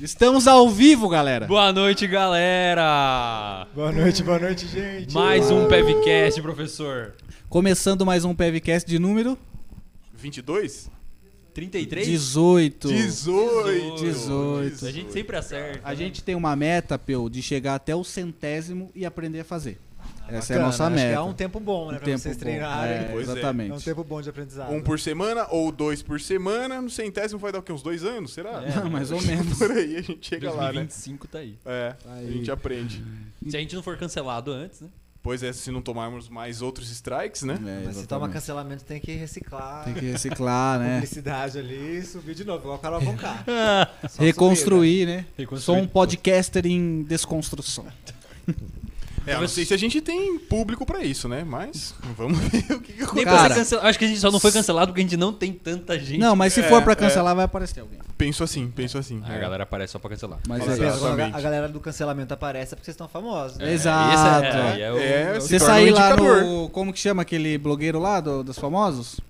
Estamos ao vivo, galera. Boa noite, galera! Boa noite, boa noite, gente. Mais um PEVCast, professor. Começando mais um PEVcast de número 22? 33? 18. 18. 18. A gente sempre acerta. né? A gente tem uma meta, Peu, de chegar até o centésimo e aprender a fazer. Essa é a Bacana, nossa acho que meta. É um tempo bom, né? Um pra tempo vocês bom. treinarem. É, Pois é. exatamente. É um tempo bom de aprendizado. Um por semana ou dois por semana. No centésimo vai dar o quê? Uns dois anos, será? É, Mais ou menos. Por aí a gente chega lá, né? 2025 tá aí. É, Aí. né? a gente aprende. Se a gente não for cancelado antes, né? Pois é, se não tomarmos mais outros strikes, né? É, Mas se toma exatamente. cancelamento, tem que reciclar. Tem que reciclar, né? Publicidade ali e subir de novo, igual o Carol Conká. Só Reconstruir, né? Sou Reconstruir. um podcaster em desconstrução. É, eu não sei se a gente tem público pra isso, né? Mas vamos ver o que, que Nem pra acontece. Cara. ser cancelado. Acho que a gente só não foi cancelado porque a gente não tem tanta gente. Não, mas se É, for pra é. cancelar, vai aparecer alguém. Penso assim, penso assim. A Ah, É. galera aparece só pra cancelar. Mas subir, né? é Pensa, isso. quando Exatamente. A galera do cancelamento aparece é porque vocês estão famosos, né? Exato. Esse é, aí é o- É, Você se torna sair um lá indicador. no. Como que chama aquele blogueiro lá do- dos famosos?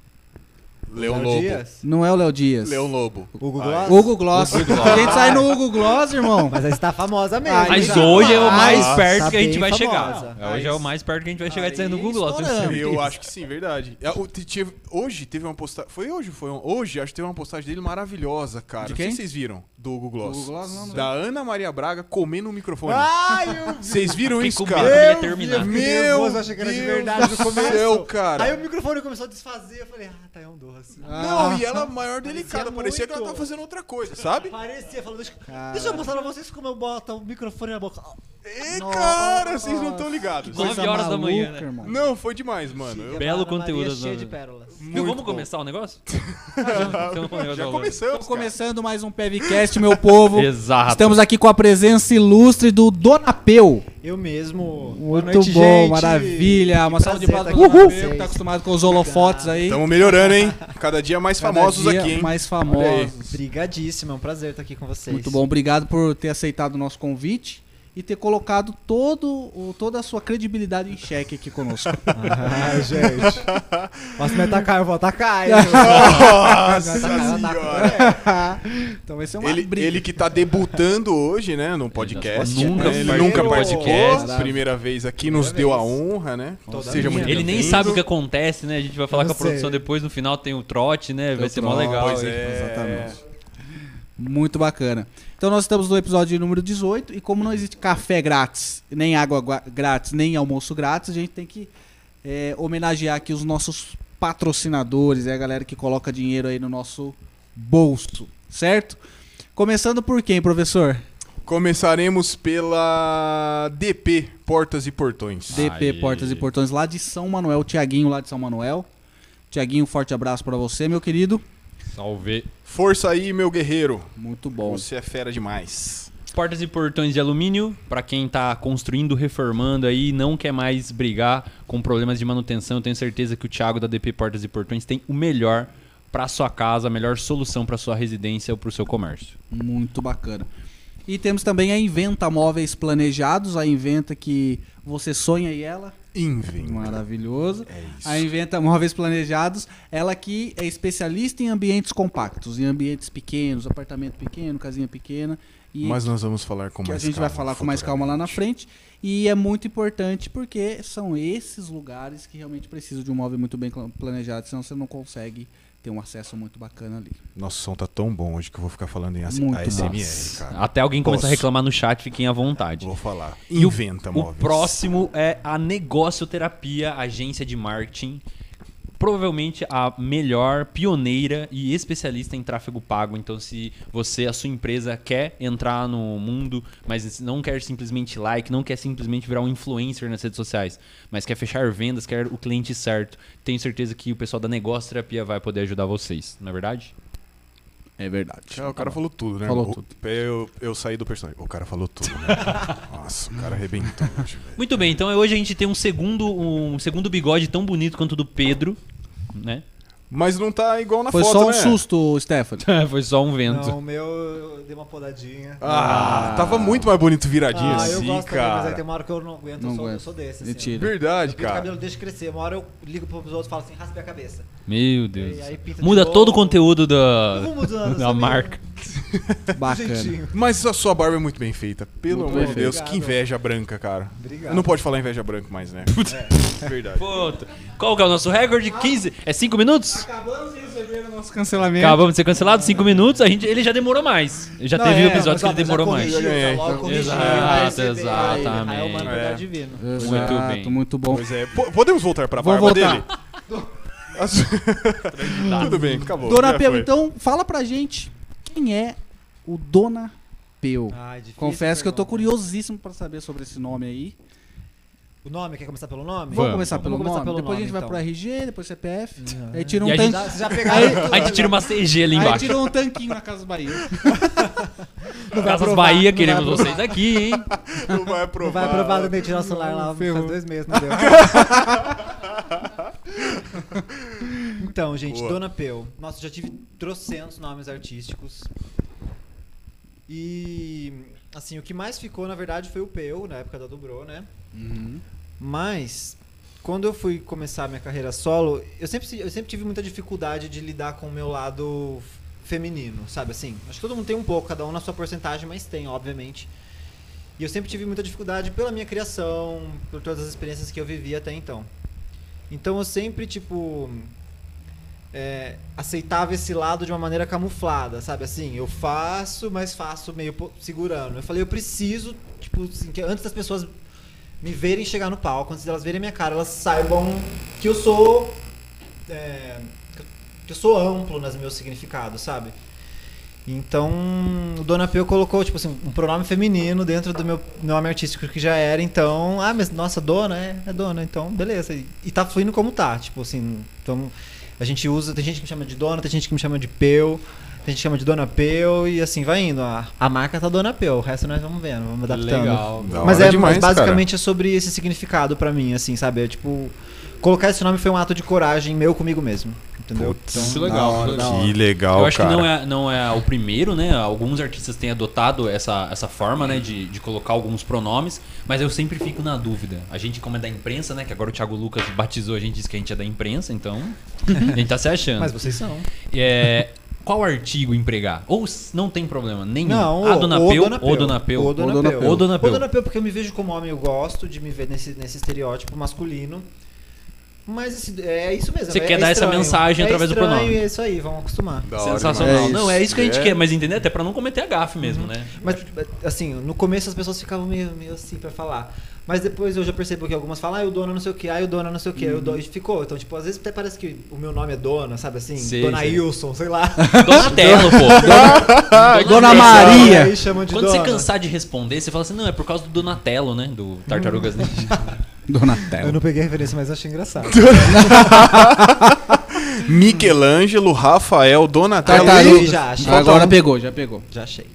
Leão Léo Lobo. Dias, Não é o Léo Dias. Leão Lobo. Hugo Ah, Gloss. Hugo Gloss. Hugo Gloss. A gente sai no Hugo Gloss, irmão. Mas aí está famosa mesmo. Aí Mas tá. hoje é o Ah, mais tá perto que a gente bem vai famosa. chegar. Hoje é o mais perto que a gente vai chegar de sair no Aí Google. ó, tenho estouramos. certeza. Eu acho que sim, verdade. É, o- te- teve- Hoje teve uma postagem. Foi hoje? Foi um- hoje? Acho que teve uma postagem dele maravilhosa, cara. De Não sei quem? se vocês viram. Do Hugo Gloss. Do Hugo Gloss, não, não. da Ana Maria Braga comendo um microfone. Ai, eu Vocês viram Fiquei isso, com cara? medo que ia Eu terminar. vi- Fiquei Meu nervoso, achei que era de Deus verdade no do começo. céu, cara. Aí o microfone começou a desfazer, eu falei, ah, tá, é um doce. Não, e ela é maior delicada. Parecia Parecia que ela muito. tava fazendo outra coisa, sabe? Parecia, falou, deixa, deixa eu mostrar pra vocês como eu boto o microfone na boca. E, Nossa. cara, vocês não estão ligados. Coisa- Nove horas da manhã, né? irmão. Não, foi demais, mano. Eu- Belo Ana Maria conteúdo, cheia dona. de pérolas. Viu, Muito vamos bom. começar o negócio? então, Já começamos. Estamos cara. começando mais um PEVcast, meu povo. Exato. Estamos aqui com a presença ilustre do Dona Peu. Eu mesmo. Boa Muito noite, bom, gente. maravilha. Uma Que salva de palmas pra prazer tá aqui Dona Peu, com que tá vocês. acostumado com os holofotes aí. Estamos melhorando, hein? Cada dia mais Cada famosos dia aqui, hein? Mais aí. famosos. Obrigadíssimo, é um prazer estar aqui com vocês. Muito bom, obrigado por ter aceitado o nosso convite e ter colocado todo, o- toda a sua credibilidade em xeque aqui conosco. Ai, Ah, gente. Posso me atacar, eu vou atacar. hein? Nossa senhora. então vai ser uma Ele, briga. ele que tá debutando hoje, né, no podcast. Ele nunca né? ele participou. nunca Podcast. participou. Primeira vez aqui, nos deu a honra, né? Toda Seja muito Ele nem bem-vindo. sabe é o que acontece, né? A gente vai falar Eu com a produção sei. depois, no final tem o trote, né? Vai ser mó trote, legal. Pois hein? é. Exatamente. Muito bacana. Então nós estamos no episódio número 18 e como não existe café grátis, nem água gua- grátis, nem almoço grátis, a gente tem que é, homenagear aqui os nossos patrocinadores, é a galera que coloca dinheiro aí no nosso bolso, certo? Começando por quem, professor? Começaremos pela DP, Portas e Portões. DP Aí. Portas e Portões, lá de São Manuel, o Tiaguinho lá de São Manuel. Tiaguinho, forte abraço pra você, meu querido. Salve. Força aí, meu guerreiro. Muito bom. Você é fera demais. Portas e portões de alumínio, pra quem tá construindo, reformando aí, não quer mais brigar com problemas de manutenção, eu tenho certeza que o Thiago da DP Portas e Portões tem o melhor pra sua casa, a melhor solução pra sua residência ou pro seu comércio. Muito bacana. E temos também a Inventa Móveis Planejados, a Inventa que você sonha e ela. Inventa. Maravilhoso. É isso. A Inventa Móveis Planejados, ela que é especialista em ambientes compactos, em ambientes pequenos, apartamento pequeno, casinha pequena. E Mas nós vamos falar com que a mais gente vai calma falar com mais calma lá na frente. E é muito importante porque são esses lugares que realmente precisam de um móvel muito bem cla- planejado, senão você não consegue ter um acesso muito bacana ali. Nosso som tá tão bom hoje que eu vou ficar falando em Muito ASMR, massa. cara. Até alguém começar a Posso? reclamar no chat, fiquem à vontade. Vou falar. E o- Inventa O móveis. próximo é a Negocioterapia, agência de marketing. Provavelmente a melhor, pioneira e especialista em tráfego pago. Então, se você, a sua empresa, quer entrar no mundo, mas não quer simplesmente like, não quer simplesmente virar um influencer nas redes sociais, mas quer fechar vendas, quer o cliente certo, tenho certeza que o pessoal da Negocioterapia vai poder ajudar vocês, não é verdade? É verdade. Ah, o cara falou tudo, né? Falou O- tudo. Eu, eu saí do personagem. O cara falou tudo, né? Nossa, o cara arrebentou hoje, velho. Muito bem, então hoje a gente tem um segundo, um segundo bigode tão bonito quanto o do Pedro, né? Mas não tá igual na Foi foto, só um né? susto, Stephanie. Foi só um vento. Não, o meu eu dei uma podadinha. Ah, tava muito mais bonito viradinho Ah, assim, eu gosto também, mas aí cara. tem uma hora que eu não aguento, Não eu, sou, eu aguento. sou desse. Assim, Mentira. Verdade, Eu pinto o cara. cabelo, deixo crescer. Uma hora eu ligo pros outros e falo assim, raspei a cabeça. Meu Deus. E É, aí pinta Muda de novo. todo o conteúdo Eu vou da, mudando, da sabe? marca. Bacana. Jeitinho. Mas a sua barba é muito bem feita. Pelo Muito amor bem de Deus, feita. que inveja branca, cara. Obrigado. Não pode falar inveja branca mais, né? É. Verdade. Puta. Qual que é o nosso recorde? Ah. 15? É 5 minutos? Acabamos de receber o nosso cancelamento. Acabamos de ser cancelado, 5 minutos. A gente, ele já demorou mais. Já Não, teve é, episódios mas, ó, que ele mas já demorou mais. corrigiu, tá É, logo então- corrigiu, Exato, vai receber, aí- Aí o exatamente. mano É. né? é divino. Exato, Muito muito bem. bem. Muito bom. Pois é. Po- podemos voltar pra Vamos barba voltar. dele? A su- Tudo bem, acabou. Dona já Peu, foi. então fala pra gente quem é o Dona Peu. Ah, é difícil, Confesso que eu tô pergunta. curiosíssimo pra saber sobre esse nome aí. O nome, quer começar pelo nome? Vamos começar pelo nome? começar pelo depois a gente nome, vai pro então. Hum. RG, depois CPF. Aí tira um E a gente- tanque. Já, vocês já A pegaram gente tira uma CG ali Aí embaixo. tira um tanquinho na Casa Bahia. Casas aprovar, Bahia, não vai queremos aprovar. vocês aqui, hein? Não vai Não aprovar. vai aprovar no meio tirar o celular lá faz dois meses, não deu. então, gente, Boa. Dona Peu. Nossa, já tive trocentos nomes artísticos. E, assim, o que mais ficou, na verdade, foi o Peu, na época da Dubrô, né? Mas, quando eu fui começar a minha carreira solo, eu sempre, eu sempre tive muita dificuldade de lidar com o meu lado f- feminino, sabe assim? Acho que todo mundo tem um pouco, cada um na sua porcentagem, mas tem, obviamente. E eu sempre tive muita dificuldade pela minha criação, por todas as experiências que eu vivi até então. Então eu sempre, tipo, é, aceitava esse lado de uma maneira camuflada, sabe? Assim, eu faço, mas faço meio po- segurando. Eu falei, eu preciso, tipo, assim, que antes das pessoas me verem chegar no palco, antes delas verem a minha cara, elas saibam que eu sou. é, que eu sou amplo nos meus significados, sabe? Então, o Dona Peu colocou, tipo assim, um pronome feminino dentro do meu nome artístico que já era, então, ah, mas nossa, dona é, é dona, então, beleza. E, e tá fluindo como tá, tipo assim, então, a gente usa, tem gente que me chama de dona, tem gente que me chama de Peu, tem gente que chama de Dona Peu, e assim, vai indo, a, a marca tá Dona Peu, o resto nós vamos vendo, vamos adaptando. Legal. Da Mas hora é demais, mas basicamente é sobre esse significado pra mim, assim, sabe? É tipo. Colocar esse nome foi um ato de coragem meu comigo mesmo. Entendeu? Então, Isso Cara. legal. isso Da legal. hora. Que legal, Eu acho cara. que não é, não é o primeiro, né? Alguns artistas têm adotado essa, essa forma, né? De, de colocar alguns pronomes, mas eu sempre fico na dúvida. A gente, como é da imprensa, né? Que agora o Thiago Lucas batizou a gente, disse que a gente é da imprensa, então a gente tá se achando. Mas vocês são. É, qual artigo empregar? Ou s- não tem problema nenhum? Ah, Não, a o- Dona o Peu, Dona ou Peu. Dona Peu. O Dona Peu. Ou Dona Ou Peu. Dona Peu, porque eu me vejo como homem, eu gosto de me ver nesse, nesse estereótipo masculino. Mas esse- é isso mesmo. Você é- quer é dar essa estranho. mensagem é através do estranho, pronome. e É isso aí, vamos acostumar. Da hora Sensacional. demais. não, é isso que a gente É. quer, mas entendeu? Até pra não cometer a gafe Uhum. mesmo, né? Mas, assim, no começo as pessoas ficavam meio, meio assim pra falar. Mas depois eu já percebo que algumas falam, ah, o dono não sei o que, ah, o dono não sei o que, aí o dono e ficou. Então, tipo, às vezes até parece que o meu nome é dona, sabe assim? Sei, dona sei. Wilson, sei lá. Donatello, pô. Dona, Dona Bessa. Maria. Aí chamam de Quando dona. você cansar de responder, você fala assim, não, é por causa do Donatello, né? Do Tartarugas Ninja. Eu Donatello. não peguei a referência, mas achei engraçado. Michelangelo, Rafael, Donatello. Tartaruga. Ih, Tartarugas. já achei. Agora Falta um. pegou, já pegou. Já achei.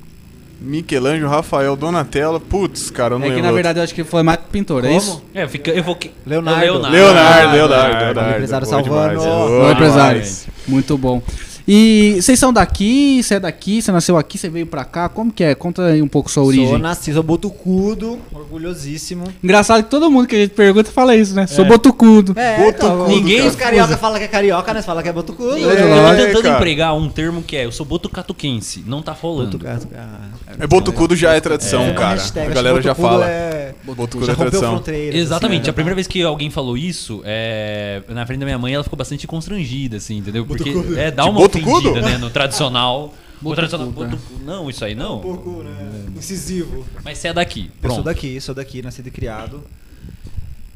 Michelangelo, Rafael, Donatello. Putz, cara, eu não É que lembro. na verdade eu acho que foi mais pintor, é Como? isso? É, eu, fico, eu vou... que- É Leonardo. outro. Leonardo, Ah, Leonardo, Leonardo, Leonardo. empresário Boa salvando. demais, é. Boa Boa Oi, empresário. demais. Muito bom. E vocês são daqui? Você é daqui? Você nasceu aqui? Você veio pra cá? Como que é? Conta aí um pouco sua origem. Sou nascido, sou botucudo, orgulhosíssimo. Engraçado que todo mundo que a gente pergunta fala isso, né? Sou É. botucudo. É, Botucudo, Ninguém- cara. Os carioca falam que é carioca, nós falamos que é botucudo. Eu, É, eu tô tentando cara. né, empregar um termo que é, eu sou botucatuquense. Não tá rolando. Botucudo, ah. É Botucudo já é tradição, É uma cara. hashtag, A acho galera que já botucudo fala. é- Botucudo já é rompeu tradição. fronteiras. Exatamente, assim, a primeira vez que alguém falou isso, é, na frente da minha mãe, ela ficou bastante constrangida, assim, entendeu? Porque é, dá De uma botucudo? ofendida, né, no tradicional. O Botucudo, tradicional, é. botucu- não, isso aí Um não. pouco, né? Incisivo. Mas você é daqui, Eu sou pronto. daqui, sou daqui, nascido e criado.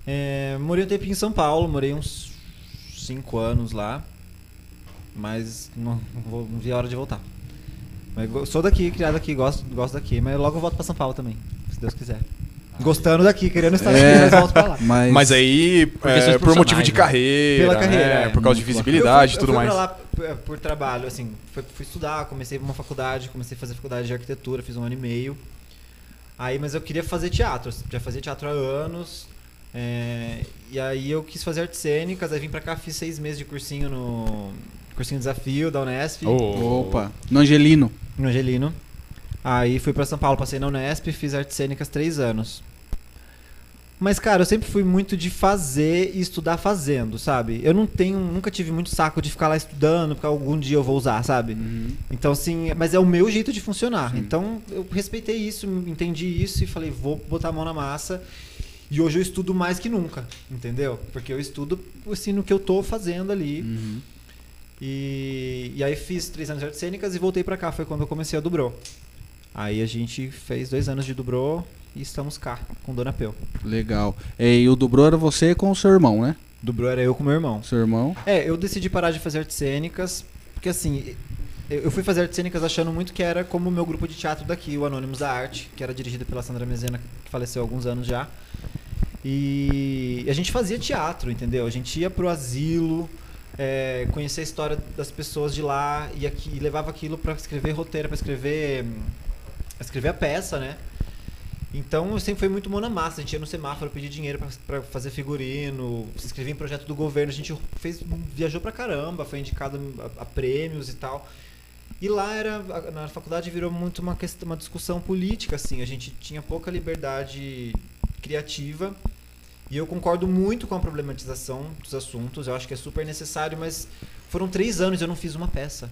É, morei um tempinho em São Paulo, morei uns 5 anos lá. Mas não, não vou- não vi a hora de voltar. Mas go- sou daqui, criado aqui, gosto, gosto daqui. Mas logo eu volto pra São Paulo também, se Deus quiser. Gostando daqui, querendo estar aqui, mas volto pra lá. É. Mas, Mas aí, é, são os por motivo profissionais, de né? carreira, Pela carreira, né? é, por causa de muito visibilidade e eu tudo fui, eu mais. fui pra lá p- por trabalho, assim, fui, fui estudar, comecei uma faculdade, comecei a fazer faculdade de arquitetura, fiz um ano e meio. Aí, mas eu queria fazer teatro, já fazia teatro há anos. É, e aí eu quis fazer artes cênicas, aí vim pra cá, fiz seis meses de cursinho no. Cursinho Desafio da Unesp, Opa, no Angelino. no Angelino. Aí fui pra São Paulo, passei na Unesp, fiz artes cênicas três anos. Mas, cara, eu sempre fui muito de fazer e estudar fazendo, sabe? Eu não tenho, nunca tive muito saco de ficar lá estudando, porque algum dia eu vou usar, sabe? Então, assim, mas é o meu jeito de funcionar. Sim. Então, eu respeitei isso, entendi isso e falei, vou botar a mão na massa. E hoje eu estudo mais que nunca, entendeu? Porque eu estudo, assim, no que eu tô fazendo ali. Uhum. E, e aí fiz três anos de artes cênicas e voltei pra cá. Foi quando eu comecei a Dubrô. Aí a gente fez dois anos de Dubrô e estamos cá, com Dona Peu. Legal. É, E o dobrou era você com o seu irmão, né? Dubrô era eu com meu irmão. Seu irmão. É, eu decidi parar de fazer artes cênicas, porque assim, eu eu fui fazer artes cênicas achando muito que era como o meu grupo de teatro daqui, o Anônimos da Arte, que era dirigido pela Sandra Mezena, que faleceu há alguns anos já. E a gente fazia teatro, entendeu? A gente ia pro asilo, é, conhecia a história das pessoas de lá e, aqui, e levava aquilo pra escrever roteiro, pra escrever, hum, escrever a peça, né? Então sempre foi muito mão na massa. A gente ia no semáforo pedir dinheiro pra- pra fazer figurino, se inscrevia em projeto do governo. A gente fez, viajou pra caramba, foi indicado a, a prêmios e tal. E lá era a- na faculdade virou muito uma questão, uma discussão política assim. A gente tinha pouca liberdade criativa. E eu concordo muito com a problematização dos assuntos. Eu acho que é super necessário, mas foram três anos e eu não fiz uma peça.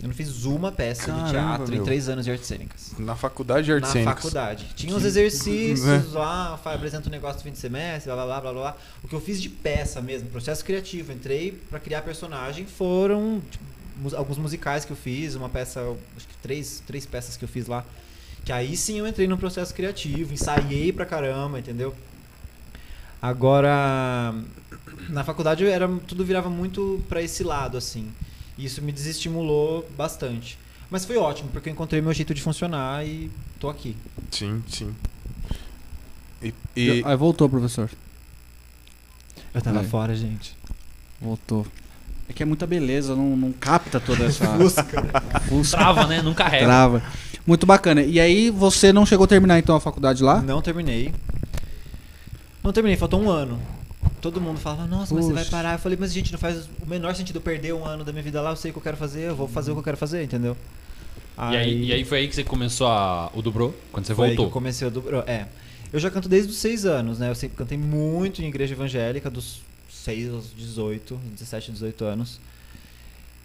Eu não fiz uma peça Caramba, de teatro meu. em três anos de artes cênicas Na faculdade de artes na cênicas. faculdade. Tinha Que- uns exercícios né? lá, fa- apresenta um negócio do fim de semestre, blá blá blá blá blá. O que eu fiz de peça mesmo, processo criativo. Entrei pra criar personagem, foram tipo, mus- alguns musicais que eu fiz, uma peça, acho que três, três peças que eu fiz lá. Que aí sim eu entrei no processo criativo, ensaiei pra caramba, entendeu? Agora, na faculdade eu era tudo virava muito pra esse lado, assim. E isso me desestimulou bastante. Mas foi ótimo, porque eu encontrei meu jeito de funcionar e tô aqui. Sim, sim. E, e- Ah, Aí voltou, professor. Eu tava Vai. fora, gente. Voltou. É que é muita beleza, não, não capta toda essa Fusca. Trava, né? Não É. carrega. Trava. Muito bacana. E aí você não chegou a terminar então a faculdade lá? Não terminei. Não terminei, faltou um ano. Todo mundo falava, nossa, mas você vai Puxa. parar. Eu falei, mas gente, não faz o menor sentido eu perder um ano da minha vida lá, eu sei o que eu quero fazer, eu vou fazer o que eu quero fazer, entendeu? E, aí, e aí foi aí que você começou a, o dobrou? Quando você Foi aí que eu voltou? comecei a dobrar. É. Eu já canto desde os seis anos, né? Eu sempre cantei muito em igreja evangélica, dos 6 aos 18, 17, 18 anos.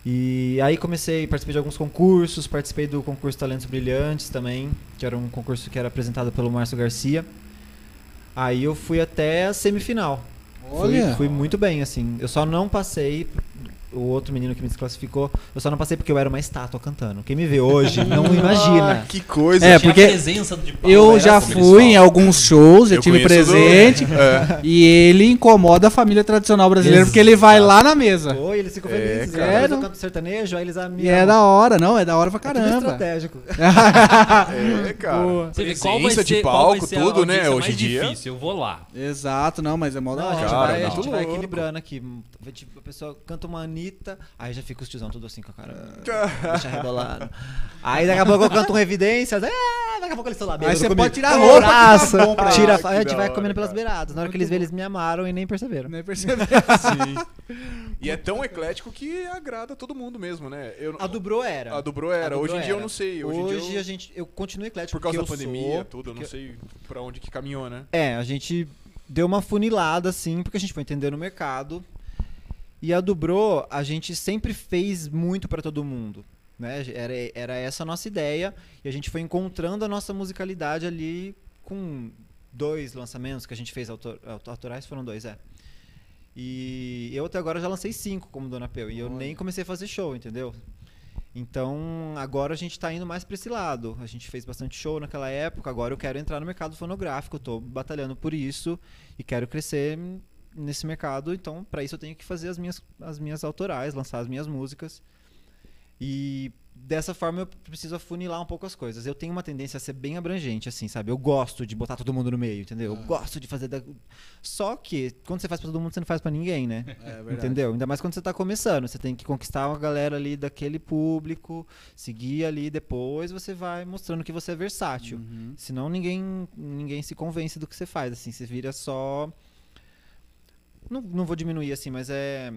E aí comecei, participei de alguns concursos, participei do concurso Talentos Brilhantes também, que era um concurso que era apresentado pelo Márcio Garcia. Aí eu fui até a semifinal. Fui, Olha. fui muito bem, assim. Eu só não passei. O outro menino que me desclassificou, eu só não passei porque eu era uma estátua cantando. Quem me vê hoje não imagina. Ah, que coisa. Tinha É, porque a presença de Paulo, Eu era já como eles fui em falam. alguns shows, eu, tive assim, conheço do- presente. É, E ele incomoda a família tradicional brasileira porque ele vai lá na mesa. Oi, eles ficam É, felizes. cara. É, É, eu canto sertanejo, aí eles ah, me E é amam. da hora, não, é da hora pra É tudo caramba. estratégico. é, cara. Boa. Você vê qual vai Presença ser, de qual vai palco, ser a tudo, né, audiência hoje mais em dia. difícil, eu vou lá. Exato, não, mas é mó da Não, a hora. gente Cara, vai, a não. gente vai Louco. equilibrando aqui. Tipo, a pessoa canta uma Anitta, aí já fica os tiozão tudo assim com a cara. Cara. Deixa rebolando. Aí daqui a pouco eu canto um Evidências, é, daqui a pouco eles estão lá. bêbado você comigo. É pode tirar a roupa, que tá Abraça, bom pra tira, eles. a- a Que gente da vai hora, comendo pelas cara. beiradas. Na hora que eles veem, eles me amaram e nem perceberam. Nem percebeu. Sim. E é tão eclético que agrada todo mundo mesmo, né? Eu, A Dubrô era. a Dubrô era. A Dubrô hoje em dia eu era. não sei. Hoje, Hoje, em dia eu- a gente, eu continuo eclético. por causa da porque eu pandemia, sou, tudo, eu não porque- sei pra onde que caminhou, né? É, a gente deu uma funilada, assim, porque a gente foi entender no mercado. E a Dubrô, a gente sempre fez muito pra todo mundo. Né? Era, era essa a nossa ideia. E a gente foi encontrando a nossa musicalidade ali com dois lançamentos que a gente fez autor, auto- autorais, foram dois, é. E eu até agora já lancei cinco como Dona Peu. E eu Olha. nem comecei a fazer show, entendeu? Então, agora a gente tá indo mais pra esse lado. A gente fez bastante show naquela época, agora eu quero entrar no mercado fonográfico, eu tô batalhando por isso e quero crescer hum, nesse mercado, então para isso eu tenho que fazer as minhas as minhas autorais, lançar as minhas músicas. E dessa forma eu preciso afunilar um pouco as coisas. Eu tenho uma tendência a ser bem abrangente, assim, sabe? Eu gosto de botar todo mundo no meio, entendeu? Ah. Eu gosto de fazer. Da... Só que quando você faz pra todo mundo, você não faz pra ninguém, né? É verdade. Entendeu? Ainda mais quando você tá começando. Você tem que conquistar uma galera ali daquele público, seguir ali, depois você vai mostrando que você é versátil. Uhum. Senão ninguém, ninguém se convence do que você faz, assim, você vira só. Não, não vou diminuir assim, mas é.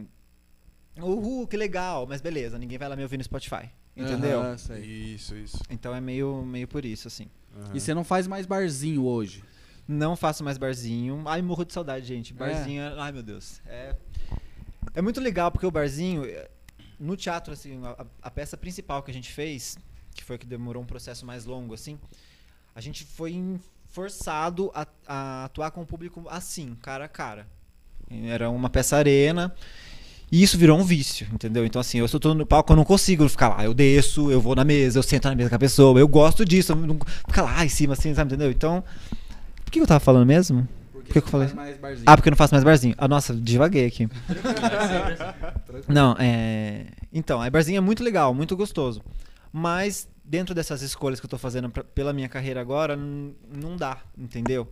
Uhul, que legal, mas beleza, ninguém vai lá me ouvir no Spotify. Entendeu? Aham, sei. Isso, isso. Então é meio, meio por isso, assim. Aham. E você não faz mais barzinho hoje. Não faço mais barzinho. Ai, morro de saudade, gente. Barzinho, é- ai meu Deus. É, é muito legal porque o barzinho, é, no teatro, assim, a, a peça principal que a gente fez, que foi a que demorou um processo mais longo, assim, a gente foi em- forçado a, a atuar com o público assim, cara a cara. Era uma peça arena. E isso virou um vício, entendeu? Então, assim, eu só tô no palco, eu não consigo ficar lá. Eu desço, eu vou na mesa, eu sento na mesa com a pessoa. Eu gosto disso. Eu não, ficar lá em cima, assim, sabe? Entendeu? Então, por que eu tava falando mesmo? Por que que eu falei? Mais barzinho? Ah, porque eu não faço mais barzinho. Ah, nossa, divaguei aqui. Não, é. Então, é barzinho é muito legal, muito gostoso. Mas dentro dessas escolhas que eu tô fazendo pra- pela minha carreira agora, n- não dá, entendeu?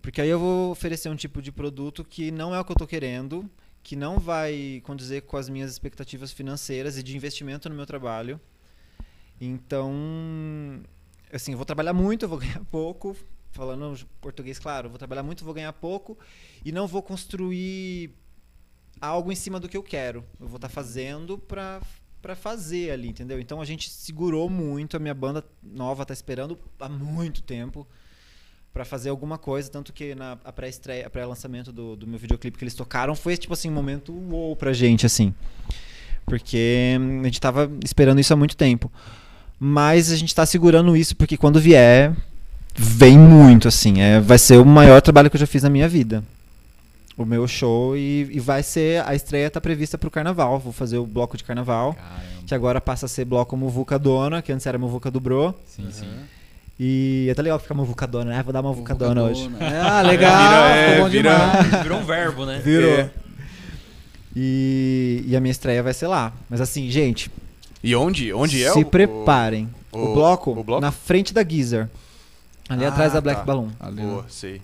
Porque aí eu vou oferecer um tipo de produto que não é o que eu tô querendo, que não vai condizer com as minhas expectativas financeiras e de investimento no meu trabalho. Então, assim, eu vou trabalhar muito, eu vou ganhar pouco. Falando português, claro, eu vou trabalhar muito, vou ganhar pouco e não vou construir algo em cima do que eu quero. Eu vou estar fazendo pra, pra fazer ali, entendeu? Então a gente segurou muito, a minha banda nova tá esperando há muito tempo pra fazer alguma coisa, tanto que na a pré-estreia, a pré-lançamento do, do meu videoclipe que eles tocaram foi tipo assim um momento wow pra gente assim. Porque hum, a gente tava esperando isso há muito tempo. Mas a gente tá segurando isso porque quando vier vem muito assim, é, vai ser o maior trabalho que eu já fiz na minha vida o meu show e, e vai ser a estreia tá prevista pro carnaval. Vou fazer o bloco de carnaval, Caramba. que agora passa a ser bloco Muvuca Dona, que antes era Muvuca do Bro. Sim, sim. E é até legal ficar Muvuca Dona, né? Vou dar uma Muvuca Dona hoje. Ah, legal. Vira- é, ficou bom vira- demais. Virou um verbo, né? Virou. É. E, e a minha estreia vai ser lá. Mas assim, gente, E onde? Onde é? se o- preparem. O, o- bloco, o bloco? na frente da Geezer. Ali Ah, atrás da Black tá. Balloon. Ali, ó. Boa, sei.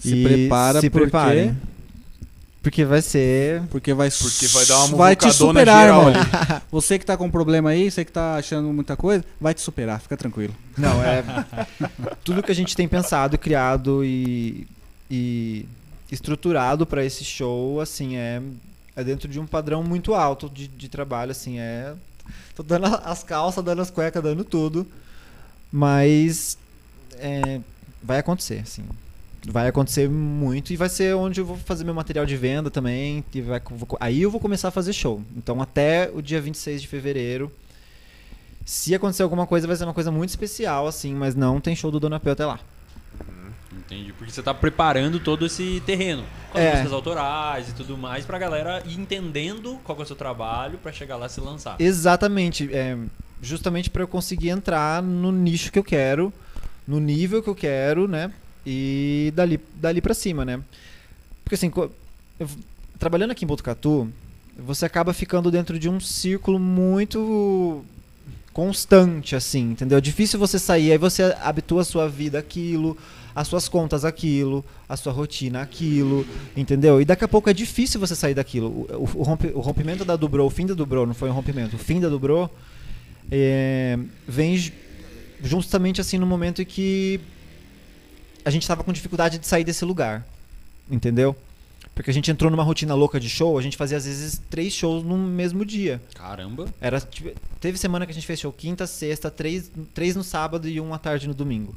Se E prepara se porque, preparem. Porque vai ser porque vai su- Porque vai dar uma vai te muvucadona superar, geral irmão. Você que tá com problema aí, você que tá achando muita coisa, vai te superar, fica tranquilo. Não, é. tudo que a gente tem pensado, criado e, e estruturado pra esse show, assim, é, é dentro de um padrão muito alto de, de trabalho, assim, é. Tô dando a- as calças, dando as cuecas, dando tudo. Mas é, vai acontecer, assim. Vai acontecer muito e vai ser onde eu vou fazer meu material de venda também. E vai, co- vou co- aí eu vou começar a fazer show. Então até o dia 26 de fevereiro se acontecer alguma coisa, vai ser uma coisa muito especial, assim, mas não tem show do Dona Pel até lá. Entendi. Porque você tá preparando todo esse terreno. Com as É. músicas autorais e tudo mais, pra galera ir entendendo qual que é o seu trabalho pra chegar lá e se lançar. Exatamente. é, justamente para eu conseguir entrar no nicho que eu quero, no nível que eu quero, né? E dali, dali para cima, né? Porque assim, co- eu v- trabalhando aqui em Botucatu, você acaba ficando dentro de um círculo muito constante, assim, entendeu? É difícil você sair, aí você habitua a sua vida àquilo, as suas contas àquilo, a sua rotina àquilo, entendeu? E daqui a pouco é difícil você sair daquilo. O, o- o rompe- o rompimento da Dubro, o fim da Dubro, não foi um rompimento, o fim da Dubro é, vem ju- justamente assim no momento em que a gente estava com dificuldade de sair desse lugar, entendeu? Porque a gente entrou numa rotina louca de show, a gente fazia às vezes três shows no mesmo dia. Caramba. Era, tipo, teve semana que a gente fechou quinta, sexta, três, três no sábado e uma tarde no domingo.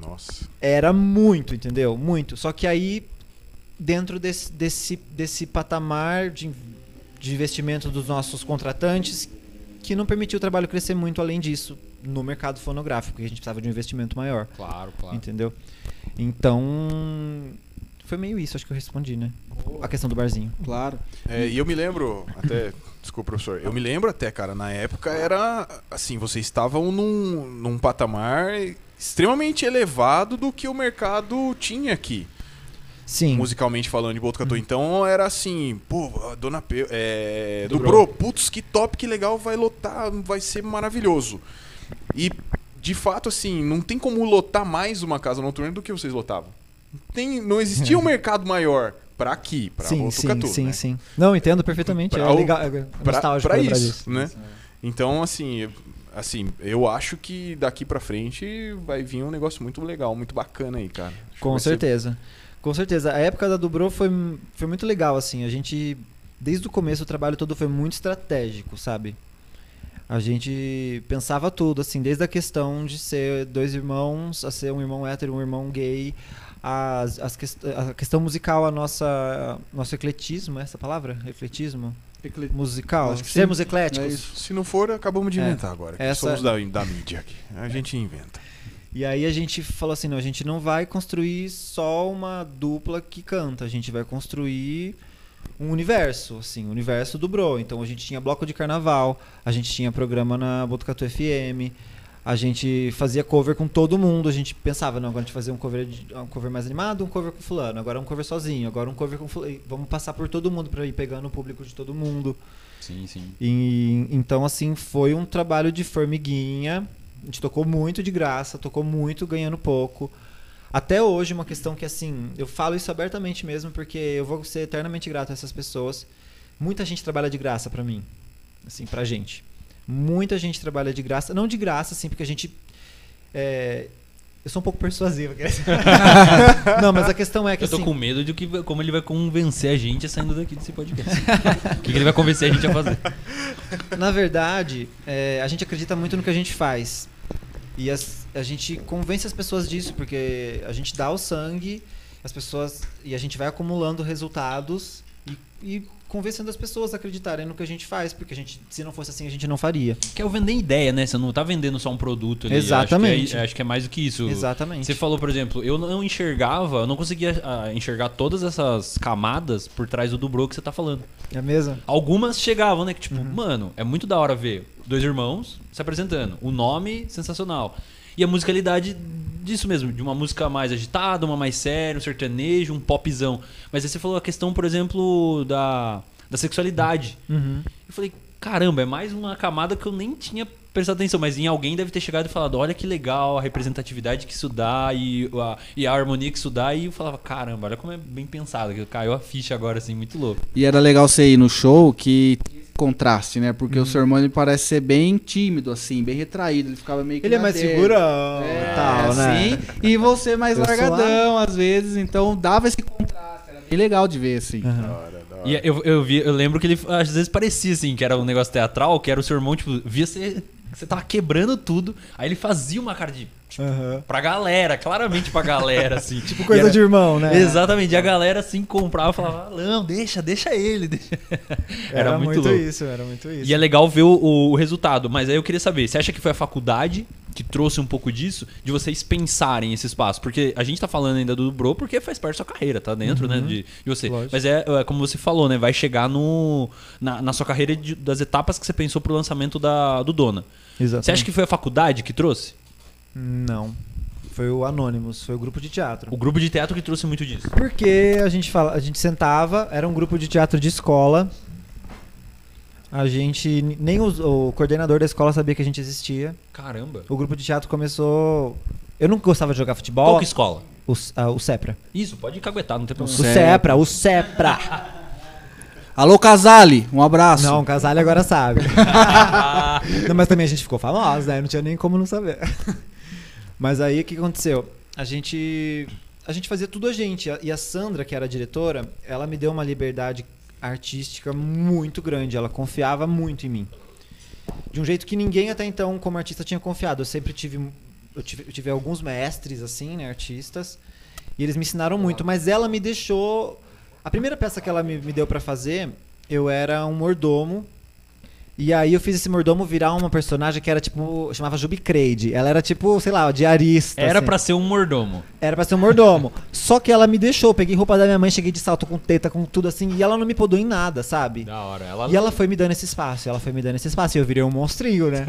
Nossa. Era muito, entendeu? Muito. Só que aí, dentro desse, desse, desse patamar de, de investimento dos nossos contratantes, que não permitiu o trabalho crescer muito além disso no mercado fonográfico, que a gente precisava de um investimento maior, Claro, claro. entendeu? Então, foi meio isso, acho que eu respondi, né? A questão do barzinho. Claro. É, e eu me lembro, até. Desculpa, professor. Eu me lembro até, cara, na época era. Assim, vocês estavam num, num patamar extremamente elevado do que o mercado tinha aqui. Sim. Hum. musicalmente falando, de Botucatu. Então era assim, pô, a Dona Peu, é, Dobrou. dobrou. putz, que top, que legal, vai lotar, vai ser maravilhoso. E, de fato, assim, não tem como lotar mais uma casa noturna do que vocês lotavam. Não Tem, não existia um mercado maior pra aqui, pra sim, sim, Botucatu, sim, né? sim. Não, entendo perfeitamente. Pra é o- legal, é Pra, nostálgico pra lembrar isso, né? Então, assim, eu- assim, eu acho que daqui pra frente vai vir um negócio muito legal, muito bacana aí, cara. Acho que Com vai ser- certeza. Com certeza. A época da Dubro foi, foi muito legal, assim. A gente, desde o começo, o trabalho todo foi muito estratégico, sabe? A gente pensava tudo, assim, desde a questão de ser dois irmãos, a ser um irmão hétero, um irmão gay, as, as quest- a questão musical, a nossa, nosso ecletismo, é essa palavra? Ecletismo? Ecle- Musical? Acho que sim. Sermos É ecléticos? isso. Se não for, acabamos de É. inventar agora. que Essa- Somos da, da mídia aqui. A gente inventa. E aí a gente falou assim, não, a gente não vai construir só uma dupla que canta, a gente vai construir um universo, assim, o universo dobrou. Então a gente tinha bloco de carnaval, a gente tinha programa na Botucatu FM, a gente fazia cover com todo mundo, a gente pensava, não, agora a gente fazia um cover, de- um cover mais animado, um cover com fulano, agora um cover sozinho, agora um cover com fulano, e vamos passar por todo mundo para ir pegando o público de todo mundo. Sim, sim. E, então, assim, foi um trabalho de formiguinha. A gente tocou muito de graça, tocou muito ganhando pouco. Até hoje, uma questão que, assim, eu falo isso abertamente mesmo, porque eu vou ser eternamente grato a essas pessoas. Muita gente trabalha de graça pra mim. Assim, pra gente. Muita gente trabalha de graça. Não de graça, assim, porque a gente. é, eu sou um pouco persuasivo. quer dizer. não, mas a questão é que. Eu tô assim, com medo de que, como ele vai convencer a gente saindo daqui desse podcast. O que, que ele vai convencer a gente a fazer? Na verdade, é, a gente acredita muito no que a gente faz. E as- a gente convence as pessoas disso, porque a gente dá o sangue, as pessoas. E a gente vai acumulando resultados e, e convencendo as pessoas a acreditarem no que a gente faz, porque a gente, se não fosse assim, a gente não faria. Que é o vender ideia, né? Você não tá vendendo só um produto ali. Exatamente. Acho que é, acho que é mais do que isso. Exatamente. Você falou, por exemplo, eu não enxergava, eu não conseguia ah, enxergar todas essas camadas por trás do Dubro que você tá falando. É mesmo? Algumas chegavam, né? Que tipo, Uhum. mano, é muito da hora ver dois irmãos se apresentando. O nome, sensacional. E a musicalidade disso mesmo, de uma música mais agitada, uma mais séria, um sertanejo, um popzão. Mas aí você falou a questão, por exemplo, da, da sexualidade. Uhum. Eu falei, caramba, é mais uma camada que eu nem tinha prestado atenção, mas em alguém deve ter chegado e falado, olha que legal a representatividade que isso dá e a, e a harmonia que isso dá. E eu falava, caramba, olha como é bem pensado, que caiu a ficha agora, assim, muito louco. E era legal você ir no show que contraste, né? Uhum. Porque o seu irmão ele parece ser bem tímido, assim, bem retraído. Ele ficava meio que. Ele é na mais dele. segurão É, e tal, né? assim, E você mais Eu sou largadão, às vezes. Então dava esse contraste. Era bem legal de ver, assim. Aham. Da hora, Ah. da é- hora. E eu, eu, vi, eu lembro que ele às vezes parecia, assim, que era um negócio teatral, que era o seu irmão, tipo, via você, você tava quebrando tudo, aí ele fazia uma cara de. Tipo, Aham. pra galera, claramente pra galera, assim. tipo, Coisa de irmão, né? Exatamente, e a galera assim comprava e falava: "Ah, não, deixa, deixa ele. Deixa. Era, muito, louco. isso, era muito isso. E é legal ver o, o- o resultado, mas aí eu queria saber, você acha que foi a faculdade que trouxe um pouco disso, de vocês pensarem esse espaço? Porque a gente tá falando ainda do Bro porque faz parte da sua carreira, tá dentro, né, de, de você. Uhum. Lógico. Mas é, é como você falou, né, vai chegar no, na, na sua carreira de- das etapas que você pensou pro lançamento da, do Dona. Exatamente. Você acha que foi a faculdade que trouxe? Não. Foi o Anonymous, foi o grupo de teatro. O grupo de teatro que trouxe muito disso. Porque a gente fala, a gente sentava, era um grupo de teatro de escola. A gente nem os- o coordenador da escola sabia que a gente existia. Caramba. O grupo de teatro começou. Eu não gostava de jogar Qual futebol. que é? escola? O, S- ah, o Sepra. Isso, pode caguetar, não tem O problema. Sepra, o Sepra. Alô, Casale, um abraço. Não, o Casale agora sabe. não, mas também a gente ficou famosa, né? Não tinha nem como não saber. Mas aí o que aconteceu? A gente a gente fazia tudo a gente. E a Sandra, que era a diretora, ela me deu uma liberdade artística muito grande. Ela confiava muito em mim. De um jeito que ninguém até então, como artista, tinha confiado. Eu sempre tive. Eu tive, eu tive alguns mestres, assim, né? Artistas. E eles me ensinaram muito. Mas ela me deixou. A primeira peça que ela me, me deu pra fazer, eu era um mordomo. E aí eu fiz esse mordomo virar uma personagem que era tipo. chamava Jubicreide. Ela era tipo, sei lá, diarista. Era assim. pra ser um mordomo. Era pra ser um mordomo. Só que ela me deixou. Peguei roupa da minha mãe, cheguei de salto com teta, com tudo assim. E ela não me podou em nada, sabe? Da hora. Ela... E ela é foi me dando esse espaço, ela foi me dando esse espaço. E eu virei um monstrinho, né?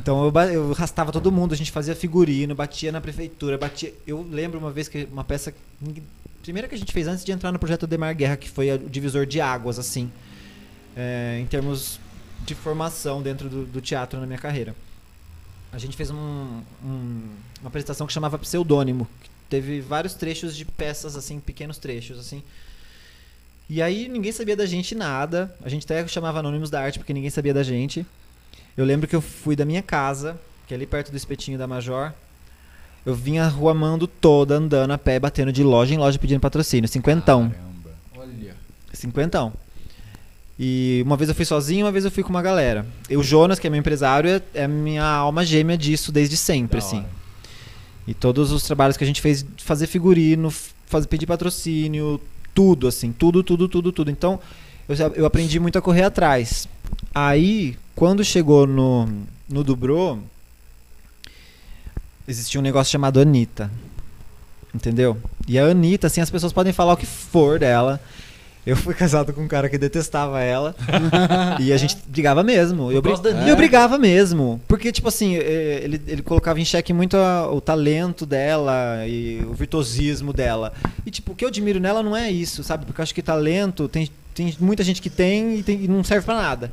Então eu, ba- eu rastava todo mundo, a gente fazia figurino, batia na prefeitura, batia. Eu lembro uma vez que uma peça. ninguém- primeira que a gente fez antes de entrar no projeto Demar Guerra, que foi a- o divisor de águas, assim, é, em termos de formação dentro do, do teatro na minha carreira. A gente fez um- um- uma apresentação que chamava Pseudônimo, que teve vários trechos de peças, assim, pequenos trechos, assim. E aí ninguém sabia da gente nada. A gente até chamava Anônimos da Arte porque ninguém sabia da gente. Eu lembro que eu fui da minha casa, que é ali perto do espetinho da Major. Eu vinha ruamando toda, andando a pé, batendo de loja em loja pedindo patrocínio. Cinquentão. Caramba. Olha. Cinquentão. E uma vez eu fui sozinho, uma vez eu fui com uma galera. E o Jonas, que é meu empresário, é- é a minha alma gêmea disso desde sempre, Da hora. assim. E todos os trabalhos que a gente fez, fazer figurino, fazer, pedir patrocínio, tudo, assim, tudo, tudo, tudo, tudo. Então, eu, já- eu aprendi muito a correr atrás. Aí, quando chegou no, no Dubrô, existia um negócio chamado Anitta. Entendeu? E a Anitta, assim, as pessoas podem falar o que for dela. Eu fui casado com um cara que detestava ela. e a gente brigava mesmo. Eu, bri- causa da eu Anitta? brigava mesmo. Porque, tipo assim, eh, ele, ele colocava em xeque muito a- o talento dela e o virtuosismo dela. E, tipo, o que eu admiro nela não é isso, sabe? Porque eu acho que talento tem, tem muita gente que tem e, tem- e não serve pra nada.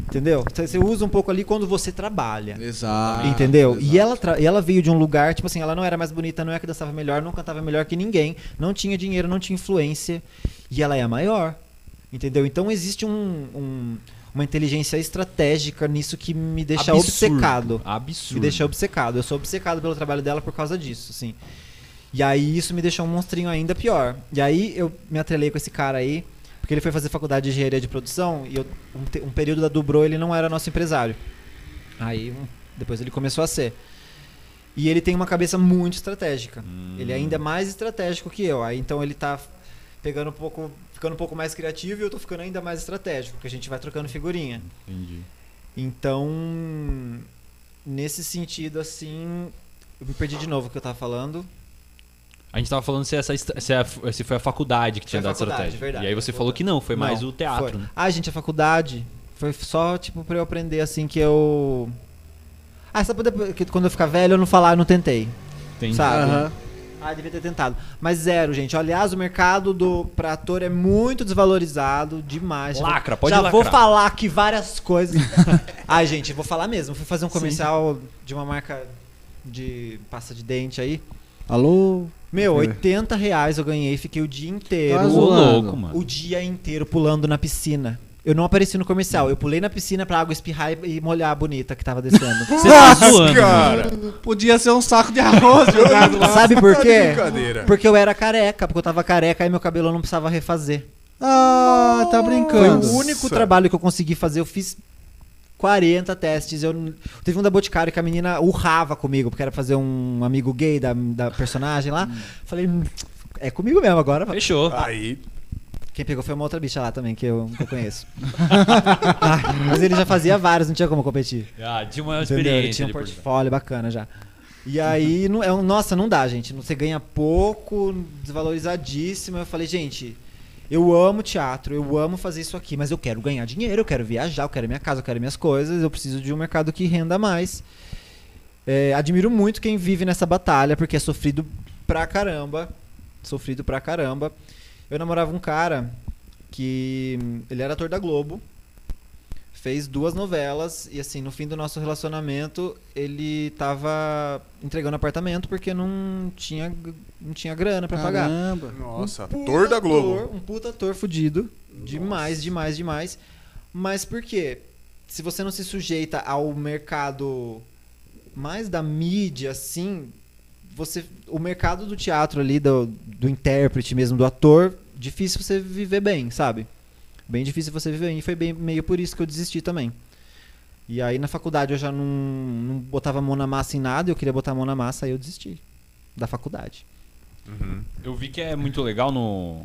Entendeu? Você você usa um pouco ali quando você trabalha. Exato. Entendeu? Ah, exato. E ela, tra- e ela veio de um lugar, tipo assim, ela não era mais bonita, não é que dançava melhor, não cantava melhor que ninguém, não tinha dinheiro, não tinha influência, e ela é a maior. Entendeu? Então existe um- um- uma inteligência estratégica nisso que me deixa Absurdo. obcecado. Absurdo. Me deixa obcecado. Eu sou obcecado pelo trabalho dela por causa disso, assim. E aí isso me deixou um monstrinho ainda pior. E aí eu me atrelei com esse cara aí, porque ele foi fazer faculdade de engenharia de produção e eu- um, te- um período da Dubrô ele não era nosso empresário. Aí um- depois ele começou a ser. E ele tem uma cabeça muito estratégica. Hum. Ele é ainda mais estratégico que eu. Aí então ele tá pegando um pouco, ficando um pouco mais criativo e eu tô ficando ainda mais estratégico, porque a gente vai trocando figurinha. Entendi. Então, nesse sentido, assim, eu me perdi de novo o que eu tava falando. A gente tava falando se, essa, est- se, a, se foi a faculdade que tinha Foi a dado faculdade, estratégia. verdade. e aí você falou que não, foi Não, mais o teatro. Foi. né? Ah, gente, a faculdade foi só, tipo, pra eu aprender, assim, que eu... Ah, só pra depois, que quando eu ficar velho eu não falar, eu não tentei, Entendi. sabe? Aham. Ah, devia ter tentado. Mas zero, gente. Aliás, o mercado do pra ator é muito desvalorizado demais. Já vou- Lacra, pode Já vou lacrar. falar aqui várias coisas. Ai, gente, vou falar mesmo. Fui fazer um comercial de uma marca de pasta de dente aí. Alô? Meu, É. 80 reais eu ganhei, fiquei o dia inteiro. Tá Ô, zoando. louco, mano. O dia inteiro pulando na piscina. Eu não apareci no comercial, eu pulei na piscina pra água espirrar e e molhar a bonita que tava descendo. Você tá zoando, mano. Podia ser um saco de arroz jogado lá. Sabe por Tá de quê? brincadeira. Porque eu era careca, porque eu tava careca e meu cabelo eu não precisava refazer. Ah, tá Foi brincando. o único trabalho que eu consegui fazer, eu fiz 40 testes. Eu n- teve um da Boticário que a menina urrava comigo, porque era fazer um amigo gay da, da personagem lá. Falei, "Hum, é comigo mesmo agora. Fechou. Ah. Aí, Quem pegou foi uma outra bicha lá também, que eu, que eu conheço. Ah, mas ele já fazia vários, não tinha como competir. Ah, tinha uma Entendeu? Ele experiência. tinha um ali por trás. portfólio bacana já. E aí, não, é, um- nossa, não dá, gente. Você ganha pouco, desvalorizadíssimo. Eu falei, gente, eu amo teatro, eu amo fazer isso aqui, mas eu quero ganhar dinheiro, eu quero viajar, eu quero minha casa, eu quero minhas coisas, eu preciso de um mercado que renda mais. É, admiro muito quem vive nessa batalha, porque é sofrido pra caramba. Sofrido pra caramba. Eu namorava um cara que. hum, Ele era ator da Globo. Fez duas novelas e assim, no fim do nosso relacionamento, ele tava entregando apartamento porque não tinha, g- não tinha grana Ah, pra pagar. Caramba. nossa, Puta ator da Globo. ator, um puta ator fudido. Demais, demais, demais. Mas por quê? Se você não se sujeita ao mercado mais da mídia, assim, você. O mercado do teatro ali, do, do intérprete mesmo, do ator, difícil você viver bem, sabe? Bem difícil você viver bem. E foi bem, meio por isso que eu desisti também. E aí na faculdade eu já não, não botava a mão na massa em nada, eu queria botar a mão na massa, aí eu desisti. Da faculdade. Uhum. Eu vi que é muito legal no.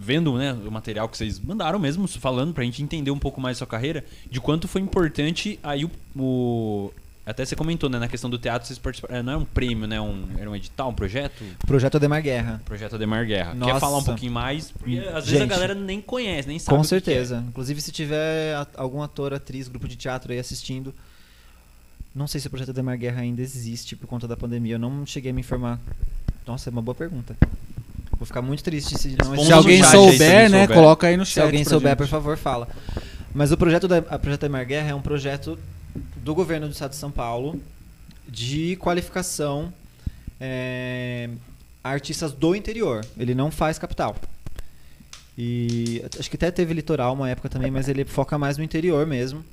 Vendo né, o material que vocês mandaram mesmo, falando pra gente entender um pouco mais sua carreira, de quanto foi importante aí o. o- até você comentou, né? Na questão do teatro, vocês participaram. é, Não é um prêmio, né? Um, era um edital, um projeto? Projeto Ademar Guerra. Projeto Ademar Guerra. Quer Nossa. falar um pouquinho mais? Porque às vezes a Gente. galera nem conhece, nem sabe. Com o que é. que certeza. é. Inclusive, se tiver a- algum ator, atriz, grupo de teatro aí assistindo, não sei se o projeto Demar Guerra ainda existe por conta da pandemia. Eu não cheguei a me informar. Nossa, é uma boa pergunta. Vou ficar muito triste se não um Responda Se existir. no alguém chat aí, se souber, alguém né, souber. coloca aí no chat. Se alguém pra souber, gente. por favor, fala. Mas o projeto da a projeto Aimar Guerra é um projeto do governo do estado de São Paulo de qualificação é, a artistas do interior. Ele não faz capital. E acho que até teve litoral uma época também, mas ele foca mais no interior mesmo.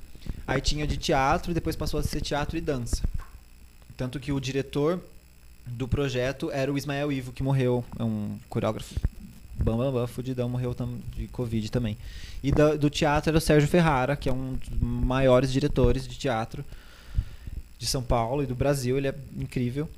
Aí tinha de teatro e depois passou a ser teatro e dança. Tanto que o diretor do projeto era o Ismael Ivo, que morreu. É um coreógrafo bam, bam, bam, fudidão, morreu tam- de Covid também. E da- do teatro era o Sérgio Ferrara, que é um dos maiores diretores de teatro de São Paulo e do Brasil, ele é incrível.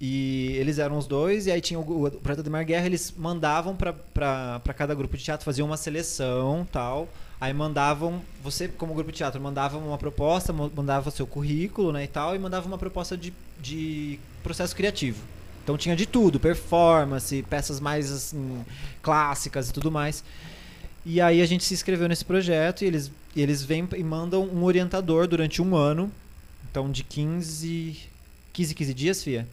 E eles eram os dois, e aí tinha o, o, o Projeto Ademar Guerra, eles mandavam pra- pra pra cada grupo de teatro, faziam uma seleção tal. Aí mandavam, você como grupo de teatro, mandava uma proposta, mo- mandava seu currículo né, e tal, e mandava uma proposta de, de processo criativo. Então tinha de tudo, performance, peças mais assim, clássicas e tudo mais. E aí a gente se inscreveu nesse projeto e eles, e eles vêm e mandam um orientador durante um ano. Então de 15. 15, 15 dias, Fia?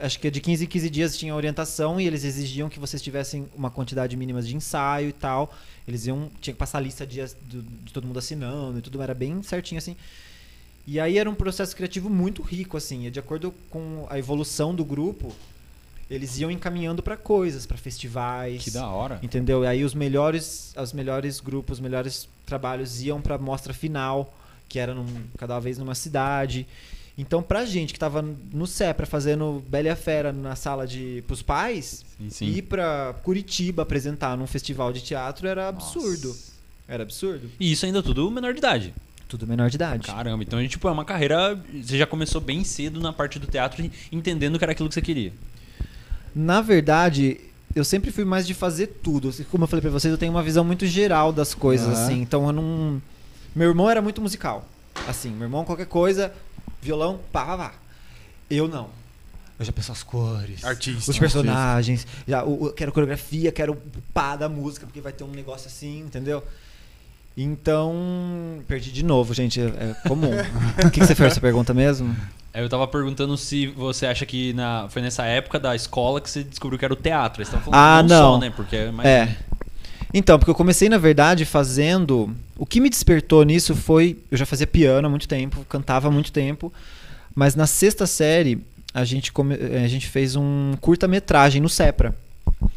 Acho que é de 15 em 15 dias tinha orientação e eles exigiam que vocês tivessem uma quantidade mínima de ensaio e tal. Eles iam. Tinha que passar a lista de, as- do- de todo mundo assinando e tudo, era bem certinho assim. E aí era um processo criativo muito rico, assim. e De acordo com a evolução do grupo, eles iam encaminhando pra coisas, pra festivais. Que da hora. Entendeu? E aí os melhores, os melhores grupos, os melhores trabalhos iam pra mostra final, que era num, cada vez numa cidade. Então, pra gente que tava no CEPRA fazendo Bela e a Fera na sala de pros pais, Sim, sim. ir pra Curitiba apresentar num festival de teatro era absurdo. Nossa. Era absurdo. E isso ainda tudo menor de idade. Tudo menor de idade. Caramba, então é tipo, é uma carreira. Você já começou bem cedo na parte do teatro, e entendendo que era aquilo que você queria. Na verdade, eu sempre fui mais de fazer tudo. Como eu falei pra vocês, eu tenho uma visão muito geral das coisas, Aham. assim. Então eu não. Meu irmão era muito musical. Assim, meu irmão, qualquer coisa, violão, pá, pá, pá. Eu não. Eu já penso as cores. Artista. Os personagens. Já, o- o- quero coreografia, quero o pá da música, porque vai ter um negócio assim, entendeu? Então. Perdi de novo, gente. É, é comum. O que, que você fez essa pergunta mesmo? Aí eu tava perguntando se você acha que na, foi nessa época da escola que você descobriu que era o teatro. Eles estavam falando Ah, que não. só, né? Porque é mais. É. Então, porque eu comecei, na verdade, fazendo. O que me despertou nisso foi. Eu já fazia piano há muito tempo, cantava há muito tempo. Mas na sexta série, a gente, come- a gente fez um curta-metragem no CEPRA.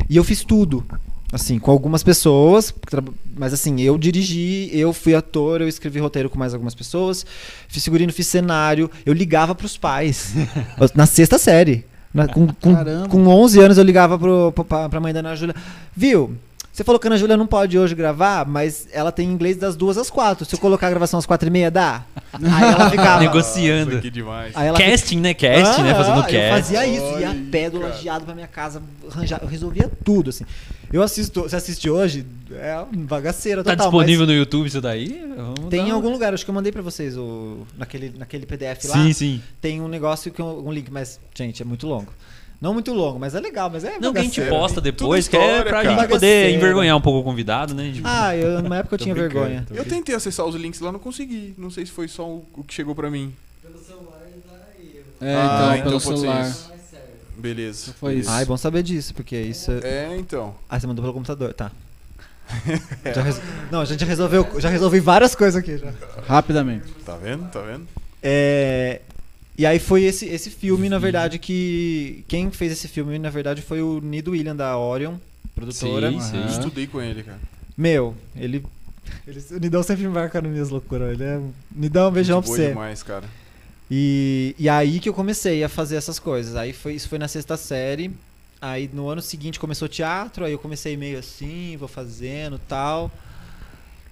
E eu fiz tudo. Assim, com algumas pessoas, tra- mas assim, eu dirigi, eu fui ator, eu escrevi roteiro com mais algumas pessoas, fiz figurino, fiz cenário, eu ligava pros pais. na sexta série. Na- com, com, Caramba. com 11 anos eu ligava pro, pra- pra, pra mãe da Ana Júlia. Viu? Você falou que a Ana Júlia não pode hoje gravar, mas ela tem inglês das duas às quatro. Se eu colocar a gravação às quatro e meia, dá? Aí ela ficava. Negociando. que demais. Aí ela Casting, né? Casting, né? Aham, Fazendo Ah, Eu casting. fazia isso, ia a Olha, pé do cara. lajeado pra minha casa, arranjar, eu resolvia tudo, assim. Eu assisto, você assiste hoje, é um bagaceiro Tá total, disponível no YouTube isso daí? Vamos mas tem dar em um- algum lugar, acho que eu mandei pra vocês o, naquele, naquele PDF lá. Sim, sim. Tem um negócio, que eu- um link, mas, gente, é muito longo. Não muito longo, mas é legal, mas é Não, que a gente bagaceiro. posta tem depois, que tudo é história, pra cara. gente poder Bagaceira. envergonhar um pouco o convidado, né? Tipo, Ah, eu, numa época eu tinha vergonha. Eu tentei acessar os links lá, não consegui. Não sei se foi só o o que chegou pra mim. É, então, Ah, pelo então pode ser celular. isso. Beleza. Foi isso. Ah, é bom saber disso, porque isso... É, então. Ah, você mandou pelo computador, tá. Já res- Não, a gente já resolveu, já resolvi várias coisas aqui, já. Rapidamente. Tá vendo? Tá vendo? É, e aí foi esse, esse filme, na verdade, que. Quem fez esse filme, na verdade, foi o Nido William da Orion, produtora. Sim, sim. Eu Aham. estudei com ele, cara. Meu, ele, ele- O Nidão sempre embarca nas minhas loucuras. Ele é. Nidão, um beijão Gente pra boa você. demais, cara. E, e aí que eu comecei a fazer essas coisas. Aí foi, isso foi na sexta série. Aí no ano seguinte começou teatro, aí eu comecei meio assim, vou fazendo tal.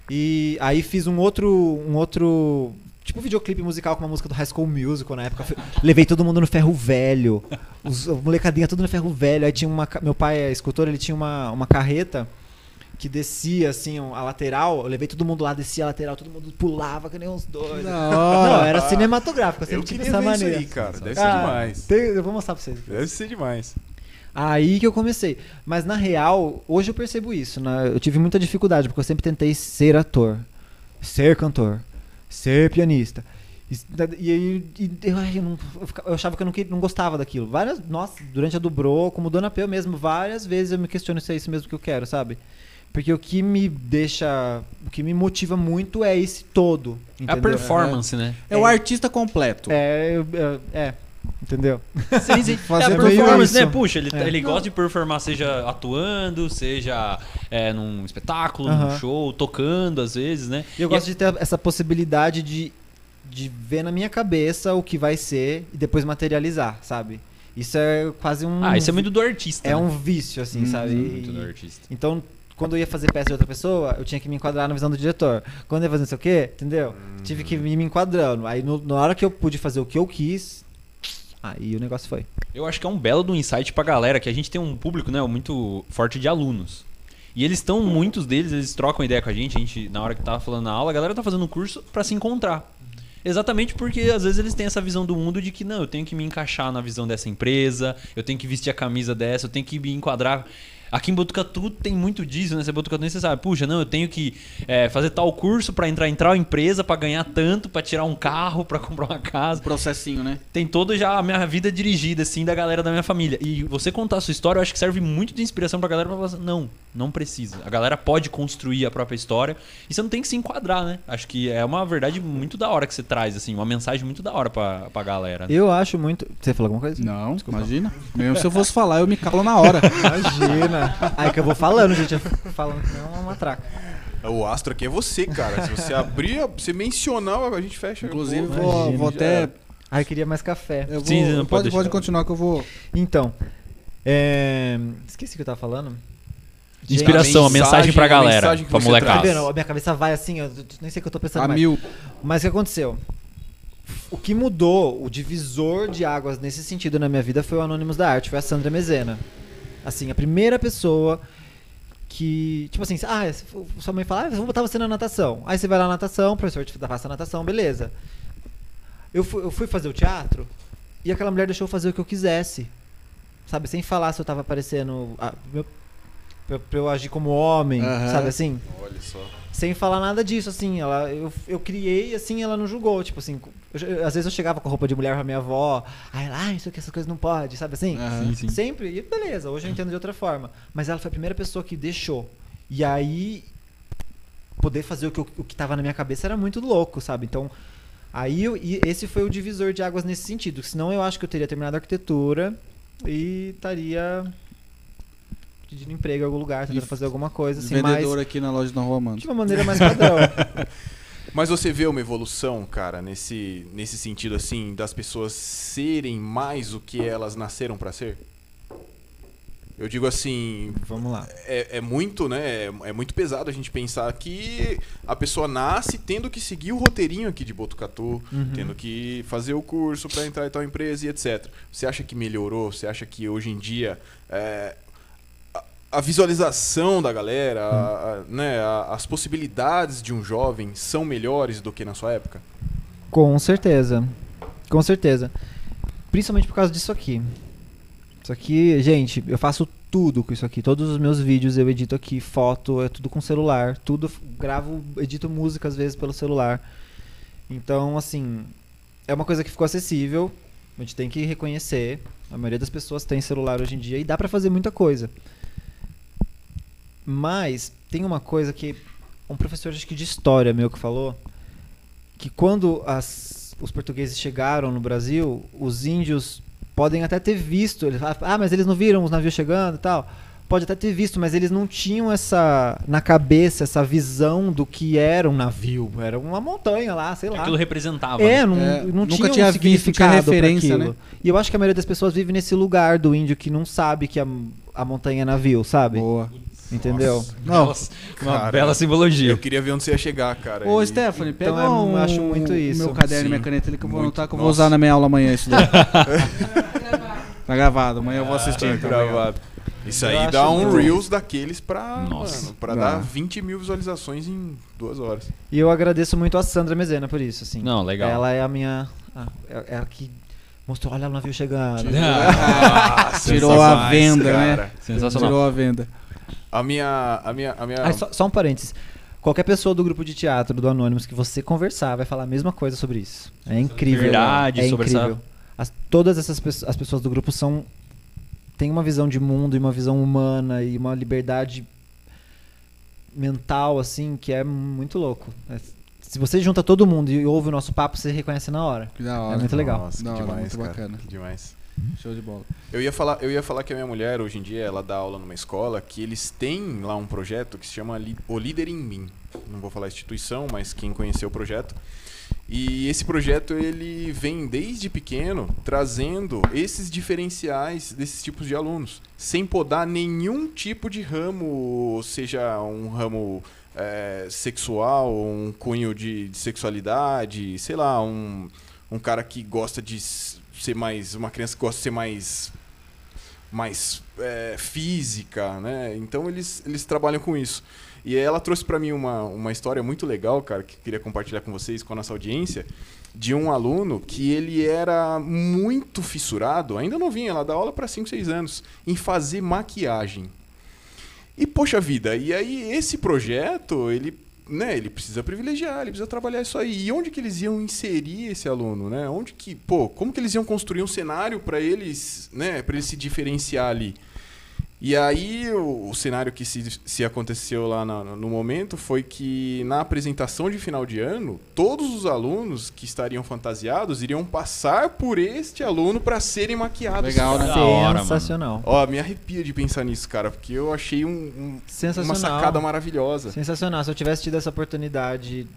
E aí fiz um outro. um outro. Tipo um videoclipe musical com uma música do High School Musical na época. Fui- Levei todo mundo no ferro velho. Os, a molecadinha tudo no ferro velho. Aí tinha uma. ca- Meu pai é escultor, ele tinha uma, uma carreta que descia assim, um- a lateral. Eu levei todo mundo lá, descia a lateral, todo mundo pulava, que nem uns dois. Da Não, hora. era cinematográfico, eu Eu sempre tive queria essa ver isso maneira. aí, cara. Deve ser Ah, demais. tem- eu vou mostrar pra vocês. Deve ser demais. Aí que eu comecei. Mas na real, hoje eu percebo isso. né? Eu tive muita dificuldade, porque eu sempre tentei ser ator, ser cantor, ser pianista. E, e, aí- e eu, ai, eu não- eu fica- eu achava que eu não, que- não gostava daquilo. Várias, nossa, durante a Dubrô, como Dona Peu mesmo, várias vezes eu me questiono se é isso mesmo que eu quero, sabe? Porque o que me deixa, o que me motiva muito é esse todo. É a entendeu? performance, né? É o É. artista completo. É, eu- eu- é, entendeu? Sim, sim. Fazer é a meio performance, né? isso. Puxa, ele, É. ele gosta de performar, seja atuando, seja é, num espetáculo, num Aham. show, tocando às vezes, né? E eu gosto de ter essa possibilidade de, de ver na minha cabeça o que vai ser e depois materializar, sabe? Isso é quase um. Ah, isso é muito do artista. É né? um vício, assim, Uhum. sabe? Muito do E- artista. Então, quando eu ia fazer peça de outra pessoa, eu tinha que me enquadrar na visão do diretor. Quando eu ia fazer não sei o quê, entendeu? Tive que ir me enquadrando. Aí, no- na hora que eu pude fazer o que eu quis, aí o negócio foi. Eu acho que é um belo do insight pra galera, que a gente tem um público, né, muito forte de alunos. E eles estão, muitos deles, eles trocam ideia com a gente, a gente, na hora que tava falando na aula, a galera tá fazendo um curso pra se encontrar. Exatamente porque às vezes eles têm essa visão do mundo de que não, eu tenho que me encaixar na visão dessa empresa, eu tenho que vestir a camisa dessa, eu tenho que me enquadrar. Aqui em Botucatu tem muito disso, né? Você é Botucatu, você sabe, puxa, não, eu tenho que eh, fazer tal curso pra entrar em tal empresa, pra ganhar tanto, pra tirar um carro, pra comprar uma casa O processinho, né? tem toda já a minha vida dirigida, assim, da galera da minha família. E você contar a sua história, eu acho que serve muito de inspiração pra galera pra falar assim, não, não precisa. A galera pode construir a própria história e você não tem que se enquadrar, né? Acho que é uma verdade muito da hora que você traz, assim, uma mensagem muito da hora pra, pra galera. né? Eu acho muito. Você falou alguma coisa? Não, imagina. Mesmo se eu fosse falar, eu me calo na hora. Imagina. aí que eu vou falando, gente. Eu fico Falando que não é uma traca. O astro aqui é você, cara. Se você abrir, se mencionar, a gente fecha. Inclusive, Pô, vou, imagina, vou já até. era. Aí Ah, eu queria mais café. eu vou- Sim, não pode pode, deixar. pode continuar que eu vou. Então. é, Esqueci o que eu tava falando. Gente, Inspiração, a mensagem, mensagem pra a galera, mensagem que pra você Tá traz. molecada. vendo? A minha cabeça vai assim, eu nem sei o que eu tô pensando A mais. mil. Mas o que aconteceu? O que mudou, o divisor de águas nesse sentido na minha vida foi o Anônimos da Arte, foi a Sandra Mezena. Assim, a primeira pessoa que, tipo assim, ah, sua mãe fala, ah, vamos botar você na natação. Aí você vai lá na natação, o professor te passa a natação, beleza. Eu fui, eu fui fazer o teatro e aquela mulher deixou eu fazer o que eu quisesse. Sabe, sem falar se eu tava parecendo. ah, meu- pra, pra eu agir como homem, Aham. sabe assim? Olha só. sem falar nada disso, assim, ela, eu, eu criei, assim, ela não julgou, tipo assim, eu- eu- às vezes eu chegava com roupa de mulher pra minha avó, aí ela, ah, isso aqui, essas coisas não pode, sabe assim? Aham. Sim, sim. Sempre, e beleza, hoje eu entendo de outra forma, mas ela foi a primeira pessoa que deixou, e aí, poder fazer o que, eu- o que tava na minha cabeça era muito louco, sabe, então... Aí eu- e esse foi o divisor de águas nesse sentido. Senão eu acho que eu teria terminado a arquitetura e estaria pedindo emprego em algum lugar, tentando fazer alguma coisa assim, mas Vendedor aqui na loja do Romano. de uma maneira mais padrão. Mas você vê uma evolução, cara, nesse, nesse sentido, assim, das pessoas serem mais o que elas nasceram pra ser? Eu digo assim, Vamos lá. é, é muito, né? É, é muito pesado a gente pensar que a pessoa nasce tendo que seguir o roteirinho aqui de Botucatu, Uhum. tendo que fazer o curso pra entrar em tal empresa e etc. Você acha que melhorou? Você acha que hoje em dia é, a, a visualização da galera, a- a- né, a- as possibilidades de um jovem são melhores do que na sua época? Com certeza. Com certeza. Principalmente por causa disso aqui. Isso aqui, gente, eu faço tudo com isso aqui. Todos os meus vídeos eu edito aqui, foto, é tudo com celular, tudo f- gravo, edito música às vezes pelo celular. Então, assim, é uma coisa que ficou acessível. A gente tem que reconhecer. A maioria das pessoas tem celular hoje em dia e dá pra fazer muita coisa. Mas tem uma coisa que um professor acho que de história meu que falou que quando as- os portugueses chegaram no Brasil, os índios podem até ter visto, eles falam, ah, mas eles não viram os navios chegando e tal. Pode até ter visto, mas eles não tinham essa na cabeça essa visão do que era um navio, era uma montanha lá, sei lá. Aquilo representava. né? É, não, É, não nunca tinha, tinha um visto, tinha significado pra referência, aquilo. né? E eu acho que a maioria das pessoas vive nesse lugar do índio que não sabe que a, a montanha é navio, sabe? Boa. Entendeu? Nossa, Não. Nossa, uma Cara, bela simbologia. Eu queria ver onde você ia chegar, cara. Ô, E- Stephanie, pega Então, eu não um- acho muito o isso. meu caderno e minha Sim. caneta ali que eu vou Muito. anotar que eu vou Nossa. usar na minha aula amanhã isso daí. tá gravado, amanhã Ah, eu vou assistir. então, legal. Ah, Gravado. Isso Eu aí acho dá um muito. Reels daqueles pra, Nossa. mano, pra Dá. dar 20 mil visualizações em duas horas. E eu agradeço muito a Sandra Mezena por isso, assim. Não, legal. Ela é a minha. a- é- é a que mostrou, olha o navio chegando. Né? Ah, tirou a venda, né? Sensacional. Tirou a venda. A minha. A minha, a minha Ah, só, só um parênteses. Qualquer pessoa do grupo de teatro do Anônimos que você conversar vai falar a mesma coisa sobre isso. É incrível. Verdade, é sobre incrível. As- todas essas pessoas, as pessoas do grupo são têm uma visão de mundo e uma visão humana e uma liberdade mental assim que é muito louco. É- se você junta todo mundo e ouve o nosso papo, você reconhece na hora. Que da hora. É muito legal. Nossa, que Da hora, demais, muito cara. bacana. Que demais. Show de bola. Eu ia, falar, eu ia falar que a minha mulher, hoje em dia, ela dá aula numa escola que eles têm lá um projeto que se chama Li- O Líder em Mim. Não vou falar a instituição, mas quem conheceu o projeto. E esse projeto, ele vem desde pequeno trazendo esses diferenciais desses tipos de alunos, sem podar nenhum tipo de ramo, seja um ramo eh, sexual, um cunho de, de sexualidade, sei lá, um, um cara que gosta de s- ser mais. Uma criança que gosta de ser mais. mais eh, física, né? Então eles, eles trabalham com isso. E ela trouxe pra mim uma, uma história muito legal, cara, que eu queria compartilhar com vocês, com a nossa audiência, de um aluno que ele era muito fissurado, ainda novinho, ela dá aula para 5, 6 anos, em fazer maquiagem. E poxa vida, e aí esse projeto, ele, né, ele precisa privilegiar, ele precisa trabalhar isso aí. E onde que eles iam inserir esse aluno, né? Onde que, pô, como que eles iam construir um cenário para eles, né, para ele se diferenciar ali? E aí o, o cenário que se, se aconteceu lá na- no momento foi que na apresentação de final de ano, todos os alunos que estariam fantasiados iriam passar por este aluno para serem maquiados. Legal, né? Da hora, mano. Sensacional. Ó, me arrepia de pensar nisso, cara, porque eu achei um- um, Sensacional. uma sacada maravilhosa. Sensacional. Se eu tivesse tido essa oportunidade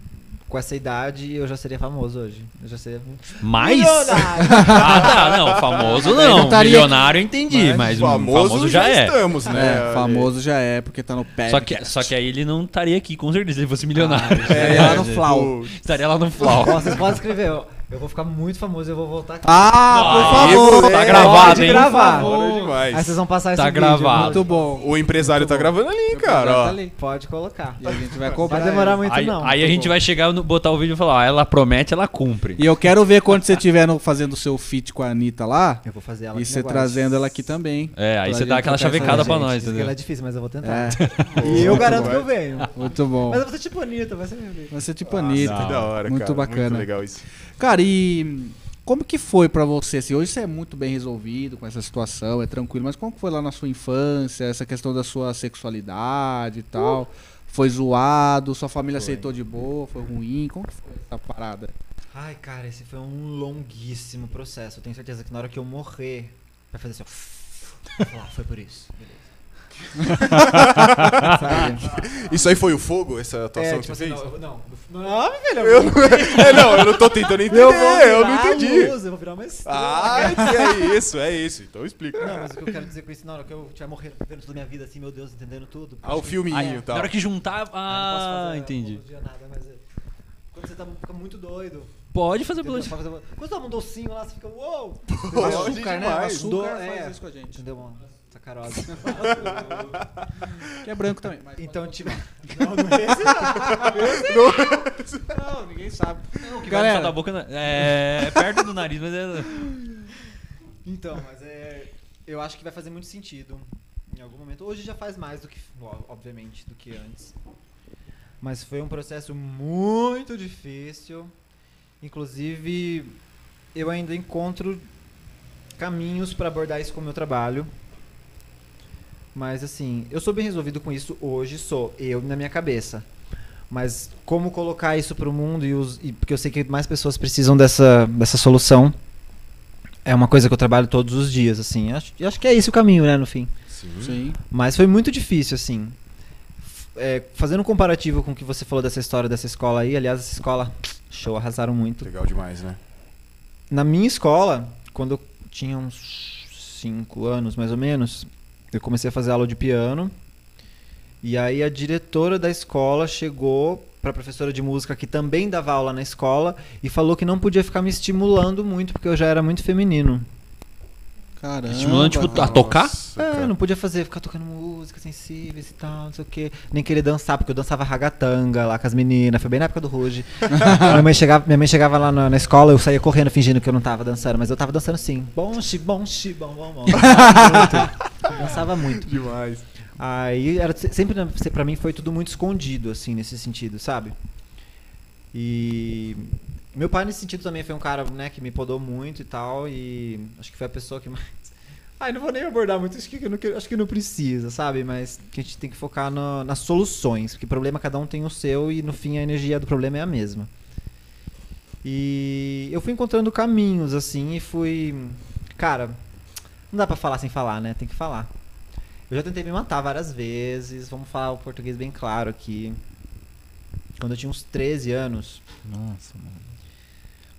com essa idade, eu já seria famoso hoje. Eu já seria Mas. Milionário! Ah, tá, não. Famoso Aí não não. estaria- Milionário eu entendi, mas, famoso, já é. estamos, né? É, famoso já é, porque tá no pé. Só que, só que aí ele não estaria aqui, com certeza, se ele fosse milionário. É, lá no Flau. Pô, Estaria lá no Flau. Ó, Vocês podem escrever. ó. Eu vou ficar muito famoso, eu vou voltar aqui. Ah, Aí, por favor. moleque. Tá Pode gravado, hein? gravar. Agora é demais. Aí vocês vão passar esse Tá vídeo, gravado. Muito mano. bom. O empresário tá gravando ali, cara. Já ó. tá ali. Pode colocar. E a gente vai Não cobrar. vai demorar ele. muito Aí, não. aí a gente vai chegar, no, botar o vídeo e falar, ah, ela promete, ela cumpre. E eu quero ver quando você estiver no- fazendo o seu feat com a Anitta lá. Eu vou fazer ela E aqui você agora. trazendo ela aqui também. É, aí Pra você dá gente aquela trocar essa chavecada ideia. pra Gente, nós, isso aqui entendeu? ela é difícil, mas eu vou tentar. É, E eu garanto que eu Vai. venho. muito bom. Mas eu vou ser tipo Anitta, vai ser meu amigo. Vai ser tipo Anitta. Que Ah, da hora, Muito cara. bacana. Muito legal isso. Cara, e como que foi pra você? Assim, hoje você é muito bem resolvido com essa situação, é tranquilo, mas como que foi lá na sua infância, essa questão da sua sexualidade e tal? Foi zoado, sua família aceitou de boa, foi ruim? Como que foi essa parada? Ai, cara, esse foi um longuíssimo processo. Eu tenho certeza que na hora que eu morrer, vai fazer assim, ó. Vai falar, foi por isso. Beleza. Sabe? Isso aí foi o fogo, essa atuação É, que tipo você assim, fez? não, eu- não, não, velho, Eu não... é, não, eu não tô tentando entender. Eu, não virar entendi. luz, eu vou virar uma estrela. Ah, é isso, é isso. Então explica. Não, mas o que eu quero dizer com isso, na hora que eu tiver morrendo, vivendo toda a minha vida assim, meu Deus, entendendo tudo. Ah, o porque- filminho e Na tal. hora que juntar, ah, eu não posso fazer entendi. apologia a nada, mas é- Quando você tá, fica muito doido. Pode fazer entendeu? pelo... Você pode fazer uma- Quando toma um docinho lá, você fica, uou! Pô, hoje né? demais. Do- é. com a gente. Entendeu, mano? Sacarosa. Que é branco também. Mas Então, tipo. Não, não é esse não, Então, ninguém sabe. O que vai Galera, no céu da boca não- é, é perto do nariz, mas é... Então, mas é. Eu acho que vai fazer muito sentido em algum momento. Hoje já faz mais do que, ó, obviamente, do que antes. Mas foi um processo muito difícil. Inclusive, eu ainda encontro caminhos para abordar isso com o meu trabalho. Mas assim, eu sou bem resolvido com isso hoje, sou eu na minha cabeça. Mas como colocar isso pro mundo e, os, e- porque eu sei que mais pessoas precisam dessa, dessa solução. É uma coisa que eu trabalho todos os dias, assim. Acho, e acho que é esse o caminho, né, no fim. Sim. Mas foi muito difícil, assim. F- é, fazendo um comparativo com o que você falou dessa história dessa escola aí, aliás, essa escola, show, arrasaram muito. Legal demais, né? Na minha escola, quando eu tinha uns 5 anos mais ou menos, eu comecei a fazer aula de piano. E aí a diretora da escola chegou para professora de música que também dava aula na escola e falou que não podia ficar me estimulando muito porque eu já era muito feminino. Caramba. Estimulando, tipo, cara. A tocar? Nossa, É, cara. não podia fazer, ficar tocando música sensíveis e tal, não sei o quê. Nem querer dançar, porque eu dançava ragatanga lá com as meninas. Foi bem na época do Ruge. minha, mãe chegava, minha mãe chegava lá na, na escola, eu saía correndo fingindo que eu não tava dançando, mas eu tava dançando sim. Bom, xi, bom, xi, bom, bom, bom. Dançava muito. Demais. Aí era se- sempre na- se- pra mim foi tudo muito escondido assim nesse sentido, sabe? E meu pai nesse sentido também foi um cara, né, que me podou muito e tal e acho que foi a pessoa que mais Ai, não vou nem abordar muito, acho que, eu não quero- acho que não precisa, sabe? Mas que a gente tem que focar no- nas soluções, porque problema cada um tem o seu e no fim a energia do problema é a mesma. E eu fui encontrando caminhos, assim, e fui. Cara, não dá pra falar sem falar, né? Tem que falar. Eu já tentei me matar várias vezes, vamos falar o português bem claro aqui. Quando eu tinha uns 13 anos. Nossa, mano.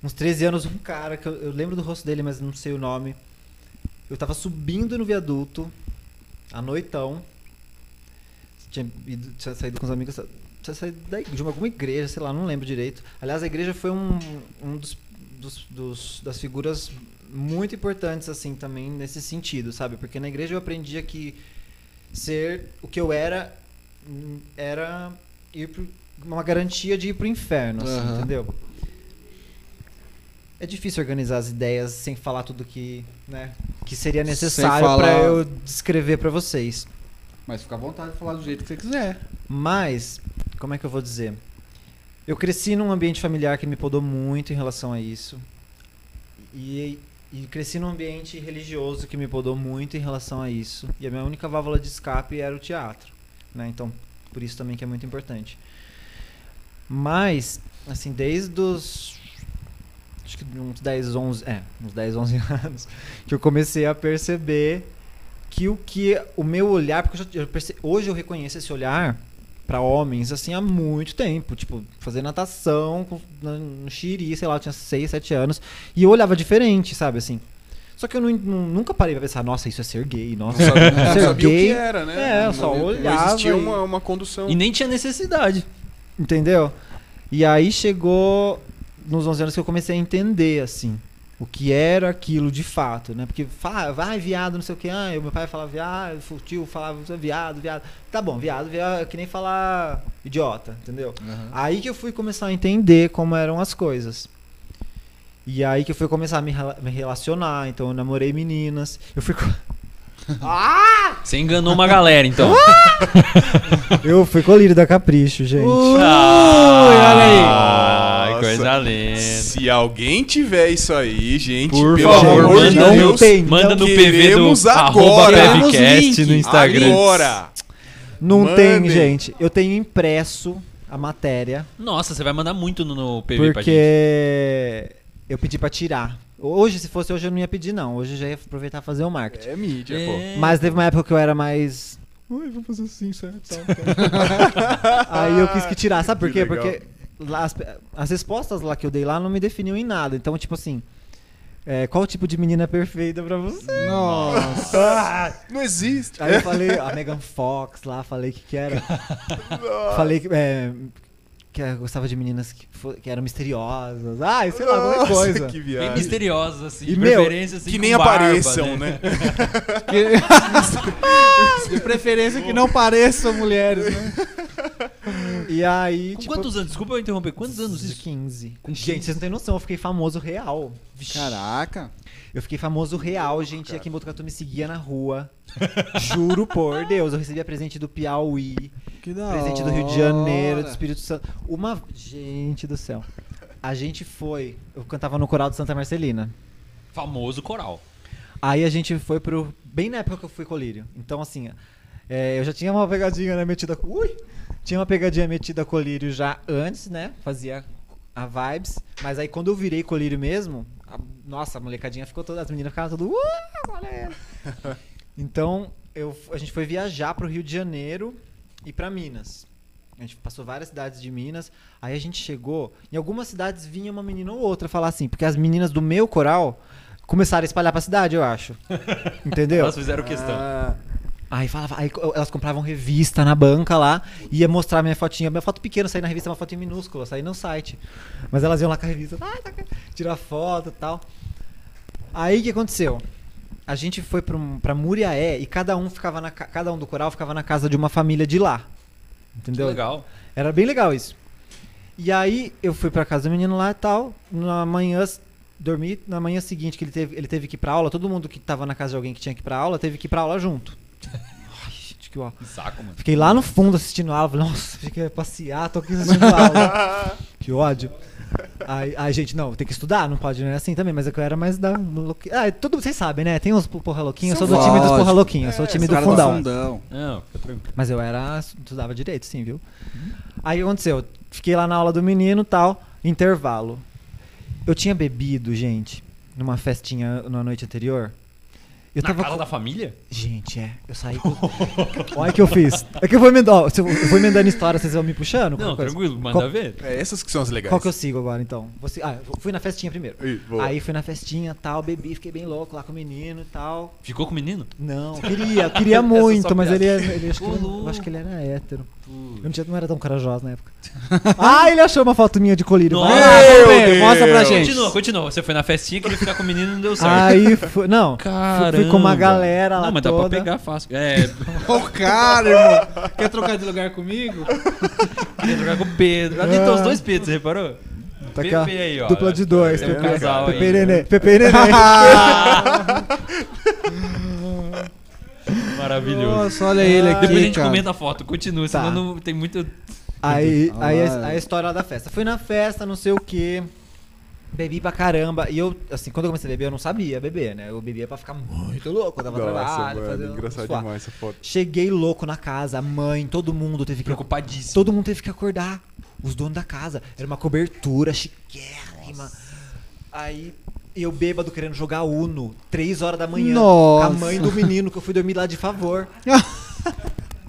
Uns 13 anos, um cara, que eu, eu lembro do rosto dele, mas não sei o nome. Eu tava subindo no viaduto, à noitão. Tinha, ido- tinha saído com os amigos. Tinha saído da, igre- de uma- alguma igreja, sei lá, não lembro direito. Aliás, a igreja foi um, um dos, dos- dos- das figuras muito importantes, assim, também nesse sentido, sabe? Porque na igreja eu aprendia que ser o que eu era hum, era ir pro, uma garantia de ir pro inferno, assim, Aham. entendeu? É difícil organizar as ideias sem falar tudo que, né, que seria Sem necessário pra falar- eu descrever pra vocês. Mas fica à vontade de falar do jeito que você quiser. Mas, como é que eu vou dizer? Eu cresci num ambiente familiar que me podou muito em relação a isso. E, e cresci num ambiente religioso que me podou muito em relação a isso. E a minha única válvula de escape era o teatro. Né? Então, por isso também que é muito importante. Mas, assim, desde os. Acho que uns 10, 11. É, uns 10, 11 anos. Que eu comecei a perceber que o que o meu olhar, porque eu já- eu perce- hoje eu reconheço esse olhar pra homens assim há muito tempo, tipo, fazer natação com- no, no Xiri, sei lá, eu tinha 6, 7 anos, e eu olhava diferente, sabe assim. Só que eu não- não- nunca parei pra pensar, nossa, isso é ser gay, Não nossa. sabia, não Ser sabia o gay- que era, né? É, eu só não, olhava Não existia e- uma, uma condução. E nem tinha necessidade. Entendeu? E aí chegou nos 11 anos que eu comecei a entender, assim, o que era aquilo de fato, né? Porque fala, vai viado, não sei o que, ah, eu- meu pai falava viado, o tio falava é viado, viado. Tá bom, viado, viado, é que nem falar idiota, entendeu? Uhum. Aí que eu fui começar a entender como eram as coisas. E aí que eu fui começar a me, rela- me relacionar, então eu namorei meninas, eu fui, co- Você enganou uma galera, então. eu fui colírio da Capricho, gente. Ah, olha aí. coisa Nossa. linda. Se alguém tiver isso aí, gente, Por pelo favor, amor de manda um Deus, tem. Manda no PV queremos do agora. arroba Queremos Pevcast link. no Instagram. agora. Não tem, Mandem. gente. Eu tenho impresso a matéria Nossa, você vai mandar muito no, no PV pra gente. porque eu pedi pra tirar. Hoje, se fosse hoje, eu não ia pedir, não. Hoje eu já ia aproveitar e fazer o marketing. É mídia, né, tipo? pô. Mas teve uma época que eu era mais. Ui, vamos fazer assim, certo? tal, tal." Aí eu quis que tirar. Sabe por Que quê? legal. Porque lá as, as respostas lá que eu dei lá não me definiam em nada. Então, tipo assim, é, qual o tipo de menina perfeita pra você? Nossa. Não existe. Aí eu falei, a Megan Fox lá, falei que que era. Nossa. Falei que, é, que eu gostava de meninas que, fo- que eram misteriosas. Ai, sei lá, qualquer Nossa, coisa. Que Bem viagem. misteriosas, assim. E, de meu, preferência, assim, Que com nem barba, apareçam, né? Que- De preferência que não pareçam mulheres, né? E aí, Com tipo, quantos anos? Desculpa eu interromper. Quantos anos isso? 15. Com Gente, 15? vocês não têm noção, eu fiquei famoso real. Caraca. Eu fiquei famoso real, gente. Aqui em Botucatu me seguia na rua. Juro por Deus, eu recebia presente do Piauí, Que da presente do Rio de Janeiro, do Espírito Santo. Uma. Gente do céu. A gente foi. Eu cantava no coral de Santa Marcelina. Famoso coral. Aí a gente foi pro. Bem na época que eu fui colírio. Então, assim, é, eu já tinha uma pegadinha, né, metida. Ui! Tinha uma pegadinha metida colírio já antes, né? Fazia a vibes. Mas aí quando eu virei colírio mesmo, a- nossa, a molecadinha ficou toda. As meninas ficavam todas. "Uh, olha ela." então, eu, a gente foi viajar pro Rio de Janeiro e pra Minas. A gente passou várias cidades de Minas. Aí a gente chegou. Em algumas cidades vinha uma menina ou outra falar assim, porque as meninas do meu coral começaram a espalhar pra cidade, eu acho. Entendeu? Elas fizeram questão. Ah, Aí falava, aí co- elas compravam revista na banca lá, ia mostrar minha fotinha, minha foto pequena, sair na revista, uma foto em minúscula, sair no site. Mas elas iam lá com a revista, ah, tá, aqui", tirar foto e tal. Aí o que aconteceu? A gente foi pra, um- pra Muriaé e cada um ficava na ca- cada um do coral ficava na casa de uma família de lá. Que Entendeu? legal. Era bem legal isso. E aí eu fui pra casa do menino lá e tal, na manhã s- dormi, na manhã seguinte que ele teve, ele teve que ir pra aula, todo mundo que tava na casa de alguém que tinha que ir pra aula, teve que ir pra aula junto. Ai, gente, Acho que o A. Que saco, mano. Fiquei lá no fundo assistindo a aula. Falei, nossa, fiquei a passear, tô aqui assistindo a aula. que ódio. Aí, aí, gente, não, tem que estudar, não pode, não é assim também, mas é que eu era mais da. louqui- Ah, todo, vocês sabem, né? Tem uns po- porra louquinha, eu sou do Lógico. É, time dos porra louquinha, eu sou o time Os do caras fundão. tá fundão. Não, fica tranquilo. Mas eu era. estudava direito, sim, viu? Aí o que aconteceu? Fiquei lá na aula do menino tal, intervalo. Eu tinha bebido, gente, numa festinha na noite anterior. Eu Na tava. casa com- da família? Gente, é. Eu saí. Com... Olha o que eu fiz. É que eu vou emendar. ó, se eu eu vou emendando história, vocês vão me puxando? qualquer Não, coisa. tranquilo, manda Qual- ver. É, essas que são as legais. Qual que eu sigo agora, então? Você... Ah, eu fui na festinha primeiro. Ih, boa. Aí fui na festinha tal, bebi, fiquei bem louco lá com o menino e tal. Ficou com o menino? Não, queria, queria Essa é muito, só mas piada. ele, ele acho que, Ô, eu louco. acho que ele era hétero. Eu não, tinha, não era tão corajoso na época. ah, ele achou uma foto minha de colírio. Nossa, vai lá. Meu Meu Deus. Ah, Mostra pra Deus. gente. Continua, continua. Você foi na festinha, queria ficar com o menino e não deu certo. Aí foi. Não, Caramba. fui com uma galera lá. Não, mas dá toda. pra pegar fácil. É, Ô, cara, irmão. Quer trocar de lugar comigo? queria jogar com o Pedro. Ali estão os dois Pedros, você reparou? É. Tá aqui, Pepe ó, aí, ó. Dupla de dois. É Pepe um casal Pepe e aí. Nenê. Pepe e Nenê. Maravilhoso. Nossa, olha ele aqui. Depois a gente cara. comenta a foto, continua, Tá. senão não tem muito. Aí, aí a, Ah. a história lá da festa. Fui na festa, não sei o que. Bebi pra caramba. E eu, assim, quando eu comecei a beber, eu não sabia beber, né? Eu bebia pra ficar muito louco. Eu dava Nossa, trabalho, mano, fazia- um engraçado suar. demais essa foto. Cheguei louco na casa, a mãe, todo mundo teve que Preocupadíssimo. Todo mundo teve que acordar. Os donos da casa. Era uma cobertura chiquérrima. Aí eu bêbado querendo jogar Uno. Três horas da manhã. Nossa. Com a mãe do menino que eu fui dormir lá de favor.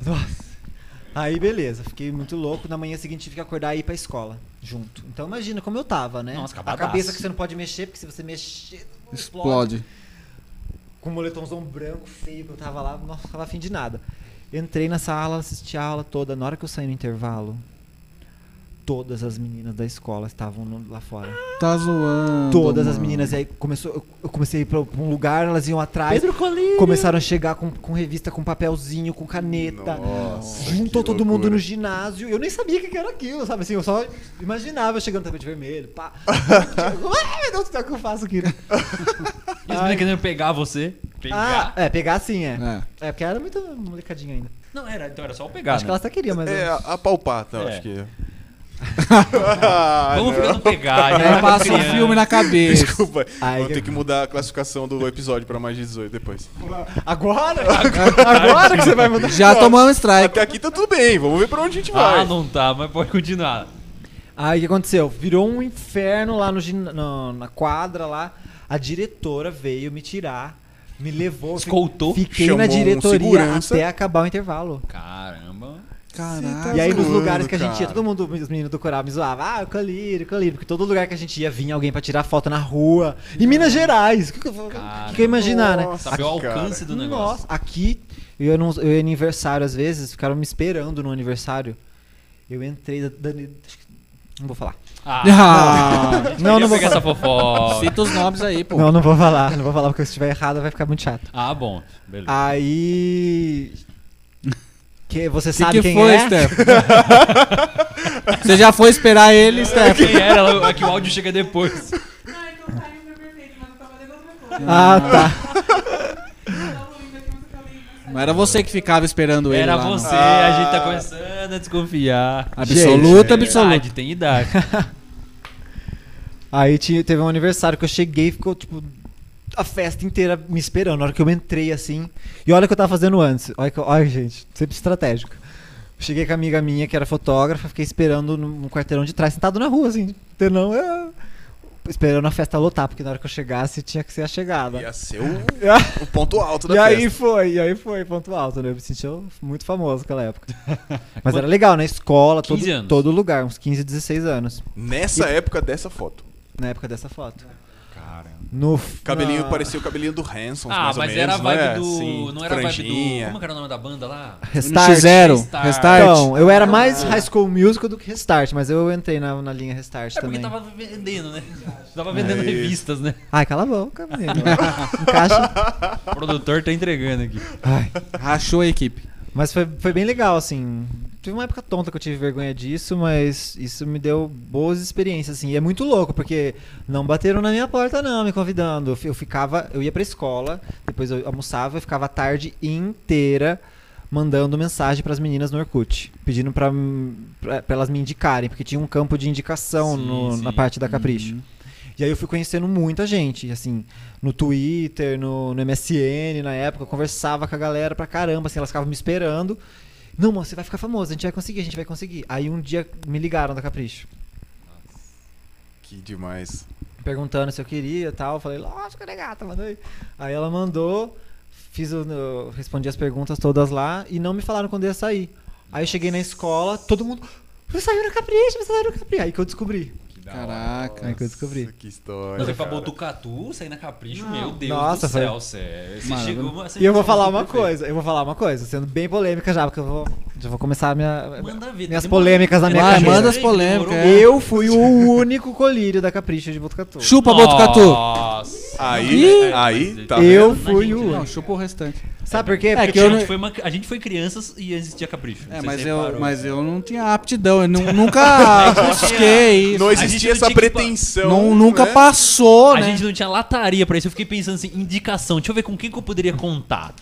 Nossa. Aí beleza, fiquei muito louco. Na manhã seguinte tive que acordar e ir pra escola junto. Então imagina como eu tava, né? Nossa, a acabadaço. cabeça que você não pode mexer, porque se você mexer, Explode. com um moletomzão branco, feio, que eu tava lá, não tava afim de nada. Entrei na sala, assisti a aula toda. Na hora que eu saí no intervalo, todas as meninas da escola estavam no- lá fora. Tá zoando. todas as mano. meninas. E aí começou, eu, eu comecei a ir pra pra um lugar, elas iam atrás. Pedro Colinho. Começaram a chegar com, com revista, com papelzinho, com caneta. Nossa, Juntou que todo mundo loucura. no ginásio. Eu nem sabia o que que era aquilo, sabe? Assim, eu só imaginava chegando no tapete vermelho. Pá. Ai, meu Deus, o que é que eu faço aqui? E as meninas querendo pegar você. Ah, Pegar. é, pegar assim, é. É. É, porque era muito molecadinha ainda. Não, era, então era só o pegar. Acho que né? ela só queria, mas. É, a- apalpar, tá? É. Acho que. tá Ah, Vamos não. ficando É, pegar. né? Ela passa um Criança. filme na cabeça. Desculpa. Ai, Vou ter que- que mudar a classificação do episódio pra mais de 18 depois. Agora? Agora que você vai mudar. Já tomou um strike. Até aqui tá tudo bem, vamos ver pra onde a gente vai. Ah, não tá, mas pode continuar. Aí o que aconteceu? Virou um inferno lá no, gin- no- na quadra lá. A diretora veio me tirar, me levou. fi- Escoltou. Fiquei Chamou na um diretoria segurança. até acabar o intervalo. Caramba. Caralho. Tá e aí nos zoando, lugares que a gente ia, cara. todo mundo, os meninos do coral me zoavam, ah, o colírio, o colírio, porque todo lugar que a gente ia vinha alguém pra tirar foto na rua. Em Minas Gerais, o que, que eu vou- o que Cara. que eu ia imaginar, né? Nossa, Sabe o cara. alcance do negócio. Nossa, aqui eu ia, num- eu ia em aniversário às vezes, ficaram me esperando no aniversário. Eu entrei da, da- acho que- não vou falar. Ah, Ah, Não, não vou pegar essa falar. fofoca. cita os nomes aí, pô. Não, não vou falar, não vou falar porque se estiver errado vai ficar muito chato. Ah, bom. Beleza. Aí que você que que sabe quem foi, é? Steph? Você já foi esperar ele, Steph? Quem era? Ela- É que o áudio chega depois. Ah, então saiu meu perfeito, mas eu tava lendo outra coisa. Ah, tá. Eu tava ouvindo aqui, mas eu tava lendo essa. Não era você que ficava esperando ele Era lá, não. você, Ah. a gente tá começando a desconfiar. Absoluta, Tem absoluta. idade, tem idade. Aí tinha, teve um aniversário que eu cheguei e ficou tipo a festa inteira me esperando. Na hora que eu entrei assim. E olha o que eu tava fazendo antes. Olha, que eu- olha, gente, sempre estratégico. Cheguei com a amiga minha, que era fotógrafa, fiquei esperando no, no quarteirão de trás, sentado na rua, assim, não Esperando a festa lotar, porque na hora que eu chegasse tinha que ser a chegada. Ia ser o, o ponto alto da E aí festa. foi, e aí foi, ponto alto, né? Eu me senti muito famoso naquela época. Mas era legal, na escola, 15 todo, anos. todo lugar, uns 15, 16 anos, Nessa época dessa foto. na época dessa foto. Caramba. No O cabelinho na- parecia o cabelinho do Hanson, Ah, mais ou mas menos. era a vibe né? do. Assim, não era a vibe do. franjinha. Como é? que era o nome da banda lá? Restart. X0, Restart. Restart. Então, eu era mais High School Musical do que Restart, mas eu entrei na, na linha Restart É porque também. tava vendendo, né? Tava vendendo É isso. revistas, né? Ai, cala a boca, menino. Encaixa. O produtor tá entregando aqui. Ai. Rachou a equipe. Mas foi, foi bem legal, assim. Teve uma época tonta que eu tive vergonha disso, mas isso me deu boas experiências, assim. E é muito louco, porque não bateram na minha porta, não, me convidando. Eu fi- Eu ficava, eu ia pra escola, depois eu almoçava, eu ficava a tarde inteira mandando mensagem pras meninas no Orkut, pedindo pra, pra, pra elas me indicarem, porque tinha um campo de indicação Sim, no- sim. na parte da Tá Capricho. Uhum. E aí eu fui conhecendo muita gente, assim, no Twitter, no, no MSN, na época, eu conversava com a galera pra caramba, assim, elas ficavam me esperando. Não, moça, você vai ficar famosa, a gente vai conseguir, a gente vai conseguir. Aí um dia me ligaram da Capricho, Que demais. perguntando se eu queria e tal. Eu falei, lógico, né, gata, manda aí. Aí ela mandou, fiz o, eu respondi as perguntas todas lá e não me falaram quando ia sair. Aí eu cheguei na escola, todo mundo. Você saiu no Capricho, você saiu no Capricho. Aí que eu descobri. Caraca. Aí É que eu descobri. Nossa, Que história. Você é pra cara. Botucatu, sair na Capricho, Não. meu Deus Nossa, do foi- céu, sério. Você Mano, chegou, você E eu vou chegou falar uma perfeito. coisa, eu vou falar uma coisa, sendo bem polêmica já, porque eu vou, já vou começar a minha. Manda ver. Minhas demorou. polêmicas na minha Demorou. carreira. Manda tá as polêmicas, Demorou. é. Eu fui o único colírio da Capricho de Botucatu. Chupa, Botucatu. Nossa. né? Aí, aí, tá Eu vendo? fui Na gente, o- né? Não, chupa o restante. Sabe por quê? É Porque que a, eu gente não- foi uma- a gente foi crianças e existia capricho. É, Você mas se eu, reparou. mas eu não tinha aptidão. Eu nu- nunca busquei isso. Não A gente existia não essa tinha que- pretensão. Não, nunca né? passou, A né? gente não tinha lataria pra isso. Eu fiquei pensando assim, indicação. Deixa eu ver com quem que eu poderia contar.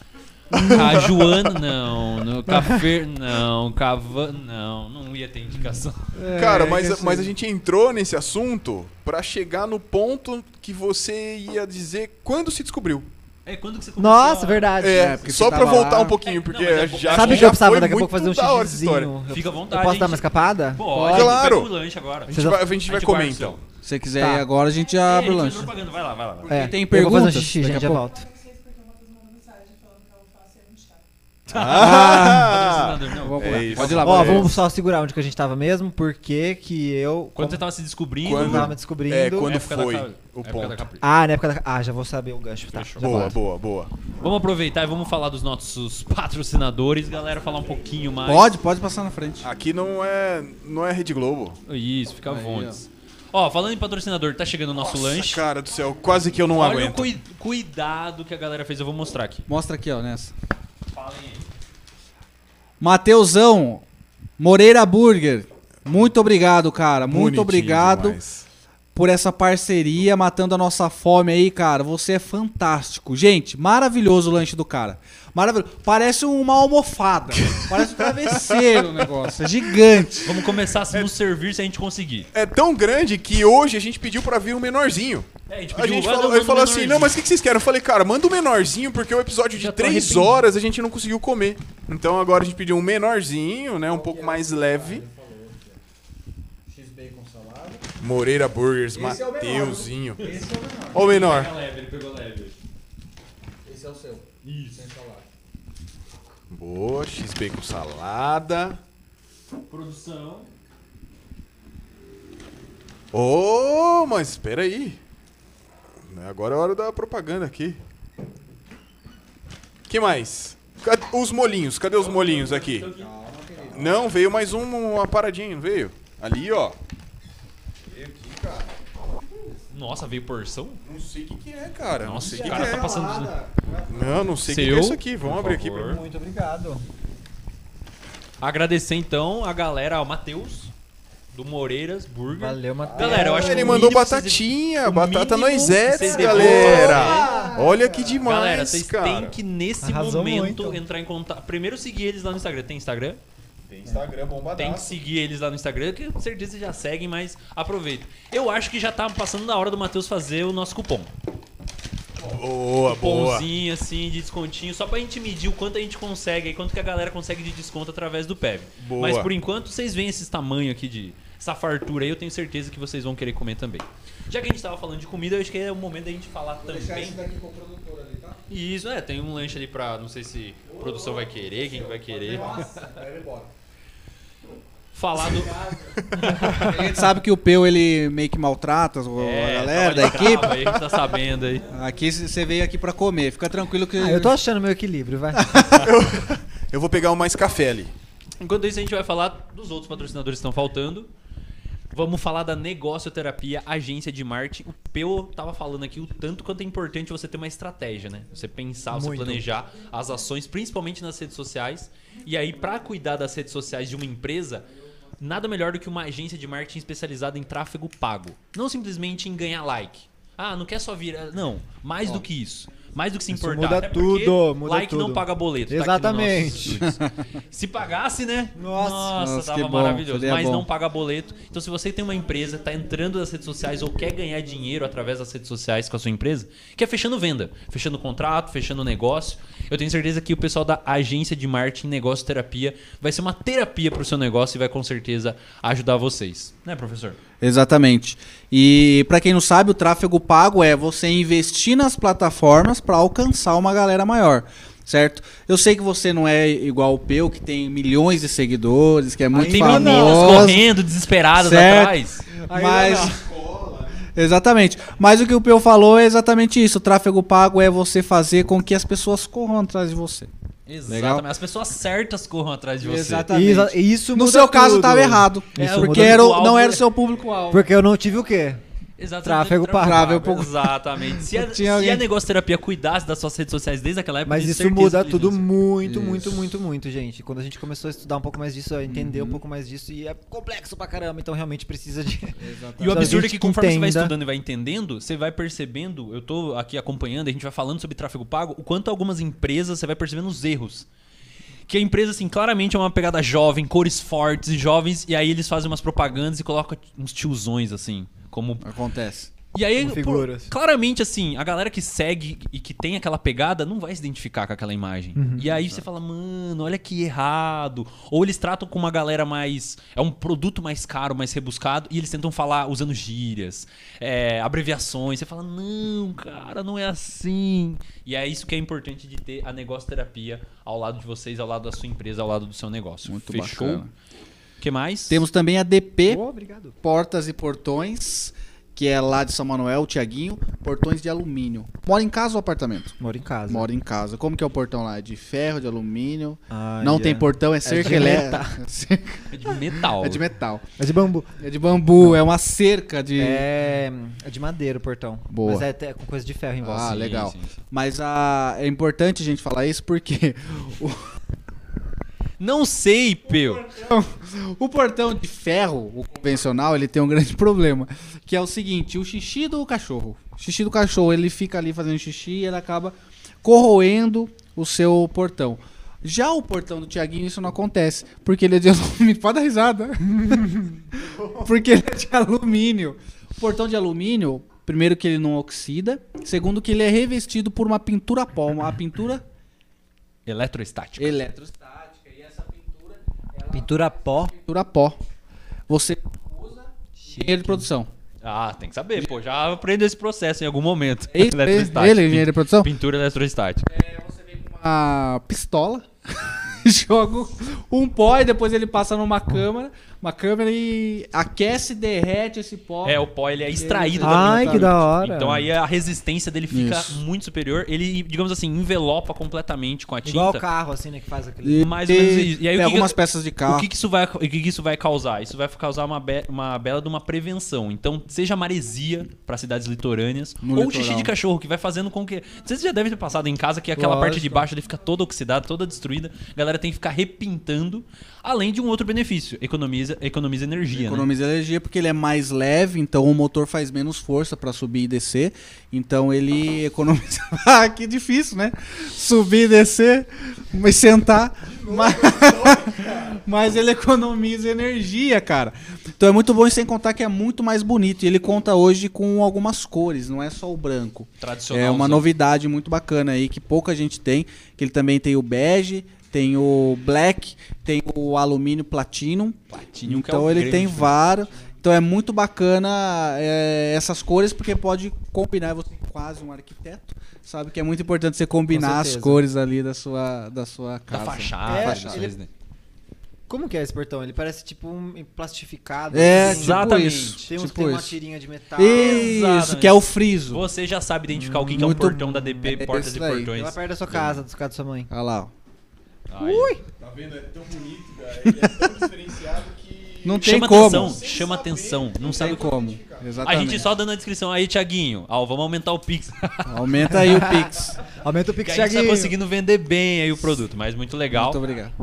A Joana, não. No Café, não. Cava, não. Não ia ter indicação. Cara, É, que mas, assim- mas a gente entrou nesse assunto pra chegar no ponto que você ia dizer quando se descobriu. É, quando que você começou Nossa, a- verdade. É, É, porque só você pra tava voltar lá. um pouquinho, porque É, não, mas é- já Sabe o que já eu precisava foi daqui a muito pouco fazer um da hora essa história. xixizinho? Eu- Fica à vontade. Eu posso dar gente. uma escapada? Pode, Claro. vai pro lanche agora. A Vocês gente vai, a gente A vai gente comer guarda o então. seu. Se quiser Tá. ir agora, a gente É, já a abre o gente faz Ah, lanche. propaganda, Vai lá, vai lá. vai lá. Porque tem eu vou fazer um perguntas xixi, daqui gente, a já pouco. volto. vocês porque o Matheus mandou mensagem falando que a alface era um chá. Ah, Patrocinador, não. Vamos É lá. isso. Pode ir lá, Ó, pode ir. vamos só segurar onde que a gente tava mesmo, porque que eu... Quando você tá como- tava se descobrindo... Quando- eu tava me descobrindo... é, quando época da foi ca- o época ponto. da Capri. Ah, na época da... Ah, já vou saber o gancho, tá. Fechou. já Boa, volto. boa, boa. Vamos aproveitar e vamos falar dos nossos patrocinadores, galera, falar um pouquinho mais. Pode, pode passar na frente. Aqui não é, não é Rede Globo. Isso, fica à Aí, vontade. Ó, falando em patrocinador, tá chegando o nosso Nossa, lanche. cara do céu, quase que eu não Olha o aguento. cui- cuidado que a galera fez, eu vou mostrar aqui. Mostra aqui, ó, nessa. Falem aí. Mateusão, Moreira Burger. Muito obrigado, cara. Muito Bonitinho obrigado demais. por essa parceria, matando a nossa fome aí, cara. Você é fantástico. Gente, maravilhoso o lanche do cara. Maravilhoso. Parece uma almofada. Parece um travesseiro o negócio. É gigante. Vamos começar a se nos servir se a gente conseguir. É tão grande que hoje a gente pediu pra vir um menorzinho. É, a gente A pediu, gente vai falou, dando ele falou um assim, menorzinho. não, mas o que, que vocês querem? Eu falei, cara, manda um menorzinho, porque o episódio de Já tô três arrependido. horas a gente não conseguiu comer. Então agora a gente pediu um menorzinho, né? Um é pouco mais leve. Moreira Burgers, Esse é o menor, né? é Mateuzinho. Ou menor. Pega leve, ele pegou leve. Esse é o seu. Isso. Boa, XP com salada. Produção. Ô, mas espera aí. Agora é a hora da propaganda aqui. que mais? Cadê os molinhos? Cadê os molinhos aqui? Não, veio mais um, uma paradinha, não veio? Ali, ó. Nossa, veio porção? Não sei o que, que é, cara. não Nossa, sei o o que, cara que tá é. passando. Não, não sei o que, que Seu, é isso aqui. Vamos por abrir aqui favor. pra mim. Muito obrigado. Agradecer então a galera, ao Matheus, do Moreiras Burger. Valeu, Matheus. Galera, eu acho que Ele o mandou mínimo que vocês- batatinha, o batata mínimo nós que vocês é, devam- galera. Olha que demais, Galera, vocês cara. têm que nesse Arrasou momento muito. entrar em contato. Primeiro seguir eles lá no Instagram. Tem Instagram? Tá. Tem Instagram Tem que bombadaço. seguir eles lá no Instagram, que com certeza vocês já seguem, mas aproveita. Eu acho que já tá passando da hora do Matheus fazer o nosso cupom. Boa, boa. Cupomzinho, assim, de descontinho, só pra gente medir o quanto a gente consegue e quanto que a galera consegue de desconto através do PEV. Boa. Mas por enquanto, vocês veem esses tamanhos aqui de. Essa fartura aí, eu tenho certeza que vocês vão querer comer também. Já que a gente tava falando de comida, eu acho que é o momento da gente falar também. daqui pro produtor ali, tá? E Isso, é, tem um lanche ali pra. Não sei se a produção vai querer, quem vai querer. Falar do. A gente sabe que o Peu, ele meio que maltrata o- É, a galera da trabalho equipe. bravo aí, a gente tá sabendo aí. Aqui você veio aqui pra comer. Fica tranquilo que... Ah, eu tô achando meu equilíbrio, vai. Eu vou pegar um mais café ali. Enquanto isso, a gente vai falar dos outros patrocinadores que estão faltando. Vamos falar da negocioterapia, agência de marketing. O Peu tava falando aqui o tanto quanto é importante você ter uma estratégia, né? Você pensar, você Muito. planejar as ações, principalmente nas redes sociais. E aí, para cuidar das redes sociais de uma empresa, nada melhor do que uma agência de marketing especializada em tráfego pago. Não simplesmente em ganhar like. Ah, não quer só virar. Não, eh, mais do que isso. Mais do que se Isso importar. muda Até porque tudo, muda like não tudo. paga boleto. tá aqui Exatamente. no nosso estúdio. se pagasse, né? Nossa. Nossa, tava que bom, maravilhoso. seria Mas bom. não paga boleto. Então, se você tem uma empresa, tá entrando nas redes sociais ou quer ganhar dinheiro através das redes sociais com a sua empresa, que é fechando venda, fechando contrato, fechando negócio. Eu tenho certeza que o pessoal da agência de marketing Negócio Terapia vai ser uma terapia pro seu negócio e vai com certeza ajudar vocês. Né, professor? Exatamente. E pra quem não sabe, o tráfego pago é você investir nas plataformas pra alcançar uma galera maior, certo? Eu sei que você não é igual o Peu, que tem milhões de seguidores, que é muito tem famoso. meninas correndo desesperadas Certo. atrás. é Mas. Exatamente. Mas o que o Peu falou é exatamente isso. O tráfego pago é você fazer com que as pessoas corram atrás de você. Exatamente. As pessoas certas corram atrás de você. Exatamente. E Isso, e isso No muda seu caso tudo. estava errado. É, isso porque muda era, o- tudo. não era o seu público-alvo. Porque eu não tive o quê? Exatamente. Tráfego pago. Exatamente. Se a, Tinha se alguém- a negocioterapia cuidasse das suas redes sociais desde aquela época, Mas eu tenho isso certeza muda que tudo eles iam muito, Isso. muito, muito, muito, gente. Quando a gente começou a estudar um pouco mais disso, a entender um pouco mais disso, e é complexo pra caramba, então realmente precisa de. E o Só absurdo gente é que conforme você vai entenda. estudando e vai entendendo, você vai percebendo, eu tô aqui acompanhando, a gente vai falando sobre tráfego pago, o quanto algumas empresas você vai percebendo os erros. Que a empresa, assim, claramente é uma pegada jovem, cores fortes e jovens, e aí eles fazem umas propagandas e colocam uns tiozões, assim, como Acontece. E aí, Como pô, figuras. claramente, assim, a galera que segue e que tem aquela pegada não vai se identificar com aquela imagem. Uhum. E aí você fala, mano, olha que errado. Ou eles tratam com uma galera mais. É um produto mais caro, mais rebuscado, e eles tentam falar usando gírias, é, abreviações. Você fala, não, cara, não é assim. E é isso que é importante de ter a negócio terapia ao lado de vocês, ao lado da sua empresa, ao lado do seu negócio. Muito Fechou? bacana. O que mais? Temos também a DP, Oh, obrigado. Portas e Portões, que é lá de São Manuel, o Tiaguinho, portões de alumínio. Mora em casa ou apartamento? Moro em casa. Mora em casa. Como que é o portão lá? É de ferro, de alumínio? Ah, não yeah. tem portão, é cerca de elétrica. É de metal. É de metal. É de bambu. É de bambu, é uma cerca de. É, é de madeira o portão. Boa. Mas é, até com coisa de ferro em volta. Ah, Sim, legal. sim, sim. Mas a... é importante a gente falar isso porque Não sei, Peu. O portão de ferro, o convencional, ele tem um grande problema, que é o seguinte, o xixi do cachorro. O xixi do cachorro, ele fica ali fazendo xixi e ele acaba corroendo o seu portão. Já o portão do Tiaguinho, isso não acontece, porque ele é de alumínio. Pode dar risada. porque ele é de alumínio. O portão de alumínio, primeiro que ele não oxida, segundo que ele é revestido por uma pintura pó, uma pintura Eletrostático. eletrostática, e essa pintura, ela Pintura a pó. pintura pó. Você usa dinheiro de produção. Ah, tem que saber, pô. Já aprendo esse processo em algum momento. É isso, Eletrostática. ele, é engenheiro de produção? Pintura eletrostática. Uma pistola. Joga um pó e depois ele passa numa câmara. Uma câmera e aquece, derrete esse pó. É, o pó ele é extraído da Ai, pintura. que da hora. Então aí a resistência dele fica Isso. muito superior. Ele, digamos assim, envelopa completamente com a tinta. Igual o carro, assim, né? Que faz aquele. mais ou menos isso. E aí, o que pega que- algumas peças de carro. O que, que isso vai, o que, que isso vai causar? Isso vai causar uma, be- uma bela de uma prevenção. Então, seja maresia para cidades litorâneas, No ou litoral. xixi de cachorro, que vai fazendo com que. Vocês já devem ter passado em casa que é aquela parte de Lógico. baixo ele fica toda oxidada, toda destruída. A galera tem que ficar repintando. Além de um outro benefício: economiza, economiza energia. né? Economiza energia porque ele é mais leve, então o motor faz menos força pra subir e descer. Então ele economiza. ah, que difícil, né? Subir e descer, mas sentar. Mas... mas ele economiza energia, cara. Então é muito bom e sem contar que é muito mais bonito. E ele conta hoje com algumas cores, não é só o branco. Tradicional. assim, É uma sabe? novidade muito bacana aí que pouca gente tem. Que ele também tem o bege, tem o black, tem o alumínio platinum. Platinum, que é Então o ele grande, tem né? vários. Então é muito bacana é, essas cores, porque pode combinar. Você é quase um arquiteto, sabe que é muito importante você combinar as certeza. cores ali da sua, da sua Da casa. fachada. É, das coisas, ele- né? Como que é esse portão? Ele parece tipo um plastificado. É, assim. tipo Exatamente. isso. Tem, uns- tipo tem uma isso. tirinha de metal. tá Isso, que é o friso. Olha Você já sabe identificar o que, que é um Muito portão da DP, bom. portas Isso e daí. portões. Ela perto da sua casa, dos caras da sua mãe. lá. ó. Aí. Tá vendo? É tão bonito, cara. Ele é tão diferenciado que. Não tem Chama como. atenção, chama atenção. Não Não sabe tem como. como. A Exatamente. gente só dando a descrição aí, Tiaguinho. Ó, vamos aumentar o Pix. Aumenta aí o Pix. Aumenta o Porque pix a gente tá Thiaguinho. conseguindo vender bem aí o produto, mas muito legal. Muito obrigado.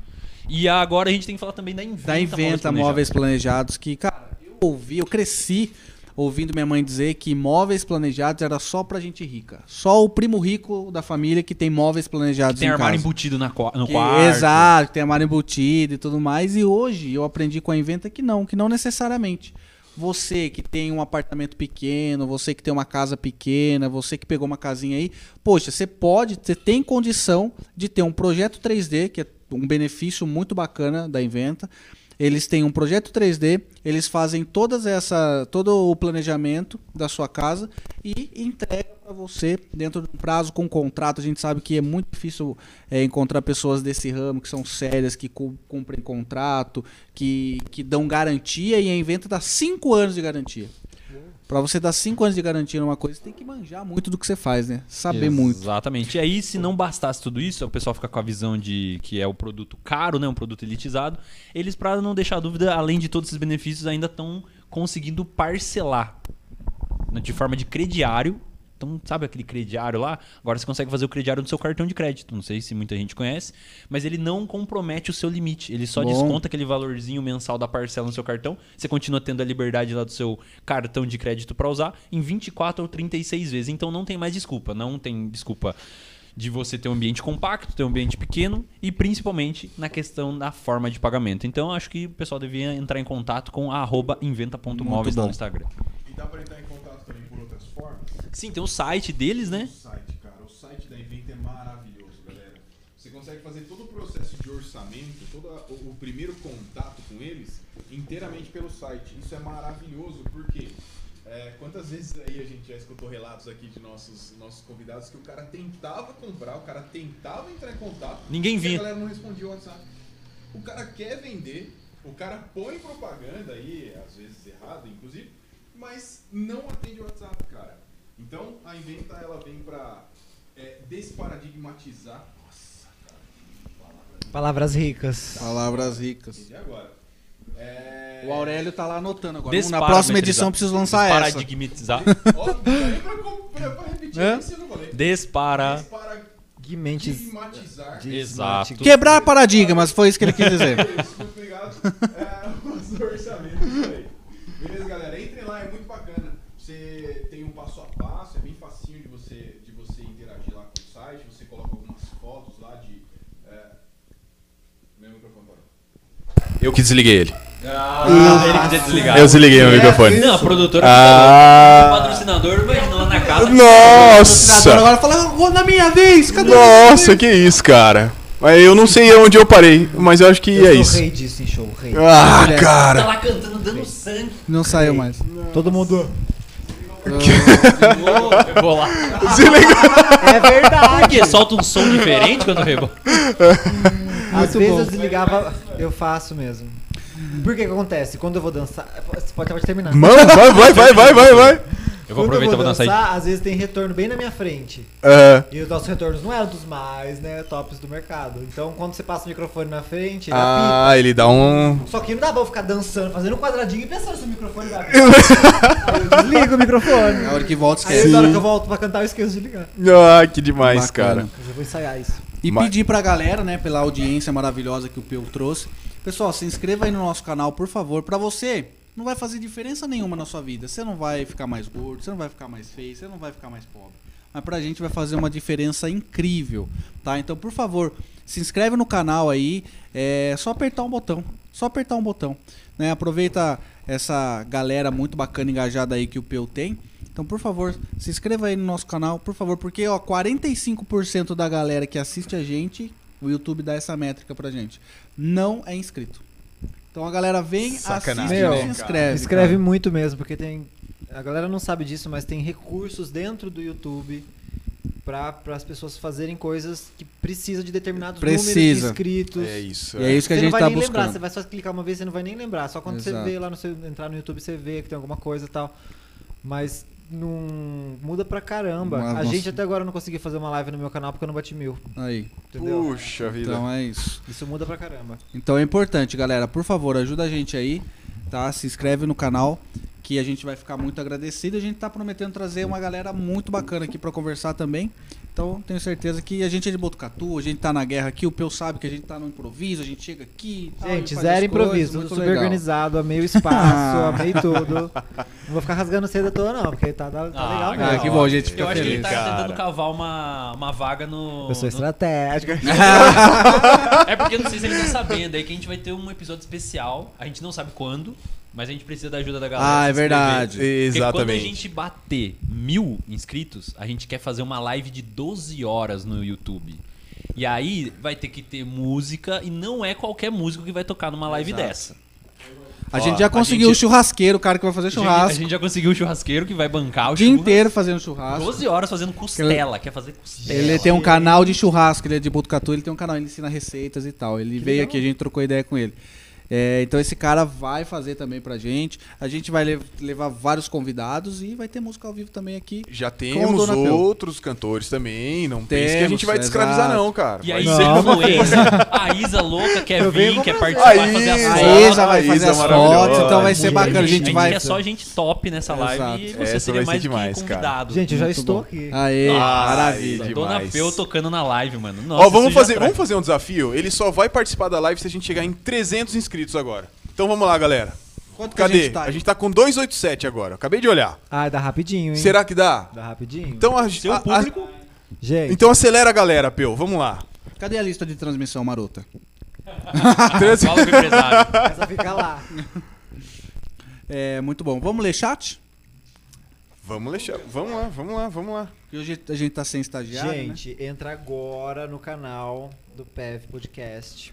E Tá agora a gente tem que falar também da Inventa. da Inventa Móveis Planejados. Móveis Planejados, que, cara, eu ouvi, eu cresci ouvindo minha mãe dizer que imóveis planejados era só pra gente rica. Só o primo rico da família que tem móveis planejados Tem em armário casa. embutido na qua- no Que- quarto. Exato, tem armário embutido e tudo mais. E hoje eu aprendi com a Inventa que não, que não necessariamente. Você que tem um apartamento pequeno, você que tem uma casa pequena, você que pegou uma casinha aí, poxa, você pode, você tem condição de ter um projeto 3D, que é um benefício muito bacana da Inventa. Eles têm um projeto 3D, eles fazem todas essa, todo o planejamento da sua casa e entrega para você dentro de um prazo com contrato. A gente sabe que é muito difícil é, encontrar pessoas desse ramo que são sérias, que cu- cumprem contrato, que, que dão garantia e a Inventa dá 5 anos de garantia. Para você dar 5 anos de garantia numa coisa, você tem que manjar muito do que você faz, né? Saber muito. Exatamente. E aí, se não bastasse tudo isso, o pessoal fica com a visão de que é o produto caro, né? Um produto elitizado. Eles, pra não deixar dúvida, além de todos esses benefícios, ainda estão conseguindo parcelar né, de forma de crediário. Então, sabe aquele crediário lá? Agora você consegue fazer o crediário do seu cartão de crédito. Não sei se muita gente conhece, mas ele não compromete o seu limite. Ele só Bom. desconta aquele valorzinho mensal da parcela no seu cartão. Você continua tendo a liberdade lá do seu cartão de crédito para usar em 24 ou 36 vezes. Então não tem mais desculpa. Não tem desculpa de você ter um ambiente compacto, ter um ambiente pequeno e principalmente na questão da forma de pagamento. Então acho que o pessoal devia entrar em contato com a arroba inventa.móveis Muito no bom. Instagram. E dá pra entrar em contato também por outras formas? Sim, tem o site deles, né? O site, cara. O site da Inventa é maravilhoso, galera. Você consegue fazer todo o processo de orçamento, todo a- o, o primeiro contato com eles, inteiramente pelo site. Isso é maravilhoso, porque é, quantas vezes aí a gente já escutou relatos aqui de nossos, nossos convidados que o cara tentava comprar, o cara tentava entrar em contato, Ninguém e vinha. a galera não respondia o WhatsApp. O cara quer vender, o cara põe propaganda aí, às vezes errado, inclusive, mas não atende o WhatsApp, cara. Então a Inventa ela vem pra é, desparadigmatizar. Nossa, cara, que palavra Palavras ricas. Palavras ricas. de agora. É, O Aurélio tá lá anotando agora. Na Desparametrizar. próxima edição eu preciso lançar essa. Desparadigmatizar. ó, não dá nem pra, com- pra- pra repetir, Hã? esse eu não vou ler. Despara. Guimentes. Desparadigmatizar. Exato. Quebrar paradigmas, foi isso que ele quis dizer. Isso, muito obrigado. É, os orçamentos aí. Beleza, galera? Entrem lá, é muito bacana. Você tem um passo a passo, é bem facinho de você, de você interagir lá com o site. Você coloca algumas fotos lá de. É... Meu microfone parou. Eu que desliguei ele. Ah, ele quis desligar. desliguei meu microfone. Não, a produtora. O Ah. patrocinador vai lá na casa. Patrocinador Nossa! agora tá fala, "Ô, na minha vez, cadê? Nossa, que isso, cara. Mas eu não sei onde eu parei, mas eu acho que Eu é sou isso. rei disso em show, rei. Ah, Mulher. Tá cara. lá cantando, dando sangue. Não saiu mais. Todo mundo. Eu vou lá. É verdade. Porque solta um som diferente quando rebo. Às Muito vezes bom. eu desligava, eu faço mesmo. Por que que acontece? Quando eu vou dançar. Você pode, pode terminar. Mano, vai, vai, vai, vai, vai, vai. Eu vou Quando aproveitar e vou dançar aí. Às vezes tem retorno bem na minha frente. É. E os nossos retornos não eram dos mais, né, tops do mercado. Então quando você passa o microfone na frente, ele apita. Ah, ele dá um. Só que não dá pra eu ficar dançando, fazendo um quadradinho e pensando se o microfone vai abrir. eu desligo o microfone. Ah, A hora que volta, Aí na esquece. hora que eu volto pra cantar, eu esqueço de ligar. Ah, que demais, Bacana. cara. Mas eu vou ensaiar isso. E Mas- pedir pra galera, né, pela audiência maravilhosa que o Peu trouxe. Pessoal, se inscreva aí no nosso canal, por favor. Pra você, não vai fazer diferença nenhuma na sua vida. Você não vai ficar mais gordo, você não vai ficar mais feio, você não vai ficar mais pobre. Mas pra gente vai fazer uma diferença incrível, tá? Então, por favor, se inscreve no canal aí. É só apertar um botão. Só apertar um botão. Né? Aproveita essa galera muito bacana engajada aí que o Peu tem. Então, por favor, se inscreva aí no nosso canal, por favor, porque ó, 45% da galera que assiste a gente, o YouTube dá essa métrica pra gente, não é inscrito. Então a galera vem, Sacanagem, assiste e né, se inscreve. Escreve cara. muito mesmo, porque tem. A galera não sabe disso, mas tem recursos dentro do YouTube para as pessoas fazerem coisas que precisa de determinados números de Precisa. inscritos. É isso. E é isso que você a não gente vai tá nem lembrar, você buscando. vai só clicar uma vez, você não vai nem lembrar. Só quando Exato. você vê lá no seu entrar no YouTube, você vê que tem alguma coisa e tal. Mas não muda pra caramba. Mas a nossa. gente até agora não conseguiu fazer uma live no meu canal porque eu não bati mil, Aí. entendeu? Puxa vida. Então é isso. Isso muda pra caramba. Então é importante, galera. Por favor, ajuda a gente aí, tá? Se inscreve no canal, que a gente vai ficar muito agradecido. A gente tá prometendo trazer uma galera muito bacana aqui pra conversar também. Então, tenho certeza que a gente é de Botucatu, a gente tá na guerra aqui, o Peu sabe que a gente tá no improviso, a gente chega aqui. tal, e Gente, faz zero as coisas, improviso, muito tudo super legal. organizado, amei o espaço, amei tudo. Não vou ficar rasgando cedo à toa, não, porque tá, tá legal mesmo. Ah, que bom, gente, fica Eu acho que ele feliz. tá Cara. tentando cavar uma, uma vaga no. Eu sou no- estratégica. É porque eu não sei se ele tá sabendo. Aí que a gente vai ter um episódio especial. A gente não sabe quando, mas a gente precisa da ajuda da galera. Ah, é se inscrever. verdade. Porque quando a Exatamente. gente bater mil inscritos, a gente quer fazer uma live de 12 horas no YouTube. E aí vai ter que ter música e não é qualquer músico que vai tocar numa live dessa. A tá- Ó, gente já a conseguiu gente- o churrasqueiro, o cara que vai fazer A gente, a churrasco. gente já conseguiu o churrasqueiro que vai bancar o o dia churras. inteiro fazendo churrasco. 12 horas fazendo costela, quer fazer costela. Ele tem um canal de churrasco, ele é de Botucatu, ele tem um canal, ele ensina receitas e tal. Ele veio aqui, a gente trocou ideia com ele. É, então esse cara vai fazer também pra gente. A gente vai lev- levar vários convidados e vai ter música ao vivo também aqui. Já Com o temos Dona Pel. outros cantores também. Não pense que a Temos, gente vai te exato. escravizar, não, cara. E aí, Vai- Não, como esse, a Isa louca quer Eu venho vir, com quer prazer. participar, A fazer as Isa- A Exato. fotos. Isa vai A Isa fazer as maravilhosa. fotos, então vai Muito ser bacana. A gente vai. quer só gente top nessa live e Exato. você Essa seria É, vai ser mais demais, que cara. convidado. Gente, eu já Muito estou bom. aqui. Aê, Nossa, maravilha. demais. Dona Peu tocando na live, mano. Nossa, Ó, isso vamos já tá. fazer, atrai. vamos fazer um desafio. Ele só vai participar da live se a gente chegar em 300 inscritos agora. Então vamos lá, galera. Quanto que Cadê? a gente tá? com 287 agora. Acabei de olhar. Ah, dá rapidinho, hein? Será que dá? Dá rapidinho. Então a, Seu a- a- um público. Gente, então acelera, galera, Peu. Vamos lá. Cadê a lista de transmissão marota? Fala com o empresário. essa fica lá. É, muito bom. Vamos ler chat? Vamos deixar. Vamos lá, vamos lá, vamos lá. Porque hoje a gente tá sem estagiário, né? Gente, entra agora no canal do PEV Podcast.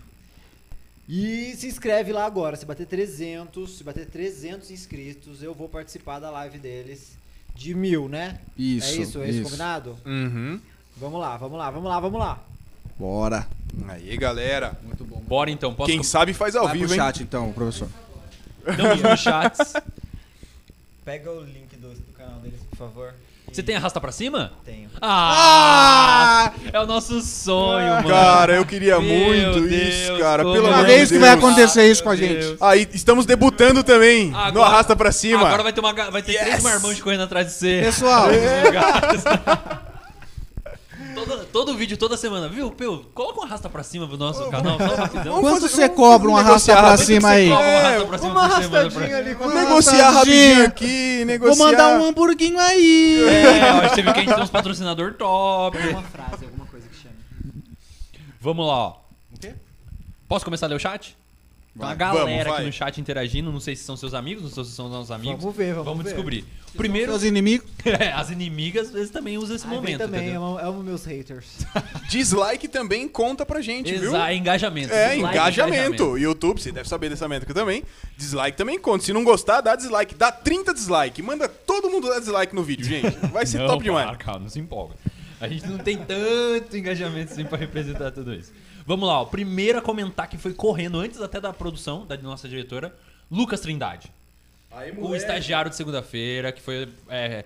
E se inscreve lá agora. Se bater 300, se bater 300 inscritos, eu vou participar da live deles de mil, né? Isso, é isso, é isso combinado? Uhum. Vamos lá, vamos lá, vamos lá, vamos lá. Bora. Aí, galera. Muito bom. Bora então, posso Quem sabe faz ao Vai vivo, pro hein? chat então, professor. Estamos no chat. Pega o link do, do canal deles, por favor. um- Você tem arrasta pra cima? Tenho. Ah! É o nosso sonho, mano. Cara, eu queria né? Meu muito Deus, isso, cara. como Pelo é amor Uma de vez que vai Deus. acontecer isso com a Meu gente. Deus. Aí, estamos debutando também. no Agora- Arrasta Pra Cima. Agora vai ter, uma, ga- vai ter três Yes! marmanjos correndo atrás de você. Pessoal, Todo, todo vídeo, toda semana, viu, Peu? Coloca um arrasta pra cima pro nosso canal, só rapidão. quanto fazer- você vamos- cobra um vamos arrasta negociar pra rápido, cima aí? Coloca um É, arrasta pra cima Uma por semana pra- arrastadinha ali. Vamos negociar rapidinho Tadinha. aqui, negociar. Vou mandar um hamburguinho aí. É, ó, você viu que a gente tem uns patrocinador top. Uma frase, alguma coisa que chame. Vamos lá, ó. O quê? Posso começar a ler o chat? Tem uma Vai. galera Vamos, vai. aqui no chat interagindo, não sei se são seus amigos, não sei se são nossos amigos. Vamos ver, vamos ver. descobrir. Primeiro, é, Seus inimigos. as inimigas às vezes também usam esse Ai, vem momento, Ah, também, é entendeu? amo, amo meus haters. Dislike também conta pra gente, um viu? Exa- engajamento. tipo É, dislike, engajamento. YouTube, você deve saber dessa métrica também. Dislike também conta. Se não gostar, dá dislike. Dá 30 dislike. Manda todo mundo dar dislike no vídeo, gente. Vai ser não, é top demais. para, calma, não se empolga. A gente não tem tanto engajamento assim pra representar tudo isso. Vamos lá, ó. Primeiro a comentar que foi correndo antes até da produção, da nossa diretora, Lucas Trindade. É. o estagiário de segunda-feira, que foi. é,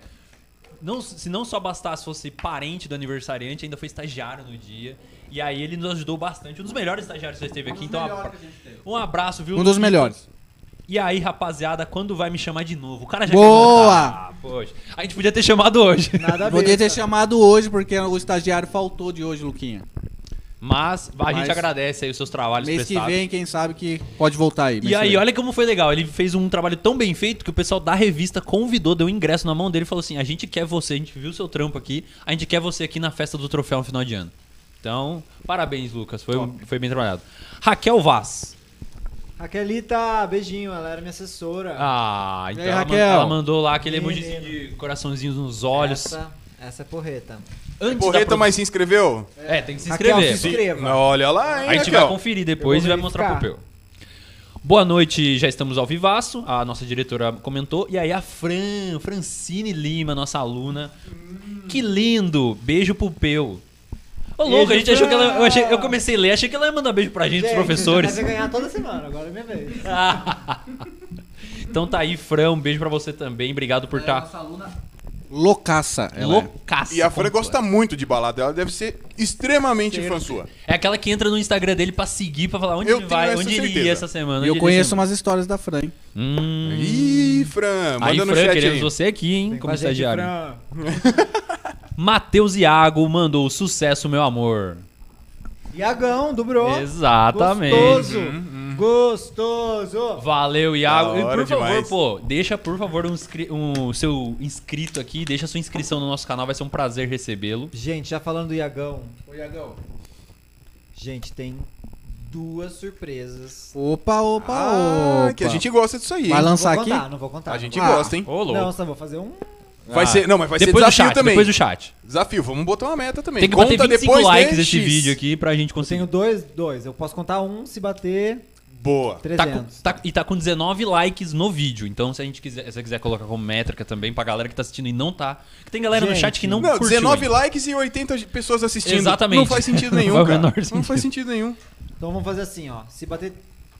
não- se não só bastasse fosse parente do aniversariante, ainda foi estagiário no dia. E aí ele nos ajudou bastante. Um dos melhores estagiários que você esteve aqui. então, abra- um abraço, viu? Um dos Luquita? melhores. E aí, rapaziada, quando vai me chamar de novo? O cara já Boa! quer voltar. Ah, poxa. A gente podia ter chamado hoje. Nada Podia ter besta. chamado hoje, porque o estagiário faltou de hoje, Luquinha. Mas a gente Mas- agradece aí os seus trabalhos Mês que prestados. vem, quem sabe que pode voltar aí. mês E que aí, vem. olha como foi legal. Ele fez um trabalho tão bem feito que o pessoal da revista convidou, deu um ingresso na mão dele e falou assim: a gente quer você, a gente viu seu trampo aqui, a gente quer você aqui na festa do troféu no final de ano. Então, parabéns, Lucas. Foi, um- foi bem trabalhado. Raquel Vaz. Raquelita, é beijinho, ela era minha assessora. Ah, então aí, ela, man- Raquel? ela mandou lá aquele emoji Menino. de coraçõezinhos nos olhos. Essa, essa é porreta. Antes da Porreta, produ- mas se inscreveu? É, tem que se Raquel, inscrever. se inscreva. Olha lá, hein, A gente vai Raquel? conferir depois e Eu vou vai mostrar pro verificar. Peu. Boa noite, já estamos ao vivaço. A nossa diretora comentou. E aí a Fran, Francine Lima, nossa aluna. Que lindo! Beijo pro Peu. Ô, louco, a gente Beijo, achou que ela. Eu, Fran. achei- eu comecei a ler, achei que ela ia mandar beijo pra gente, pros professores. Você vai ganhar toda semana, agora é minha vez. então tá aí, Fran, um beijo pra você também. Obrigado por estar tá Loucaça. Ela é. loucaça. E a Fran completa. gosta muito de balada. Ela deve ser extremamente fã sua. É aquela que entra no Instagram dele pra seguir, pra falar onde Eu ele tenho vai, essa onde ele certeza. ia essa semana. E eu onde ele conheço sempre. umas histórias da Fran, hein? Hum. Ih, Fran, manda Aí, no Fran, chat queremos aí. você aqui, hein, Vem com como a gente, estagiário. Fran. Matheus Iago mandou sucesso, meu amor. Iagão, dobrou. Exatamente. Gostoso. Hum, Uhum. Gostoso. Valeu, Iago. Da E hora por favor, demais. pô, deixa, por favor, um, inscri- um- seu inscrito aqui, deixa sua inscrição no nosso canal, vai ser um prazer recebê-lo. Gente, já falando do Iagão, Ô, Iagão, gente, tem duas surpresas. Opa, opa, Ah, opa. que a gente gosta disso aí. Vai hein? Não lançar vou aqui? contar, não vou contar. A gente Ah. gosta, hein? Ô, Não, louco. só vou fazer um... Vai Ah. ser, não, mas vai Depois do ser desafio chat, também. depois do chat. Desafio, vamos botar uma meta também. Tem que Conta bater 25 depois likes né, esse X. vídeo aqui pra gente Eu tenho conseguir. um dois, dois. Eu posso contar um se bater Boa. Tá com- 300. tá- e tá com 19 likes no vídeo. Então, se a gente quiser, se você quiser colocar como métrica também pra galera que tá assistindo e não tá. Que tem galera no Gente. chat que não, Não, curtiu. 19 ainda. likes e 80 pessoas assistindo. Exatamente. Não faz sentido nenhum, Não faz o cara. menor Não sentido. faz sentido nenhum. Então vamos fazer assim, ó. Se bater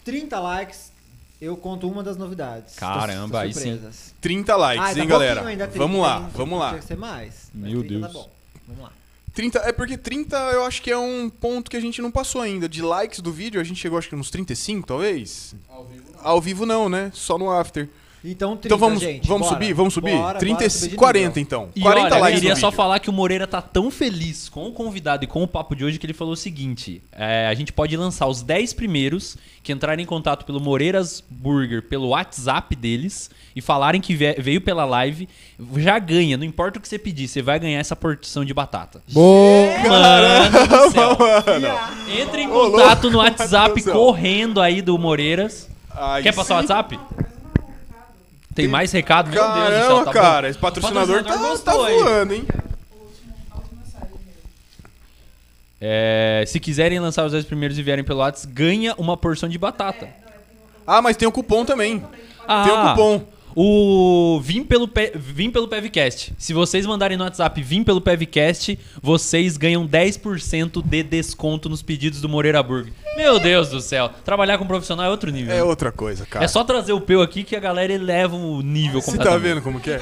30 likes, eu conto uma das novidades. Caramba, aí das sim. surpresas. 30 likes, Ah, tá hein, pouquinho galera? ainda, né? 30, vamos lá, hein? vamos lá. Tinha que ser mais. Mas Meu 30 tá Deus. bom. Vamos lá. 30, é porque 30 eu acho que é um ponto que a gente não passou ainda. De likes do vídeo, a gente chegou acho que nos 35, talvez? ao vivo não. Ao vivo não, né? Só no after. Então 30, então vamos, gente, vamos bora. subir, vamos subir? Bora, 30, bora subir de 40 nível. então. E 40 olha, eu likes queria no só vídeo. falar que o Moreira tá tão feliz com o convidado e com o papo de hoje que ele falou o seguinte: é, a gente pode lançar os 10 primeiros que entrarem em contato pelo Moreiras Burger, pelo WhatsApp deles e falarem que ve- veio pela live, já ganha, não importa o que você pedir, você vai ganhar essa porção de batata. Boa. Mano do céu. Mano. Entra em Ô, louco, contato no do WhatsApp céu. correndo aí do Moreiras. Aí Quer passar o sim. WhatsApp? Tem Tem- mais recado? Meu Deus do céu, Caramba, tá bom. cara, esse patrocinador, Patrocinador tá, tá gostou aí. voando, hein? É, se quiserem lançar os dois primeiros e vierem pelo Whats, ganha uma porção de batata. Ah, mas tem o cupom também. Tem Ah. o cupom. O Vim pelo, Pe- Vim pelo Pevcast. Se vocês mandarem no WhatsApp Vim pelo Pevcast, vocês ganham 10% de desconto nos pedidos do Moreira Burger. Meu Deus do céu, trabalhar com profissional é outro nível. É né? outra coisa, cara. É só trazer o Peu aqui que a galera eleva o nível Você tá completamente. vendo como que é?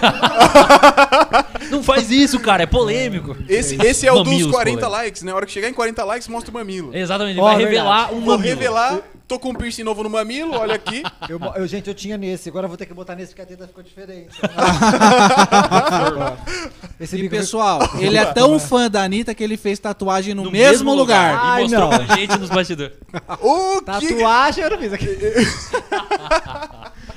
Não faz isso, cara, é polêmico. Esse, esse é o dos Mamilos, 40 polêmico. likes, né? A hora que chegar em 40 likes, mostra o mamilo. Exatamente, ele Ó, é vai verdade. revelar um Vou mamilo. revelar, tô com um piercing novo no mamilo, olha aqui. Eu, bo- eu- gente, eu tinha nesse, agora eu vou ter que botar nesse porque a teta ficou diferente. Esse E bico pessoal, ele é tão fã da Anitta que ele fez tatuagem no, No mesmo lugar. E Ai, mostrou não. pra gente nos bastidores. O que... Tatuagem eu não fiz aqui.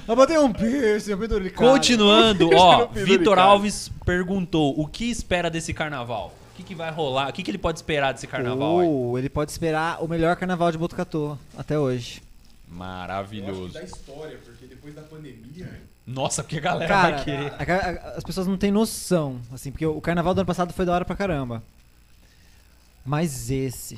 eu botei um piercing, um penduricado. Continuando, ó, Respira, Vitor cara. Alves perguntou o que espera desse carnaval? O que, que vai rolar? O que, que ele pode esperar desse carnaval? aí? Ou Oh, ele pode esperar o melhor carnaval de Botucatu até hoje. Eu acho que Maravilhoso. da história, porque depois da pandemia, né? Nossa, porque a galera Cara, vai querer. a- a- as pessoas não têm noção, assim, porque o carnaval do ano passado foi da hora pra caramba. Mas esse.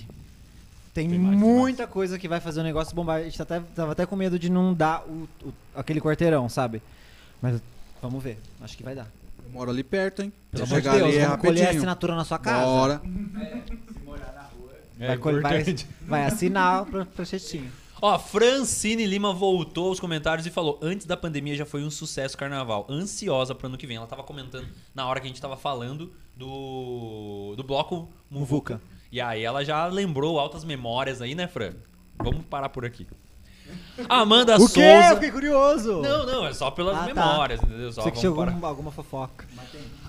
Tem, Tem mais, tem muita coisa que vai fazer o negócio bombar. A gente tá até, tava até com medo de não dar o- o- aquele quarteirão, sabe? Mas vamos ver. Acho que vai dar. Eu moro ali perto, hein? Pelo Se amor de chegar Deus, ali é vamos colher a rapidinho. assinatura na sua casa. Bora. É Vai, col- vai- vai assinar o pro- projetinho. Ó, Francine Lima voltou aos comentários e falou: antes da pandemia já foi um sucesso o carnaval. Ansiosa pro ano que vem. Ela tava comentando na hora que a gente tava falando do. do bloco Muvuca. Muvuca. E aí ela já lembrou altas memórias aí, né, Fran? Vamos parar por aqui. Amanda O quê? Eu Souza. fiquei curioso. Não, não, é só pelas Ah, tá. memórias, entendeu? Só Você que vamos chegou parar. alguma, alguma fofoca.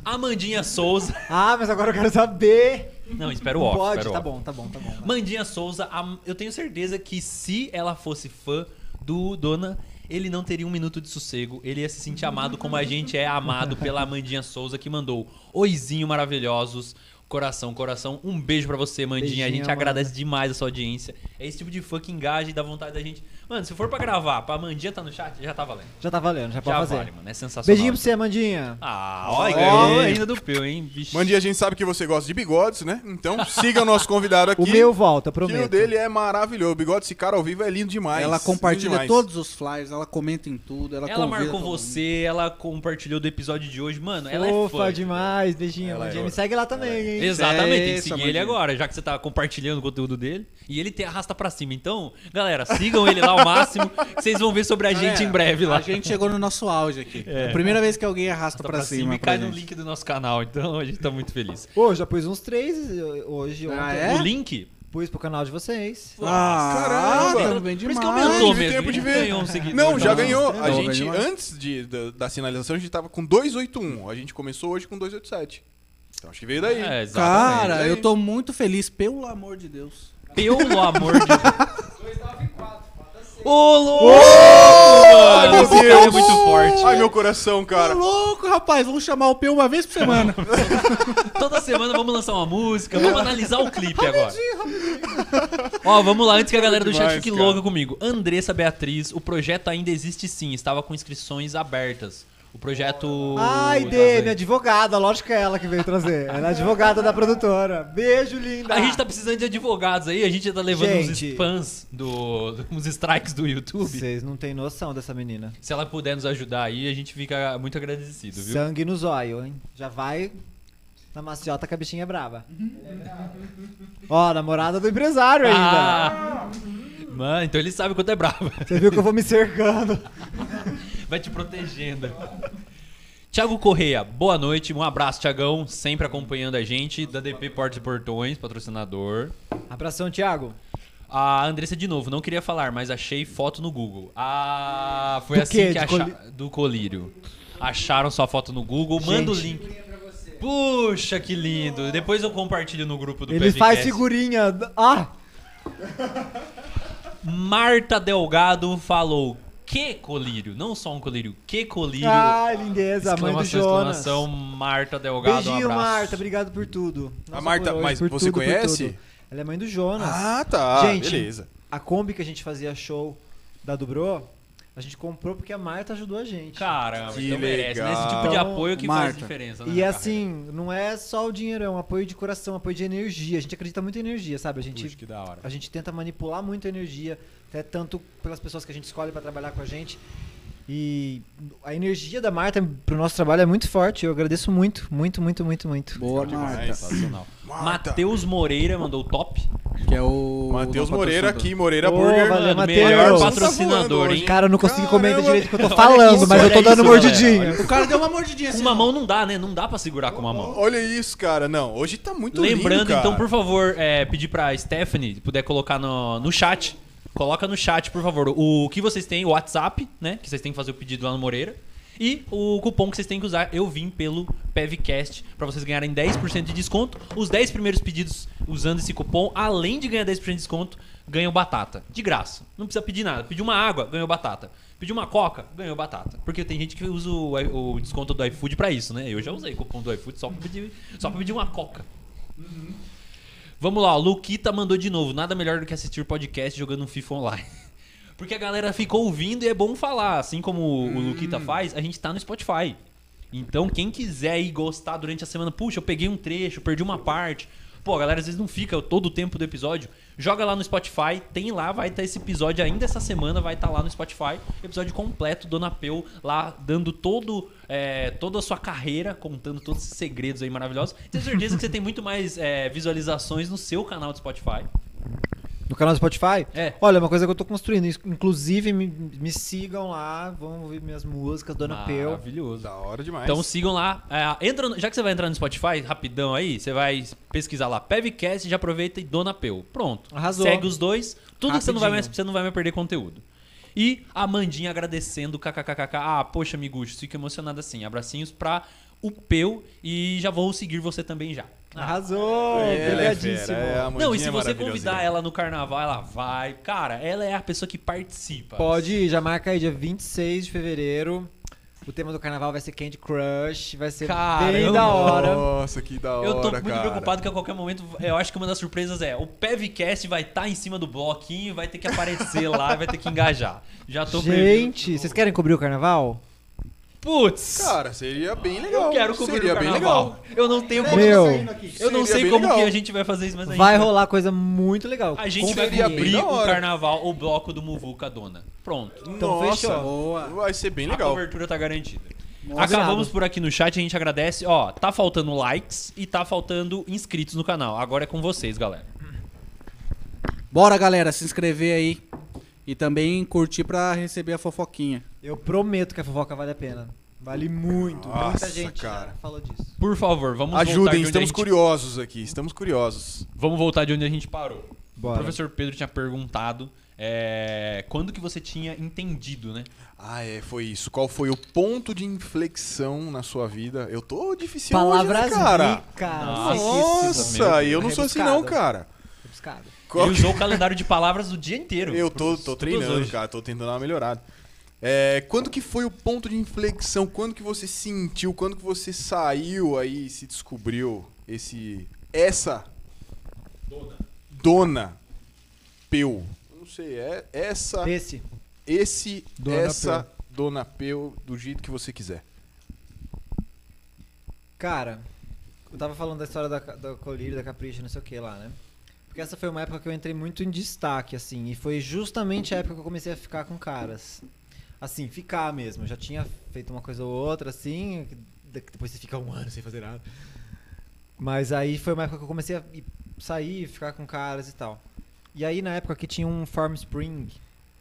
Amandinha Souza. Ah, mas agora eu quero saber. Não, espera o Não off. pode, espera o tá off. bom, tá bom, tá bom. Mandinha Souza, a- eu tenho certeza que se ela fosse fã do Dona, ele não teria um minuto de sossego. Ele ia se sentir amado como a gente é amado pela Mandinha Souza, que mandou oizinho maravilhosos. Coração, coração, um beijo pra você, Mandinha. a Beijinho, gente Amanda. agradece demais a sua audiência. É esse tipo de fã que engaja e dá vontade da gente. Mano, se for pra gravar, pra Mandinha tá no chat, já tá valendo. Já tá valendo, já pode já fazer. vale, mano. É sensacional. Beijinho pra você, Amandinha. Ah, olha, Olha ganhou aí. ainda do Peu, hein? Vixe. Mandi, a gente sabe que você gosta de bigodes, né? Então siga o nosso convidado aqui. O meu volta, que prometo. o dele é maravilhoso. O bigode desse cara ao vivo é lindo demais. Ela compartilha Lindo demais. todos os flyers, ela comenta em tudo, ela, Ela convida marcou todo mundo. você, ela compartilhou do episódio de hoje. Mano, ela é Fofa fã. demais, beijinho, Ela é Amandinha. outra. Me segue lá também, hein? Exatamente, tem que Essa, seguir Mandinha. ele agora, já que você tá compartilhando o conteúdo dele. E ele te arrasta pra cima. Então, galera, sigam ele lá ao máximo, que vocês vão ver sobre a gente em breve lá. É, A gente chegou no nosso auge aqui. É, a primeira vez que alguém arrasta Arrasta pra, cima. e pra cai no gente. link do nosso canal. Então, a gente tá muito feliz. Pô, já pus uns três eh, hoje, ontem. Ah, é? O link. Pus pro canal de vocês. Ah, Caramba. caramba! Bem Por isso demais. que aumentou Tive mesmo. tempo de ele ver. Ganhou um seguidor, Não, já tá? ganhou. Não, A ganhou gente, demais. um. antes de, da, da sinalização, a gente tava com 281. A gente começou hoje com 287. Então acho que veio daí. É, exatamente. Cara, Exatamente. eu tô muito feliz, pelo amor de Deus. Pelo amor de Deus. 294, foda se. Ô, louco! Ai, Mano, meu esse cara Deus. é muito forte. Ai, meu coração, cara. Ô, Tá louco, rapaz, vamos chamar o Peu uma vez por semana. Toda semana vamos lançar uma música, vamos analisar o clipe agora. Ó, vamos lá, antes que a galera do chat Demais, fique cara. louca comigo. Andressa Beatriz, o projeto ainda existe sim, estava com inscrições abertas. O projeto. tá Ai, Dê, minha advogada, lógico que é ela que veio trazer. Ela é advogada da produtora. Beijo, linda. A gente tá precisando de advogados aí, a gente já tá levando uns Gente. spams, do, uns strikes do YouTube. Vocês não têm noção dessa menina. Se ela puder nos ajudar aí, a gente fica muito agradecido, viu? Sangue no zóio, hein? Já vai na maciota que a bichinha é brava. Ó, namorada do empresário ainda. Ah! Mano, então ele sabe quanto é bravo. Você viu que eu vou me cercando. Vai te protegendo. Tiago Correia, boa noite, um abraço, Tiagão, sempre acompanhando a gente, da DP Portos e Portões, patrocinador. Abração, Thiago. A Andressa, de novo, não queria falar, mas achei foto no Google. Ah, foi Do assim quê? que Do acharam. Do colírio. Acharam sua foto no Google, manda o link. Puxa, que lindo. Depois eu compartilho no grupo do Ele faz PFCast. figurinha. Ah, Marta Delgado falou, que colírio? Não só um colírio, que colírio? ah lindeza, mãe do exclamação, Jonas. exclamação, Marta Delgado, Beijinho, um abraço. Marta. Obrigado por tudo. A Marta, por hoje, mas por você tudo, por conhece? tudo. Ela é mãe do Jonas. Ah, tá. Gente. Beleza. A Kombi que a gente fazia show da Dubrô, a gente comprou porque a Marta ajou a gente. Caramba, Que então merece, né? Esse legal. tipo de apoio que faz Marta. diferença, né? E na assim, não é só o dinheiro, é um apoio de coração, um apoio de energia. A gente acredita muito em energia, sabe? A carreira. Puxa, gente, que da hora. a gente tenta manipular muito a energia, até tanto pelas pessoas que a gente escolhe pra trabalhar com a gente. E a energia da Marta pro nosso trabalho é muito forte. Eu agradeço muito, muito, muito, muito, muito. Boa, Marta. Sensacional. Marta. Matheus Moreira mandou o top. Que é o. Matheus o Moreira patrocinador. aqui, Moreira Ô, Burger. É, valeu, Mano, Matheus. melhor Tá patrocinador, voando hein? Cara, eu não consegui comentar Caramba. direito o que eu tô Olha falando, isso, mas eu tô olha dando isso, mordidinha. galera, O cara deu uma mordidinha Com assim. uma ó. mão não dá, né? Não dá pra segurar com uma mão. Olha isso, cara. Não, hoje tá muito Lembrando, lindo, cara. então, por favor, é, pedir pra Stephanie, se puder colocar no, no chat. Coloca no chat, por favor, o que vocês têm, o WhatsApp, né? Que vocês têm que fazer o pedido lá no Moreira. E o cupom que vocês têm que usar, eu vim pelo PEVCast, pra vocês ganharem 10% de desconto. Os 10 primeiros pedidos usando esse cupom, além de ganhar 10% de desconto, ganham batata. De graça. Não precisa pedir nada. Pediu uma água, ganhou batata. Pediu uma coca, ganhou batata. Porque tem gente que usa o, i- o desconto do iFood pra isso, né? Eu já usei o cupom do iFood só pra pedir, só pra pedir uma coca. Vamos lá, o Luquita mandou de novo. Nada melhor do que assistir podcast jogando um FIFA online. Porque a galera ficou ouvindo e é bom falar. Assim como o- o Luquita faz, a gente tá no Spotify. Então, quem quiser e gostar durante a semana, puxa, eu peguei um trecho, perdi uma parte. Pô, a galera às vezes não fica todo o tempo do episódio. Joga lá no Spotify, tem lá, vai estar esse episódio ainda essa semana, vai estar lá no Spotify. Episódio completo, Dona Peu lá dando todo, é, toda a sua carreira, contando todos esses segredos aí maravilhosos. Tenho certeza que você tem muito mais é, visualizações no seu canal do Spotify. No canal do Spotify? É. Olha, uma coisa que eu tô construindo. isso- Inclusive, me, me sigam lá, vão ouvir minhas músicas, Dona Pel. Maravilhoso. Da hora demais. Então sigam lá. É, entra, no- já que você vai entrar no Spotify, rapidão aí, você vai pesquisar lá Pevcast, já aproveita e Dona Peu. Pronto. Arrasou. Segue os dois. Tudo que você não vai Rapidinho. mais, você não vai mais perder conteúdo. E a Mandinha agradecendo, kkkk. Ah, poxa, amigucho, fico emocionado assim. Abracinhos pra o Peu e já vou seguir você também já. Ah, Arrasou! Ela é Obrigadíssimo. fera, é a não, e Mandinha se é você maravilhosa, convidar né? ela no carnaval, ela vai. Cara, ela é a pessoa que participa. Pode ir, já marca aí, dia 26 de fevereiro. O tema do carnaval vai ser Candy Crush, vai ser bem Caramba. da hora. Nossa, que da hora, Eu tô muito cara. preocupado que a qualquer momento, eu acho que uma das surpresas é, o PevCast vai estar em cima do bloquinho, e vai ter que aparecer lá, vai ter que engajar. Já tô Gente, vocês querem cobrir o carnaval? Putz! Cara, seria bem legal. eu quero cobrir seria o bem carnaval. legal. Eu não tenho como, Meu, eu não Seria sei bem como legal. que a gente vai fazer isso, mas a vai gente- rolar coisa muito legal. A gente Com vai Seria ninguém. bem cobrir da o hora. carnaval, o bloco do Muvuca Dona. Pronto. Então Nossa, fechou. Boa. Vai ser bem A legal. cobertura tá garantida. Nossa, Acabamos nada. por aqui no chat, a gente agradece. Ó, tá faltando likes e tá faltando inscritos no canal. Agora é com vocês, galera. Bora, galera, se inscrever aí. E também curtir pra receber a fofoquinha. Eu prometo que a fofoca vale a pena. Vale muito. Nossa, Muita gente já cara. falou disso. Por favor, vamos voltar de Ajudem, onde a estamos gente curiosos aqui, estamos curiosos. Vamos voltar de onde a gente parou. Bora. O professor Pedro tinha perguntado é, quando que você tinha entendido, né? Ah, é, foi isso. Qual foi o ponto de inflexão na sua vida? Eu tô difícil Palavras hoje, né, cara. ricas. é Nossa, meu Nossa, Deus. e eu não sou assim não, cara. Rebuscado. Qual- Ele usou o calendário de palavras o dia inteiro. Eu tô, tô Todas treinando, né, hoje. cara, tô tentando dar uma melhorada. É, quando que foi o ponto de inflexão? Quando que você sentiu? Quando que você saiu aí e se descobriu esse. Essa. Dona. Dona. Peu. Eu Não sei, é essa. Esse. Esse. Dona essa. Dona Peu, do jeito que você quiser. Cara, eu tava falando da história da, da Colírio, da Capricha, não sei o que lá, né? Porque essa foi uma época que eu entrei muito em destaque, assim, e foi justamente a época que eu comecei a ficar com caras. Assim, ficar mesmo. Eu já tinha feito uma coisa ou outra, assim, que de- que depois você fica um ano sem fazer nada. Mas aí foi uma época que eu comecei a ir- sair, ficar com caras e tal. E aí na época que tinha um Farm Spring.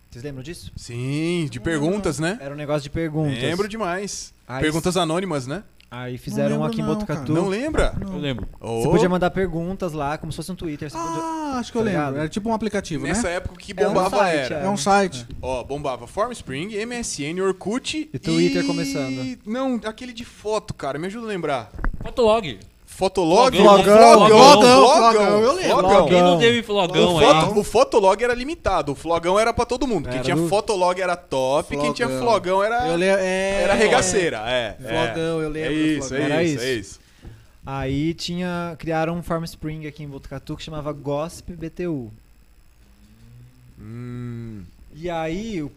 Vocês lembram disso? Sim, de perguntas, né? Era um negócio de perguntas. Lembro demais. Aí- Perguntas anônimas, né? Aí fizeram um lembro aqui em não, Botucatu. cara. Não lembra? Eu lembro. Oh, Você podia mandar perguntas lá, como se fosse um Twitter. Você podia... Ah, acho que eu Tá lembro. ligado? Era tipo um aplicativo, Nessa né? época que Era um bombava site, era. É um site. Ó, bombava Formspring, MSN, Orkut E Twitter começando. Não, aquele de foto, cara, me ajuda a lembrar. Fotolog. Fotolog? Flogão, Flogão, Flogão, Flogão, eu lembro. Flogão. Quem não teve flogão O, aí? foto- o Fotolog era limitado, o Flogão era pra todo mundo. Quem Era tinha do- Fotolog era top, quem tinha Flogão. Flogão Eu era, lembro. É... era regaceira. É, é. Flogão, eu lembro É do isso, Flogão. é Era isso, é isso. isso. Aí tinha, criaram um Farm Spring aqui em Botucatu que chamava Gossip BTU. Hum. E aí eu,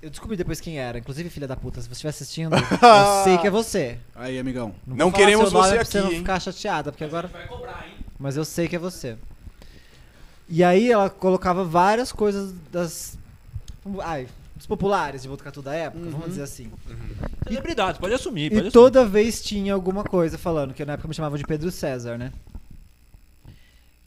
eu descobri depois quem era. Inclusive, filha da puta, se você estiver assistindo, eu sei que é você. Aí, amigão. Não, Não vou falar queremos seu nome você pra você aqui, não hein? ficar chateada, porque agora Mas eu sei que é você. E aí ela colocava várias coisas das ai, dos populares de Botucatu da época, Uhum. vamos dizer assim. Celebridade, pode assumir. Pode E assumir. toda vez tinha alguma coisa falando, que na época me chamavam de Pedro César, né?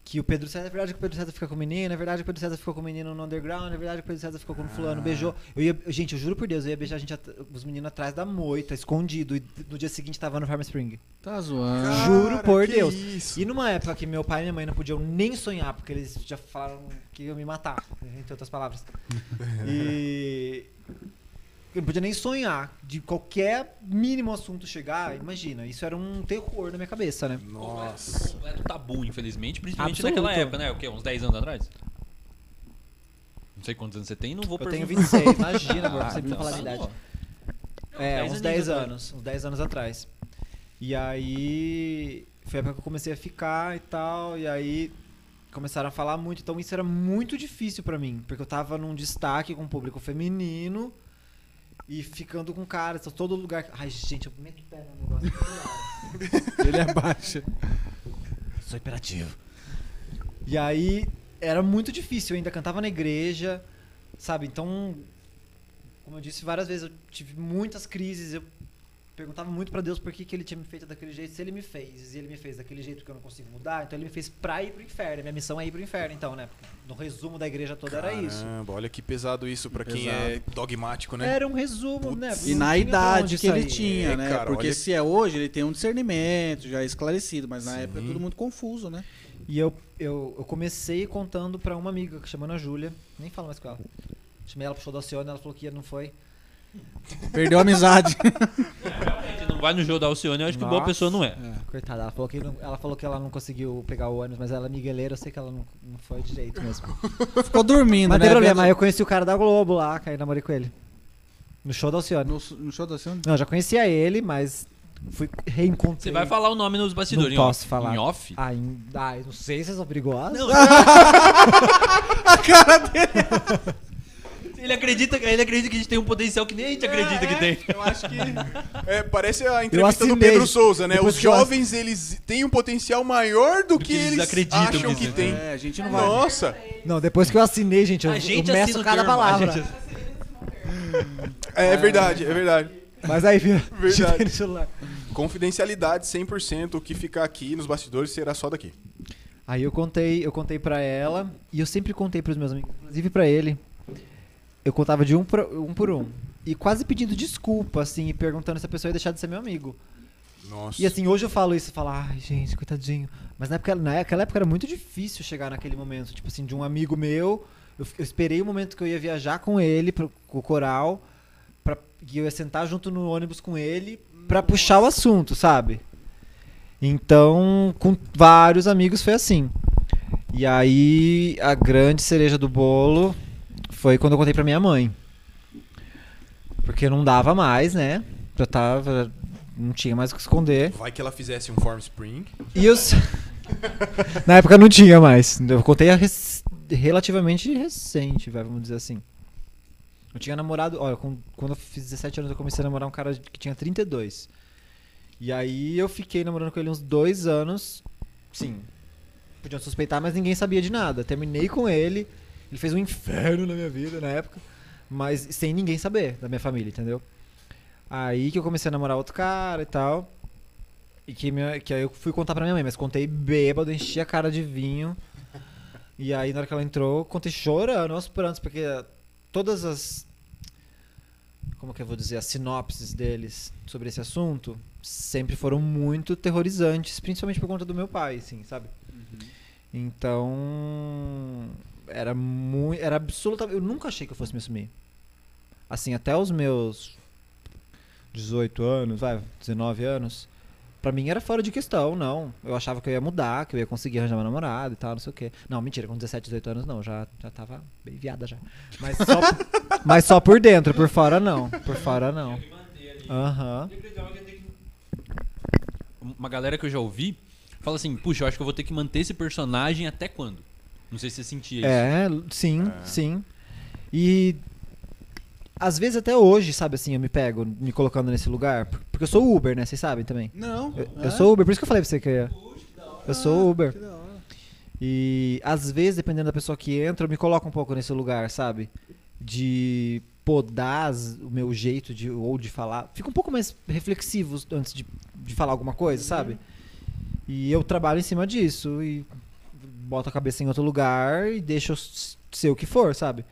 Que o Pedro César, é verdade que o Pedro César fica com o menino, é verdade que o Pedro César ficou com o menino no underground, é verdade que o Pedro César ficou com o fulano, beijou. Eu ia, gente, eu juro por Deus, eu ia beijar a gente at- os meninos atrás da moita, escondido, e no dia seguinte tava no Farm Spring. Tá zoando. Juro por que Deus. Isso. E numa época que meu pai e minha mãe não podiam nem sonhar, porque eles já falaram que iam me matar, entre outras palavras. E. Eu não podia nem sonhar de qualquer mínimo assunto chegar, imagina, isso era um terror na minha cabeça, né? Nossa. Completo tabu, infelizmente, principalmente Absoluto. naquela época, né? O quê? Uns 10 anos atrás? Não sei quantos anos você tem, não vou Eu tenho perguntar. 26, imagina, amor, Ah, você me então falar a tá idade. bom. É, Dez uns aninhos 10 atrás. anos, uns 10 anos atrás. E aí foi a época que eu comecei a ficar e tal, e aí começaram a falar muito, então isso era muito difícil pra mim, porque eu tava num destaque com o público feminino e ficando com caras, tô todo lugar. Ai, gente, eu meto o pé no negócio. Ele é baixa. Sou imperativo. E aí era muito difícil, eu ainda cantava na igreja, sabe? Então, como eu disse várias vezes, eu tive muitas crises, eu perguntava muito pra Deus por que, que ele tinha me feito daquele jeito, se ele me fez, e ele me fez daquele jeito que eu não consigo mudar, então ele me fez pra ir pro inferno, minha missão é ir pro inferno, então, né? No resumo da igreja toda É era isso. Caramba, olha que pesado isso pra quem é dogmático, né? Era um resumo, né? Putz. Não E na tinha pra idade onde que ele sair. tinha, É, né? cara, Porque olha- se é hoje, ele tem um discernimento já esclarecido, mas na época é todo mundo confuso, né? E eu, eu, eu comecei contando pra uma amiga que chamando a Júlia. Nem falo mais com ela. Chamei ela pro show da Oceana, ela falou que ia, não foi. Perdeu a amizade. Realmente, não vai no jogo da Alcione, eu acho que boa Nossa. pessoa não é. Coitada, ela falou que, não- ela falou que ela não conseguiu pegar o ônibus, mas ela é migueleira, eu sei que ela não, não foi direito mesmo. Ficou dormindo, mas não né? tem problema, aí Vendo- eu conheci o cara da Globo lá, caí namorei com ele. No show da Oceana. No, no show da Sony? Não, já conhecia ele, mas fui Você reencontrei. vai falar o nome nos bastidores. Não em posso off. falar. Em off? Ainda, ai, não sei se vocês são perigosos. Não. a cara dele. ele acredita, que- ele acredita que a gente tem um potencial que nem a gente acredita que tem. é. Eu acho que. É, parece a entrevista do assinei. Pedro Souza, né? Depois Os que eu ass- jovens, eles têm um potencial maior do, que, que eles eles acreditam acham mesmo, que né? tem. É, a gente não vai. Nossa! Não, depois que eu assinei, gente, eu, A gente eu assina meço o cada termo, a palavra. gente É, verdade, é verdade. Mas aí viu, Verdade. no celular. Confidencialidade 100%, o que ficar aqui nos bastidores será só daqui. Aí eu contei, eu contei para ela e eu sempre contei pros meus amigos, inclusive pra ele. Eu contava de um por um, por um. E quase pedindo desculpa, assim, e perguntando se a pessoa ia deixar de ser meu amigo. Nossa. E assim, hoje eu falo isso, eu falo, ai gente, coitadinho. Mas na época, naquela época era muito difícil chegar naquele momento. Tipo assim, de um amigo meu, eu, fi- eu esperei o momento que eu ia viajar com ele, pro, com o coral, pra, e eu ia sentar junto no ônibus com ele pra puxar o assunto, sabe? Então, com vários amigos foi assim. E aí, a grande cereja do bolo foi quando eu contei pra minha mãe. Porque não dava mais, né? Já tava. Não tinha mais o que esconder. Vai que ela fizesse um form spring. E eu. s- Na época não tinha mais. Eu contei a rec- relativamente recente, vai, vamos dizer assim. Eu tinha namorado. Olha, com- quando eu fiz 17 anos, eu comecei a namorar um cara de- que tinha 32. E aí eu fiquei namorando com ele uns dois anos. Sim. Podiam suspeitar, mas ninguém sabia de nada. Terminei com ele. Ele fez um inferno na minha vida na época. Mas sem ninguém saber da minha família, entendeu? Aí que eu comecei a namorar outro cara e tal. E que, minha, que aí eu fui contar pra minha mãe, mas contei bêbado, enchi a cara de vinho. E aí na hora que ela entrou, contei chorando aos prantos, porque todas as. Como que eu vou dizer? As sinopses deles sobre esse assunto sempre foram muito terrorizantes, principalmente por conta do meu pai, assim, sabe? Então. Era muito. Era absolutamente. Eu nunca achei que eu fosse me assumir. Assim, até os meus 18 anos, vai, 19 anos. Pra mim era fora de questão, não. Eu achava que eu ia mudar, que eu ia conseguir arranjar uma namorada e tal, não sei o quê. Não, mentira, com 17, 18 anos não, já, já tava bem viada já. Mas só, mas só por dentro, por fora não. Por fora não. Aham. Uma galera que eu já ouvi fala assim: puxa, eu acho que eu vou ter que manter esse personagem até quando? Não sei se você sentia isso. É, sim, sim. E às vezes até hoje, sabe assim, eu me pego me colocando nesse lugar. por- Porque eu sou Uber, né? Vocês sabem também. Não. Eu, é? Ah, eu sou Uber, por isso que eu falei pra você que eu ia. Eu sou Uber. Que da hora. E às vezes, dependendo da pessoa que entra, eu me coloco um pouco nesse lugar, sabe? De podar as- o meu jeito de ou de falar. Fico um pouco mais reflexivo antes de, de falar alguma coisa, sabe? E eu trabalho em cima disso e boto a cabeça em outro lugar e deixo s- ser o que for, sabe?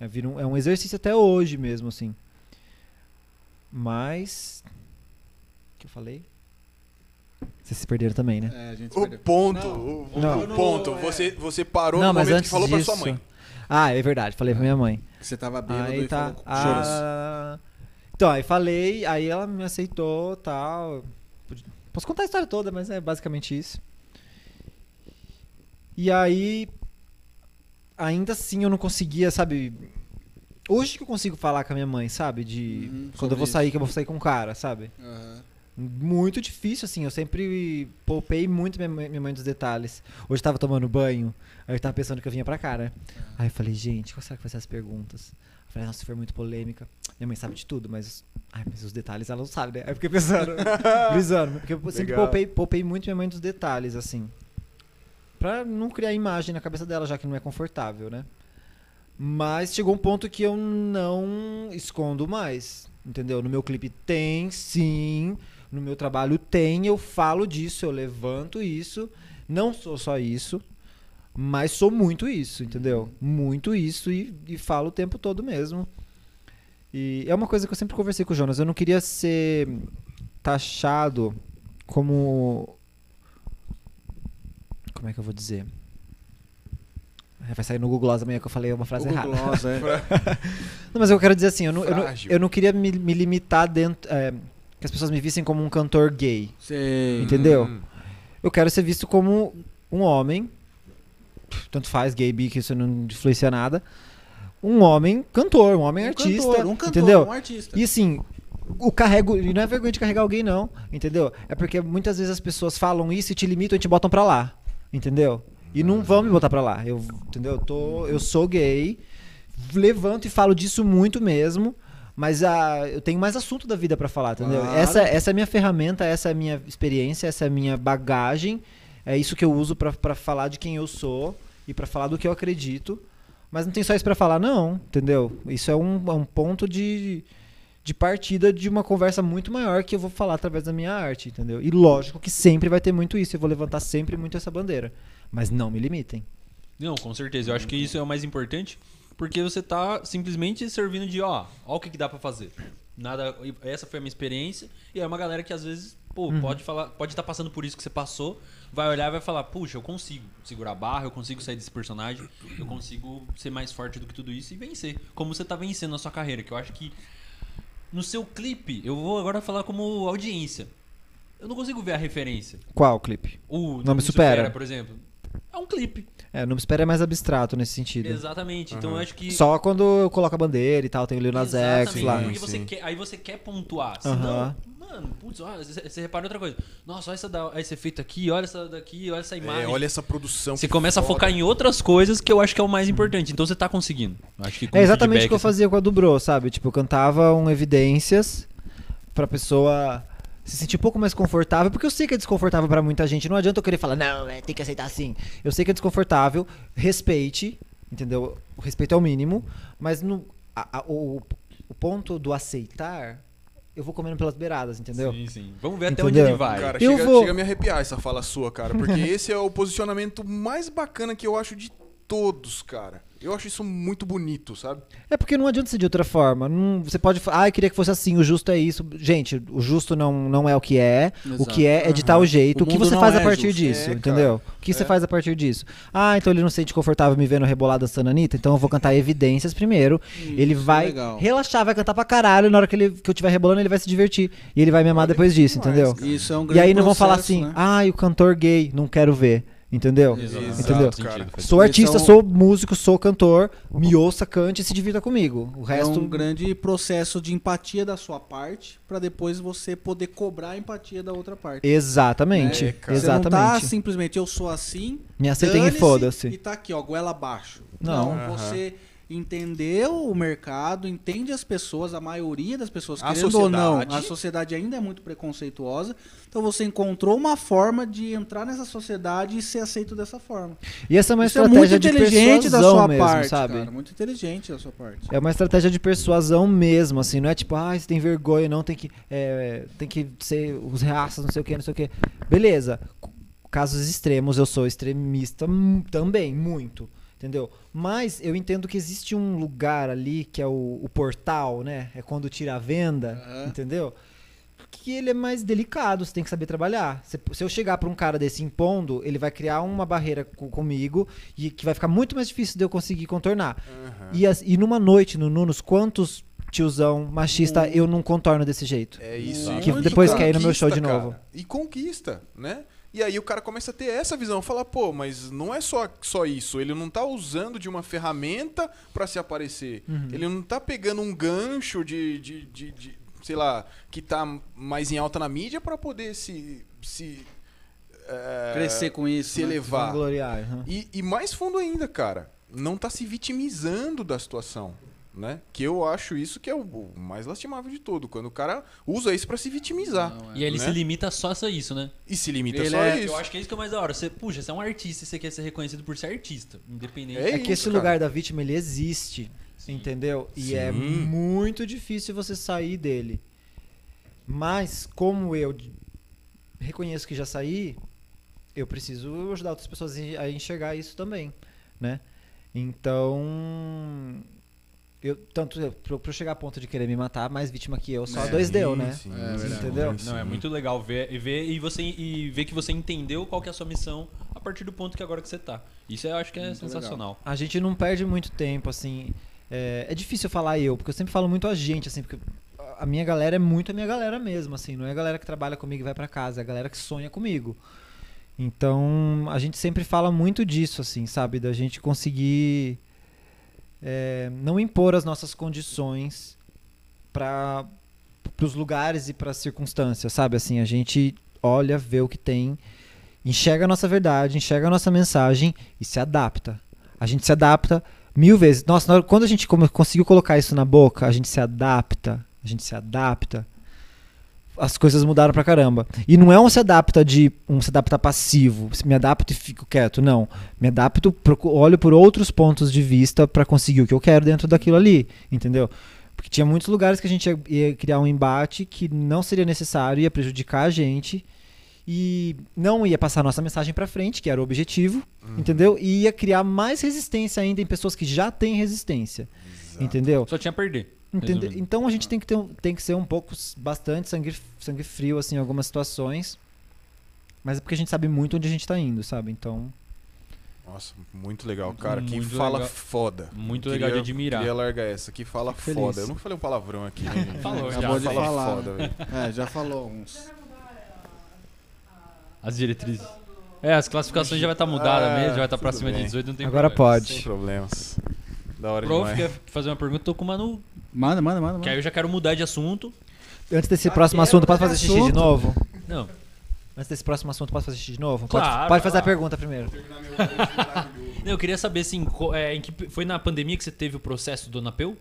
É, vira um, é um exercício até hoje mesmo, assim. Mas. O que eu falei? Vocês se perderam também, né? É, a gente se O perdeu. ponto, Não. o, o- Não. o ponto. Você, você parou no momento que falou pra sua mãe. Ah, é verdade, falei pra minha mãe. Você tava bêbado Aí e falou tá. com choros. Ah, então, aí falei, aí ela me aceitou tal. Posso contar a história toda, mas é basicamente isso. E aí. Ainda assim eu não conseguia, sabe? Hoje que eu consigo falar com a minha mãe, sabe? De. Hum, Uhum, quando sobre eu vou isso. sair, que eu vou sair com um cara, sabe? Aham. Muito difícil, assim. Eu sempre poupei muito minha mãe, minha mãe dos detalhes. Hoje eu tava tomando banho, aí eu tava pensando que eu vinha pra cá, né? Aí eu falei, gente, quais será que vai ser as perguntas? Eu falei, nossa, se for muito polêmica. Minha mãe sabe de tudo, mas. Ai, mas os detalhes ela não sabe, né? Aí eu fiquei pensando, brisando. Porque eu sempre Legal. poupei, poupei muito minha mãe dos detalhes, assim. Pra não criar imagem na cabeça dela, já que não é confortável, né? Mas chegou um ponto que eu não escondo mais. Entendeu? No meu clipe tem, sim. No meu trabalho tem, eu falo disso, eu levanto isso. Não sou só isso, mas sou muito isso, entendeu? Muito isso e, e falo o tempo todo mesmo. E é uma coisa que eu sempre conversei com o Jonas. Eu não queria ser taxado como. Como é que eu vou dizer? É, Vai sair no Google Gloss amanhã que eu falei uma frase Hugo errada. Gloss, é. Não, mas eu quero dizer assim, eu não, eu não, Frágil. eu não queria me, me limitar dentro. é, que as pessoas me vissem como um cantor gay. Sei. Entendeu? Hum. Eu quero ser visto como um homem. Tanto faz, gay, bi, que isso não influencia nada. Um homem cantor, um homem Um artista. cantor, um cantor, entendeu? um artista. E assim, o carrego. E não é vergonha de carregar alguém, não. Entendeu? É porque muitas vezes as pessoas falam isso e te limitam e te botam pra lá. Entendeu? E não vão me botar pra lá. Eu, entendeu? Eu, tô, eu sou gay. Levanto e falo disso muito mesmo. Mas ah, eu tenho mais assunto da vida pra falar, entendeu? Claro. Essa, essa é a minha ferramenta, essa é a minha experiência, essa é a minha bagagem. É isso que eu uso pra- pra falar de quem eu sou e pra falar do que eu acredito. Mas não tem só isso pra falar, não, entendeu? Isso é um, é um ponto de, de partida de uma conversa muito maior que eu vou falar através da minha arte, entendeu? E lógico que sempre vai ter muito isso, eu vou levantar sempre muito essa bandeira. Mas não me limitem. Não, com certeza. Eu acho que isso é o mais importante, porque você tá simplesmente servindo de, ó, ó o que, que dá pra fazer. Nada, essa foi a minha experiência, e é uma galera que às vezes Pô, Uhum. pode falar, pode estar passando por isso que você passou, vai olhar e vai falar, puxa, eu consigo segurar a barra, eu consigo sair desse personagem, eu consigo ser mais forte do que tudo isso e vencer. Como você tá vencendo a sua carreira, que eu acho que no seu clipe, eu vou agora falar como audiência. Eu não consigo ver a referência. Qual clipe? O Não Me Supera. por exemplo. É um clipe. É, Não Me Espera é mais abstrato nesse sentido. Exatamente. Então eu acho que Só quando eu coloco a bandeira e tal, tem o Lil Nas X Exatamente, lá. Porque Sim, você sim. quer, aí você quer pontuar. Aham. Senão, mano, putz, ó, você você repara em outra coisa. Nossa, olha essa da, esse efeito aqui, olha essa daqui, olha essa imagem. É, olha essa produção. você que começa a foda. focar em outras coisas que eu acho que é o mais importante. Então você tá conseguindo. Eu Acho que com É exatamente o feedback, que eu assim, fazia com a Dubrô, sabe? Tipo, eu cantava um Evidências pra pessoa se sentir um pouco mais confortável, porque eu sei que é desconfortável pra muita gente. Não adianta eu querer falar, não, é, tem que aceitar assim. Eu sei que é desconfortável, respeite, entendeu? O respeito é o mínimo, mas no, a- a- o, o ponto do aceitar, eu vou comendo pelas beiradas, entendeu? Sim, sim. Vamos ver até Entendeu? onde ele vai. Cara, Eu chega, vou- chega a me arrepiar essa fala sua, cara. Porque esse é o posicionamento mais bacana que eu acho de todos, cara. Eu acho isso muito bonito, sabe? É porque não adianta ser de outra forma. Não- você pode falar, ah, eu queria que fosse assim, o justo é isso. Gente, o justo não, não é o que é. O Exato. que é é de tal jeito. O O, que mundo você não faz é a partir justo. disso, É, entendeu? O que você faz a partir disso? Ah, então ele não se sente confortável me vendo rebolada sananita, então eu vou cantar evidências primeiro. ele vai é legal. relaxar, vai cantar pra caralho. Na hora que, ele, que eu estiver rebolando, ele vai se divertir. E ele vai me amar depois disso, entendeu? Isso é um E grande aí não vão falar processo, assim, né? ah, o cantor gay, não quero ver. Entendeu? Exato. Entendeu? Exato, cara. Sentido, faz Sou Esse artista, é um- sou músico, sou cantor, me ouça, cante e se divirta comigo. O É resto. um grande processo de empatia da sua parte pra depois você poder cobrar a empatia da outra parte. Exatamente. É, cara. Você não tá exatamente. simplesmente eu sou assim, Me aceitem e dane-se foda-se. E tá aqui, ó, goela abaixo. Então, Não. Aham. você entendeu o mercado, entende as pessoas, a maioria das pessoas, A querendo ou não, sociedade. a sociedade ainda é muito preconceituosa. Então você encontrou uma forma de entrar nessa sociedade e ser aceito dessa forma. E essa é uma Isso é muito estratégia de inteligente da persuasão sua mesmo, parte, sabe? cara. Muito inteligente da sua parte. É uma estratégia de persuasão mesmo, assim, não é tipo, ah, você tem vergonha, não, tem que, é, tem que ser os reaças, não sei o que, não sei o que. Beleza, C- casos extremos, eu sou extremista mu- também, muito, entendeu? Mas eu entendo que existe um lugar ali que é o, o portal, né? É quando tira a venda, Aham. entendeu? Que ele é mais delicado, você tem que saber trabalhar. Se, se eu chegar pra um cara desse impondo, ele vai criar uma barreira co- comigo e que vai ficar muito mais difícil de eu conseguir contornar. E, as- e numa noite no Nunos, quantos tiozão Um. machista eu não contorno desse jeito? É isso. Exato. E Que conquista, depois quer ir no meu show de cara. novo. E conquista, né? E aí o cara começa a ter essa visão, fala, pô, mas não é só, só isso, ele não tá usando de uma ferramenta pra se aparecer. Ele não tá pegando um gancho de, de, de, de, sei lá, que tá mais em alta na mídia pra poder se... se eh, Crescer com isso, Se né? elevar. Vangloriar, aham. E, e mais fundo ainda, cara, não tá se vitimizando da situação, né? Que eu acho isso que é o- o mais lastimável de tudo, quando o cara usa isso pra se vitimizar. Não, E é. aí ele né? se limita só a isso, né? E se limita Ele só é- a isso. Eu acho que é isso que é o mais da hora. Você, puxa, você é um artista e você quer ser reconhecido por ser artista. Independente. É É que isso, esse cara. lugar da vítima, ele existe, entendeu? E é Sim. muito difícil você sair dele. Mas, como eu d- reconheço que já saí, eu preciso ajudar outras pessoas en- a enxergar isso também, né? Então... Eu, tanto eu- pra eu pra eu chegar a ponto de querer me matar, mais vítima que eu, só É, dois deu, Sim, né? sim, É sim, verdade. Entendeu? sim. Não, é muito legal ver e ver e você e ver que você entendeu qual que é a sua missão a partir do ponto que agora que você tá. Isso eu acho que é Muito sensacional. A gente não perde muito tempo, assim. É, é difícil falar eu, porque eu sempre falo muito a gente, assim, porque a- a minha galera é muito a minha galera mesmo, assim. Não é a galera que trabalha comigo e vai pra casa, é a galera que sonha comigo. Então, a gente sempre fala muito disso, assim, sabe? Da gente conseguir é, não impor as nossas condições para os lugares e para as circunstâncias, sabe? Assim, a gente olha, vê o que tem, enxerga a nossa verdade, enxerga a nossa mensagem e se adapta. A gente se adapta mil vezes. Nossa, na hora- quando a gente come- conseguiu colocar isso na boca, a gente se adapta, a gente se adapta. As coisas mudaram pra caramba. E não é um se adapta de um se adapta passivo, se me adapto e fico quieto, não. Me adapto, procu- olho por outros pontos de vista pra conseguir o que eu quero dentro daquilo ali, entendeu? Porque tinha muitos lugares que a gente ia, ia criar um embate que não seria necessário, ia prejudicar a gente e não ia passar a nossa mensagem pra frente, que era o objetivo entendeu? E ia criar mais resistência ainda em pessoas que já têm resistência, entendeu? Só tinha a perder. Entende- Resumindo. Então a gente tem que, ter um- tem que ser um pouco, s- bastante sangue, sangue frio, assim, em algumas situações. Mas é porque a gente sabe muito onde a gente tá indo, sabe? Então. Nossa, muito legal, cara. que Muito fala legal. foda. Muito Eu legal de queria- admirar. Queria largar essa. Que fala Fico feliz. foda. Eu nunca falei um palavrão aqui, né, gente? Falou, Mas já. Fala Pode falar. foda, velho. É, já falou uns. As diretrizes. É, as classificações já vai estar mudada Ah, mesmo, já vai estar tudo pra cima de bem. 18, não tem Agora problema. pode. Sem problemas. Da hora Prof, demais. quer fazer uma pergunta? Tô com o Manu. Manda, manda, manda. Que manda. aí eu já quero mudar de assunto. Antes desse próximo quero assunto, posso fazer mudar de xixi de novo? Não. Antes desse próximo assunto, posso fazer xixi de novo? Claro, pode, pode vai fazer lá. a pergunta primeiro. Não, eu queria saber, assim, co- é, em que, pe- foi na pandemia que você teve o processo do Napeu?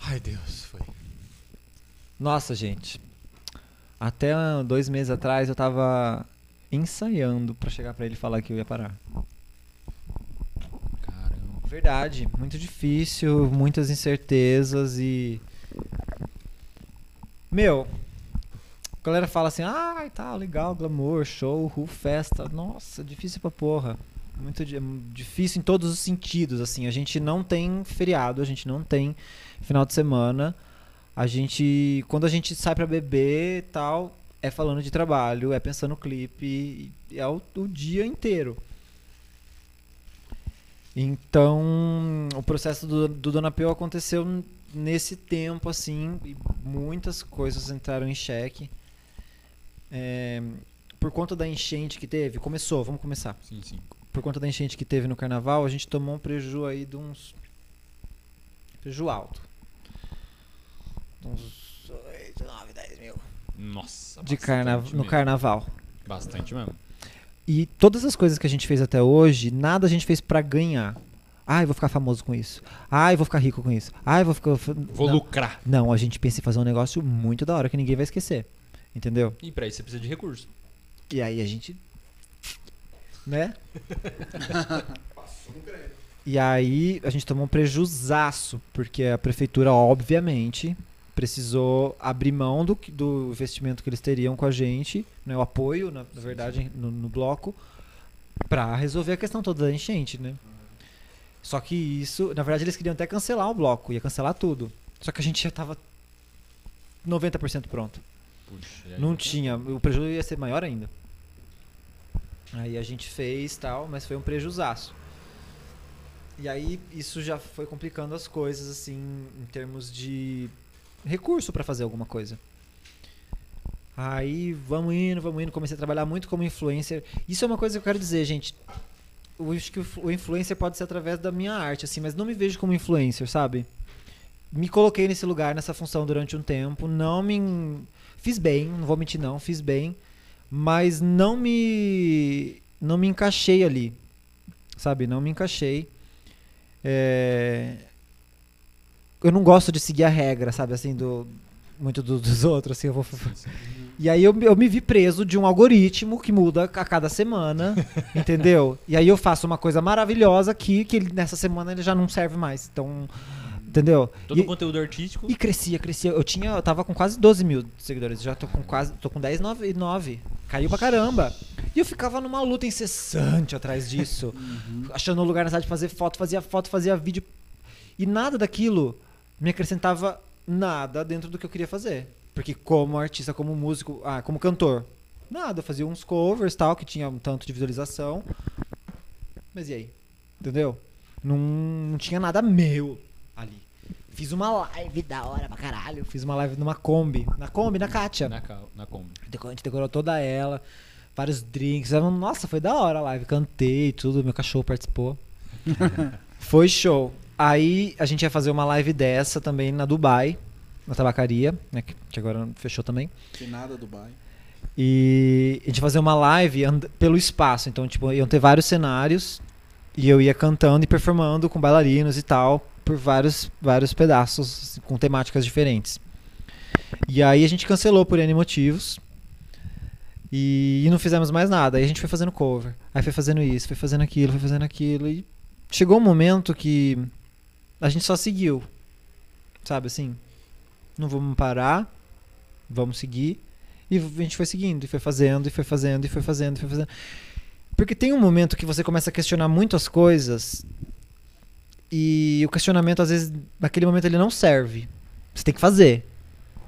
Ai, Deus, foi. Nossa, gente. Até ah, dois meses atrás eu tava ensaiando pra chegar pra ele e falar que eu ia parar. Caramba. Verdade, muito difícil, muitas incertezas e. Meu, a galera fala assim: ah, tá legal, glamour, show, ru, festa. Nossa, difícil pra porra. Muito di- difícil em todos os sentidos. Assim, a gente não tem feriado, a gente não tem final de semana. A gente, quando a gente sai pra beber e tal, é falando de trabalho, é pensando no clipe, e é o, o dia inteiro. Então, o processo do, do Dona Peu aconteceu n- nesse tempo, assim, e muitas coisas entraram em xeque. É, por conta da enchente que teve, começou, vamos começar Sim, sim. por conta da enchente que teve no carnaval, a gente tomou um preju aí de uns. Preju alto. De uns 8, 9, 10 mil. Nossa, De Tá bastante carna... mesmo. No carnaval. Bastante mesmo. E todas as coisas que a gente fez até hoje, nada a gente fez pra ganhar. Ai, vou ficar famoso com isso. Ai, vou ficar rico com isso. Ai, vou ficar. Vou Não. lucrar. Não, a gente pensa em fazer um negócio muito da hora que ninguém vai esquecer. Entendeu? E pra isso você precisa de recurso. E aí a gente. Né? e aí a gente tomou um prejuzaço, porque a prefeitura, obviamente, precisou abrir mão do, que- do investimento que eles teriam com a gente, né, o apoio, na, na verdade, no, no bloco, pra resolver a questão toda da enchente, né? Só que isso, na verdade, eles queriam até cancelar o bloco, ia cancelar tudo. Só que a gente já tava 90% pronto. Puxa, Não tinha, o prejuízo ia ser maior ainda. Aí a gente fez tal, mas foi um prejuzaço. E aí isso já foi complicando as coisas, assim, em termos de recurso pra fazer alguma coisa. Aí vamos indo, vamos indo, comecei a trabalhar muito como influencer. Isso é uma coisa que eu quero dizer, gente. Eu acho que o influ- o influencer pode ser através da minha arte, assim, mas não me vejo como influencer, sabe? Me coloquei nesse lugar, nessa função durante um tempo, não me fiz bem, não vou mentir não, fiz bem, mas não me não me encaixei ali, sabe? Não me encaixei. É, Eu não gosto de seguir a regra, sabe? Assim do muito do- dos outros, assim eu vou. E aí eu, me- eu me vi preso de um algoritmo que muda a cada semana, entendeu? E aí eu faço uma coisa maravilhosa aqui que ele- nessa semana ele já não serve mais, então, entendeu? Todo E- o conteúdo artístico. e crescia, crescia. Eu tinha, eu tava com quase 12 mil seguidores. Já tô com quase, tô com 10, 9, nove Caiu pra caramba. E eu ficava numa luta incessante atrás disso. Uhum. Achando um lugar na cidade, fazer foto, fazia foto, fazia vídeo. E nada daquilo me acrescentava nada dentro do que eu queria fazer. Porque como artista, como músico, ah, como cantor, nada. Eu fazia uns covers tal, que tinha um tanto de visualização. Mas e aí? Entendeu? Não, não tinha nada meu ali. Fiz uma live da hora pra caralho. Fiz uma live numa Kombi. Na Kombi, na Kátia. Na, ca- na Kombi. Deco- A gente decorou toda ela, vários drinks. Era um- Nossa, foi da hora a live. Cantei e tudo, meu cachorro participou. foi show. Aí a gente ia fazer uma live dessa também na Dubai, na tabacaria, né, que que agora fechou também. Que nada Dubai. E a gente fazia uma live and- pelo espaço. Então, tipo, iam ter vários cenários e eu ia cantando e performando com bailarinos e tal, por vários, vários pedaços, assim, com temáticas diferentes. E aí a gente cancelou por N motivos. E, e não fizemos mais nada. Aí a gente foi fazendo cover. Aí foi fazendo isso, foi fazendo aquilo, foi fazendo aquilo. E chegou um momento que a gente só seguiu. Sabe assim? Não vamos parar, vamos seguir. E a gente foi seguindo, e foi fazendo, e foi fazendo, e foi fazendo, e foi fazendo. Porque tem um momento que você começa a questionar muito as coisas E o questionamento, às vezes, naquele momento ele não serve. Você tem que fazer.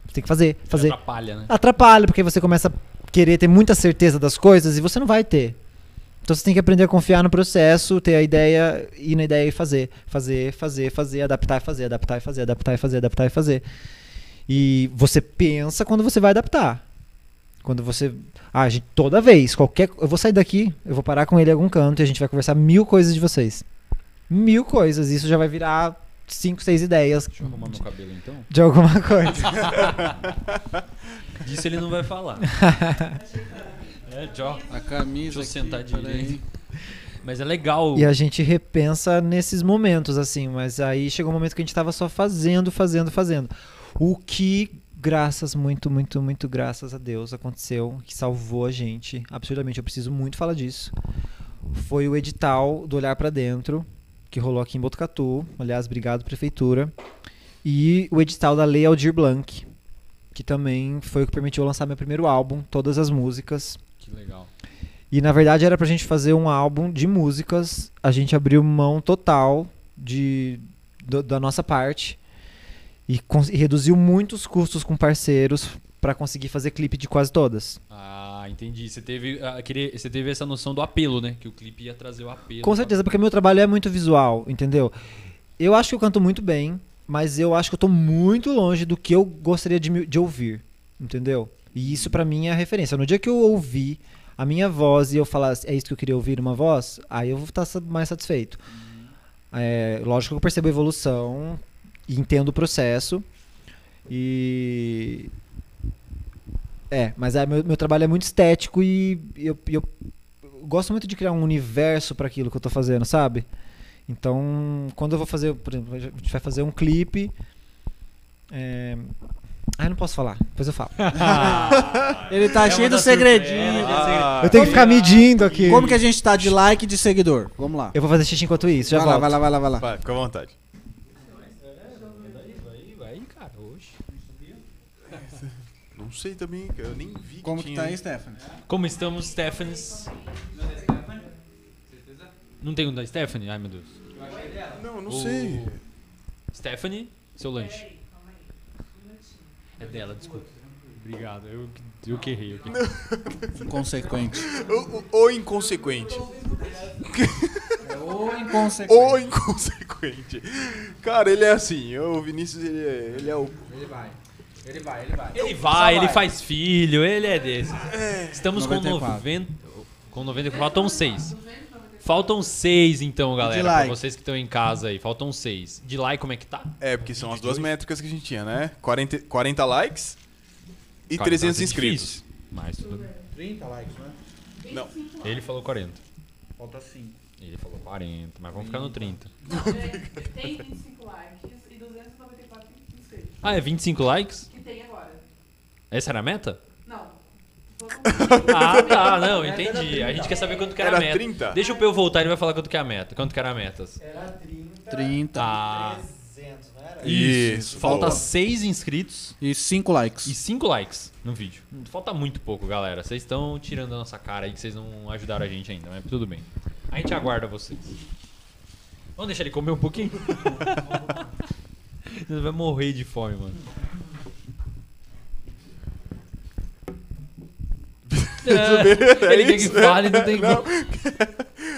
Você tem que fazer, fazer. Atrapalha, né? Atrapalha, porque você começa a querer ter muita certeza das coisas e você não vai ter. Então você tem que aprender a confiar no processo, ter a ideia, ir na ideia e fazer. Fazer, fazer, fazer, adaptar e fazer, adaptar e fazer, adaptar e fazer, adaptar e fazer. E você pensa quando você vai adaptar. Quando você. Ah, gente, toda vez, qualquer. Eu vou sair daqui, eu vou parar com ele em algum canto e a gente vai conversar mil coisas de vocês. Mil coisas. Isso já vai virar cinco, seis ideias Deixa eu arrumar meu cabelo então. de alguma coisa. Disso ele não vai falar. é, Jó. A camisa. Deixa eu sentar aqui, peraí. direito. Mas é legal. E a gente repensa nesses momentos, assim, mas aí chegou um momento que a gente tava só fazendo, fazendo, fazendo. O que, graças, muito, muito, muito graças a Deus, aconteceu, que salvou a gente, absurdamente, eu preciso muito falar disso, foi o edital do Olhar pra Dentro, que rolou aqui em Botucatu, aliás, obrigado, prefeitura, e o edital da Lei Aldir Blanc, que também foi o que permitiu eu lançar meu primeiro álbum, todas as músicas, Que legal. e na verdade era pra gente fazer um álbum de músicas. A gente abriu mão total de, do- da nossa parte e, cons- e reduziu muitos custos com parceiros pra conseguir fazer clipe de quase todas. Ah, entendi. Você teve, ah, aquele- você teve essa noção do apelo, né? Que o clipe ia trazer o apelo. Com certeza, porque meu trabalho é muito visual, entendeu? Eu acho que eu canto muito bem, mas eu acho que eu tô muito longe do que eu gostaria de, me- de ouvir, entendeu? E isso pra mim é a referência. No dia que eu ouvir a minha voz e eu falar é isso que eu queria ouvir, uma voz, aí eu vou estar mais satisfeito. É, lógico que eu percebo a evolução e entendo o processo. E. É, mas aí meu, meu trabalho é muito estético e eu- eu eu gosto muito de criar um universo para aquilo que eu tô fazendo, sabe? Então, quando eu vou fazer, por exemplo, a gente vai fazer um clipe. É... Ah, não posso falar, depois eu falo. Ele tá É cheio uma do das segredinho. surpresas. então Ah, eu tenho que ficar medindo aqui. Como que a gente tá de like e de seguidor? Vamos lá. Eu vou fazer xixi enquanto isso, já vai lá, volto. vai lá, vai lá, vai lá. Vai, fica à vontade. Vai, vai, vai, cara. Hoje. Não sei também, eu nem vi Como que tinha tá aí, Stephanie? Como estamos, Stephans? Não tem um da Stephanie? Ai, meu Deus. Não, não O- sei. Stephanie, seu lanche. É dela, desculpa. Obrigado. Eu, eu que errei. Eu que... Inconsequente. O, o- o inconsequente. Ou inconsequente. O inconsequente. Cara, ele é assim. O Vinícius, ele é, ele é o. Ele vai. Ele vai, ele vai. Ele vai, ele faz filho, ele é desse. Estamos com 94. 90. Com 90, faltam 6. Faltam 6 então, galera. Pra like? vocês que estão em casa aí, faltam 6. De like, como é que tá? É, porque são as duas métricas que a gente tinha, né? 40, 40 likes e Cara, 300 tá inscritos. difícil, Mas tudo bem. 30 likes, né? É, Ele falou 40. Falta 5. Ele falou 40, mas vamos ficar no 30. Tem 25 likes e 294 inscritos. Ah, é 25 likes? Que tem agora. Essa era a meta? Não. é Ah, tá, não, entendi. A gente quer saber quanto que era, Era a meta. 30? Deixa o Peu voltar, ele vai falar quanto que é a meta. Quanto que era a meta. 30. Tá. 300, não era? Isso, Falta boa. 6 inscritos E 5 e likes. 5 likes no vídeo. Falta muito pouco, galera. Vocês estão tirando a nossa cara aí que vocês não ajudaram a gente ainda, mas tudo bem. A gente aguarda vocês. Vamos deixar ele comer um pouquinho? Ele vai morrer de fome, mano. É, ele quer que fale, não tem Não.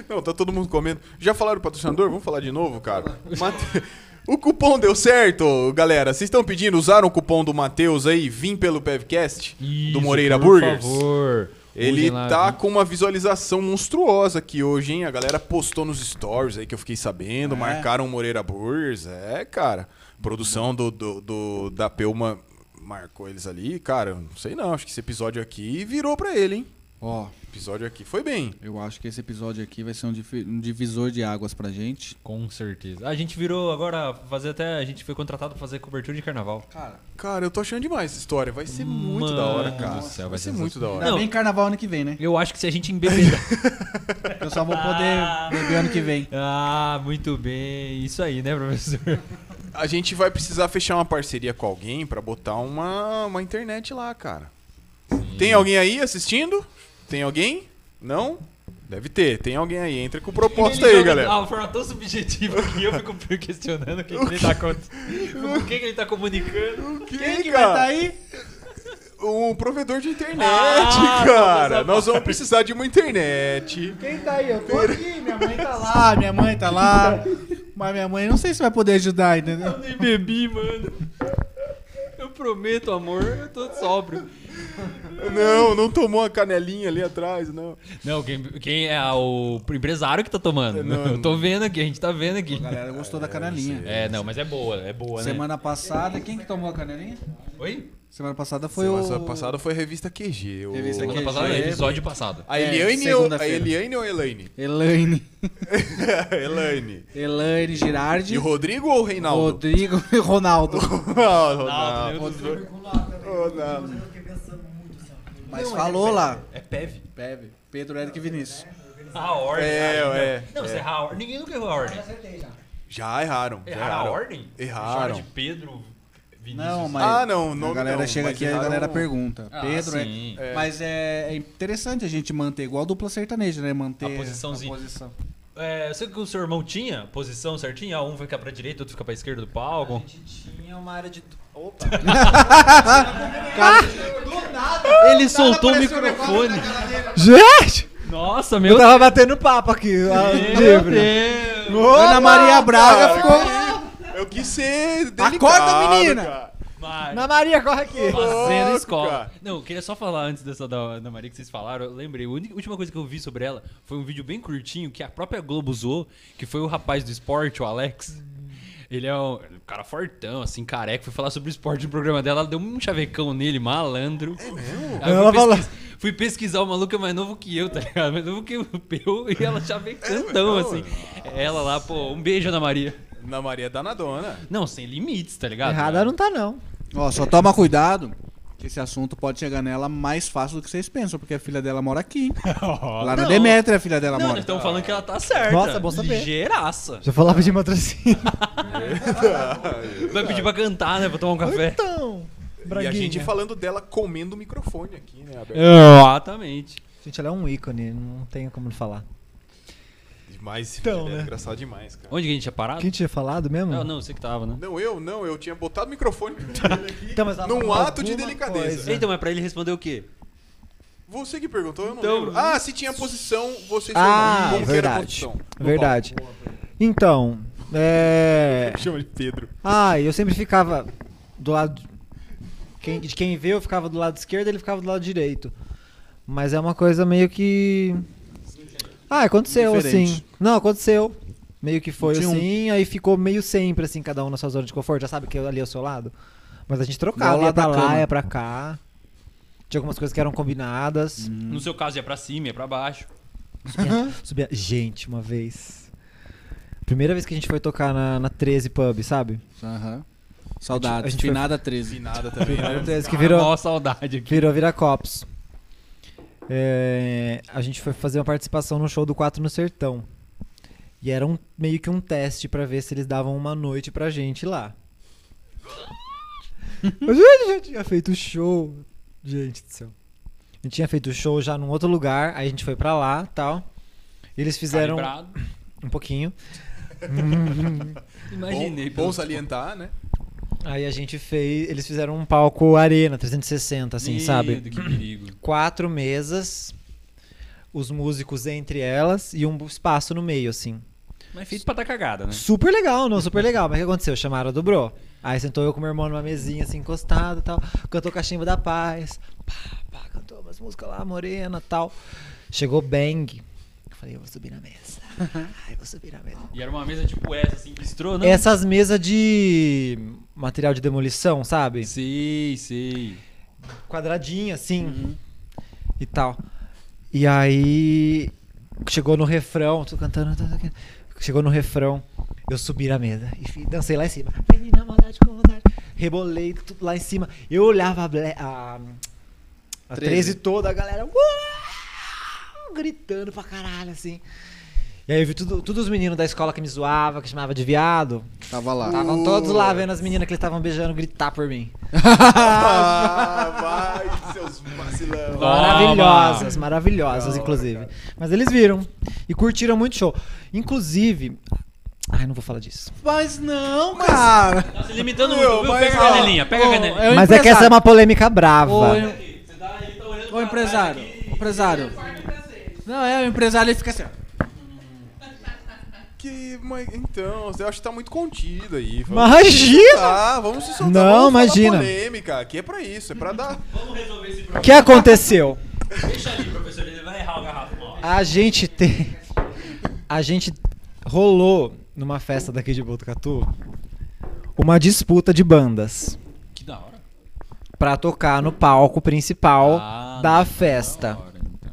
Não, tá todo mundo comendo. Já falaram do patrocinador? Vamos falar de novo, cara? Mate- O cupom deu certo, galera. Vocês estão pedindo, usaram o cupom do Matheus aí, vim pelo Pevcast, do Isso, Moreira por Burgers. favor. é Ele Usem lá, tá vi- com uma visualização monstruosa aqui hoje, hein? A galera postou nos stories aí que eu fiquei sabendo, É. marcaram o Moreira Burgers. É, cara. Produção do, do, do- da Pelma marcou eles ali. Cara, não sei não, acho que esse episódio aqui virou pra ele, hein? Ó, Episódio aqui foi bem. eu acho que esse episódio aqui vai ser um, difi- um divisor de águas pra gente. Com certeza. A gente virou agora fazer até. A gente foi contratado pra fazer cobertura de carnaval. Cara, Cara, eu tô achando demais essa história. Vai ser muito Mano da hora, do cara. céu, vai vai ser ser muito da hora. ainda Não. bem carnaval ano que vem, né? Eu acho que se a gente embebedar. Eu só vou poder beber ano que vem. ah, muito bem. Isso aí, né, professor? A gente vai precisar fechar uma parceria com alguém pra botar uma, uma internet lá, cara. Tem alguém aí assistindo? Tem alguém? Não? Deve ter, tem alguém aí. Entra com proposta aí, galera. Ah, uma forma tão subjetiva que eu fico me questionando o que, que ele tá acontecendo. O que, que ele tá comunicando. O quê, Quem que vai cara? tá aí? Um provedor de internet, Ah, cara. não, mas- Nós vamos precisar de uma internet. Quem tá aí? Eu tô aqui, minha mãe tá lá, minha mãe tá lá. Mas minha mãe não sei se vai poder ajudar, entendeu? Eu nem bebi, mano. Eu prometo, amor, eu tô sóbrio. Não, não tomou a canelinha ali atrás, não. Não, quem, quem é o empresário que tá tomando? É, Não, eu tô vendo aqui, a gente tá vendo aqui. A galera gostou da canelinha. É, não, mas é boa, é boa, né? Semana passada, quem que tomou a canelinha? Oi? Semana passada foi Semana o. passada foi a revista QG. O... Revista Semana QG. passada, é- episódio passado. A É, Eliane, ou, a segunda-feira. Eliane ou a Elaine? Elaine. Elaine. Elaine De Girardi. Rodrigo ou Reinaldo? Rodrigo e Ronaldo. Ah, Ronaldo, Ronaldo. meu Deus. Ronaldo. Eu fiquei pensando muito assim, ó. Mas falou lá. É PEV. Pepe, Pedro, Eric e Vinícius. A ordem. É, ah, é, Não, é. você errar a ordem. Ninguém nunca errou a ordem. Eu acertei já. Já erraram. já Erraram a ordem? Erraram. Chama de Pedro, Vinícius. Não, mas. Ah, não. A nome galera não, chega mas aqui e a erraram- galera pergunta. Ah, Pedro, é- sim. É. Mas é, é interessante a gente manter igual a dupla sertaneja, né? Manter A posiçãozinha. a posição. É, sabe o que o seu irmão tinha? Posição certinha? Ah, Um fica pra direita, outro fica pra esquerda do A palco. gente tinha uma área de. Opa! Do nada! Ele soltou o microfone. Gente! Nossa, Eu meu tava batendo papo aqui. ah, Meu livre. Deus. Ana Maria Braga cara, ficou. Eu quis ser delicado, Acorda, menina! cara. Mas- Ana Maria, corre aqui. Fazendo louco, escola. cara. Não, eu queria só falar antes dessa da Ana Maria que vocês falaram. Eu lembrei, a única- última coisa que eu vi sobre ela foi um vídeo bem curtinho que a própria Globo usou, que foi o rapaz do esporte, o Alex. Ele é um, um cara fortão, assim, careca. Foi falar sobre o esporte no programa dela, ela deu um chavecão nele, malandro. É mesmo? Ela fui, falou- pesquis- fui pesquisar, o maluco é mais novo que eu, tá ligado? Mais novo que eu, eu, e ela chavecantão, assim. Ela lá, pô, um beijo, Ana Maria. Ana Maria é Danadona. Não, sem limites, tá ligado? Errada não tá, não. Ó, só toma cuidado. que Esse assunto pode chegar nela mais fácil do que vocês pensam, porque a filha dela mora aqui. hein? Lá na Não. Demetria a filha dela Não, mora. eles estão falando que ela tá certa. Nossa, é bom saber. Ligeiraça. Já falava de patrocínio. Vai pedir pra cantar, né? Pra tomar um café. Então, E Braguinha. a gente falando dela comendo o microfone aqui, né, Abel? Exatamente. Gente, ela é um ícone, não tenho como não falar. Demais, Então, filho, é né? engraçado demais, cara. Onde que a gente tinha parado? Quem tinha falado mesmo? Ah, não, você que tava, né? Não, eu não, eu tinha botado o microfone Tá. pra ele aqui. Então, mas ela num falou ato de alguma delicadeza. coisa. Então, mas pra ele responder o quê? Você que perguntou, eu não Então- lembro. Ah, se tinha posição, você Ah, se Como que era a verdade. posição? No Verdade. Então, é. palco. Chama de Pedro. Ai, eu sempre ficava do lado. Quem, de quem vê, eu ficava do lado esquerdo ele ficava do lado direito. Mas é uma coisa meio que. Ah, aconteceu Diferente. assim. Não, aconteceu. Meio que foi Tinha um- assim, aí ficou meio sempre assim, cada um na sua zona de conforto. Já sabe que ali é o seu lado. Mas a gente trocava, Igual ia lá pra da cama. lá, ia pra cá. Tinha algumas coisas que eram combinadas. Hum, No seu caso, é pra cima, é pra baixo. Subia, subia- Gente, uma vez. Primeira vez que a gente foi tocar na, na 13 Pub, sabe? Aham. A Saudades. gente foi- Finada 13. Finada também, né? 13 que virou. Ah, Mó saudade aqui. Virou virar copos. É, a gente foi fazer uma participação no show do 4 no Sertão. E era um, meio que um teste pra ver se eles davam uma noite pra gente lá. Mas a gente já tinha feito show. Gente do céu. A gente tinha feito show já num outro lugar, aí a gente foi pra lá tal. Eles fizeram Calibrado. um pouquinho. um Imaginei. Bom, bom pelo- salientar, né? Aí a gente fez. Eles fizeram um palco arena 360, assim, Medo, sabe? Que perigo. quatro mesas, os músicos entre elas e um espaço no meio, assim. Mas feito pra tá cagada, né? Super legal, não, super legal. Mas o que aconteceu? Chamaram a Dobro. Aí sentou eu com meu irmão numa mesinha assim, encostado e tal. Cantou Cachimbo da Paz. Pá, pá, cantou umas músicas lá, morena e tal. Chegou Bang. Eu falei, eu vou subir na mesa. Ai, eu vou subir na mesa. E era uma mesa tipo essa, assim, bistrô, né? Essas mesas de material de demolição, sabe? Sei, sei. quadradinha, assim, e tal. E aí, chegou no refrão, tô cantando, tô- tô- chegou no refrão, eu subi na mesa e fi- dancei lá em cima. Peguei na maldade com vontade, rebolei tudo lá em cima. Eu olhava a, ble- a, a 13. toda, a galera uau, gritando pra caralho, assim. E aí eu vi tudo, todos os meninos da escola que me zoava, que chamava de viado, Tava lá. Estavam todos lá vendo as meninas que eles estavam beijando gritar por mim. Ah, vai, seus vacilão. Toma! Maravilhosas, maravilhosas, inclusive. Mas eles viram e curtiram muito o show. Inclusive. Ai, não vou falar disso. Mas não, cara. Tá se limitando muito, Meu, viu? mas, Pega ó, a canelinha, pega a canelinha. tá o Mas é que essa é empresário. uma polêmica brava. Ô, em- então, Ô, empresário. Empresário. Não, é, o empresário ele fica assim. ó. Que, mas, então, eu acho que tá muito contido aí. Vamos Imagina! Tá, vamos se soltar. Não, vamos falar imagina. polêmica. Aqui é pra isso, é pra dar. Vamos resolver esse O problema. que aconteceu? Deixa ali, professor, ele vai errar o garrafa. A gente tem. A gente rolou numa festa daqui de Botucatu uma disputa de bandas Que da hora. pra tocar no palco principal Ah, da não, festa. da hora, então.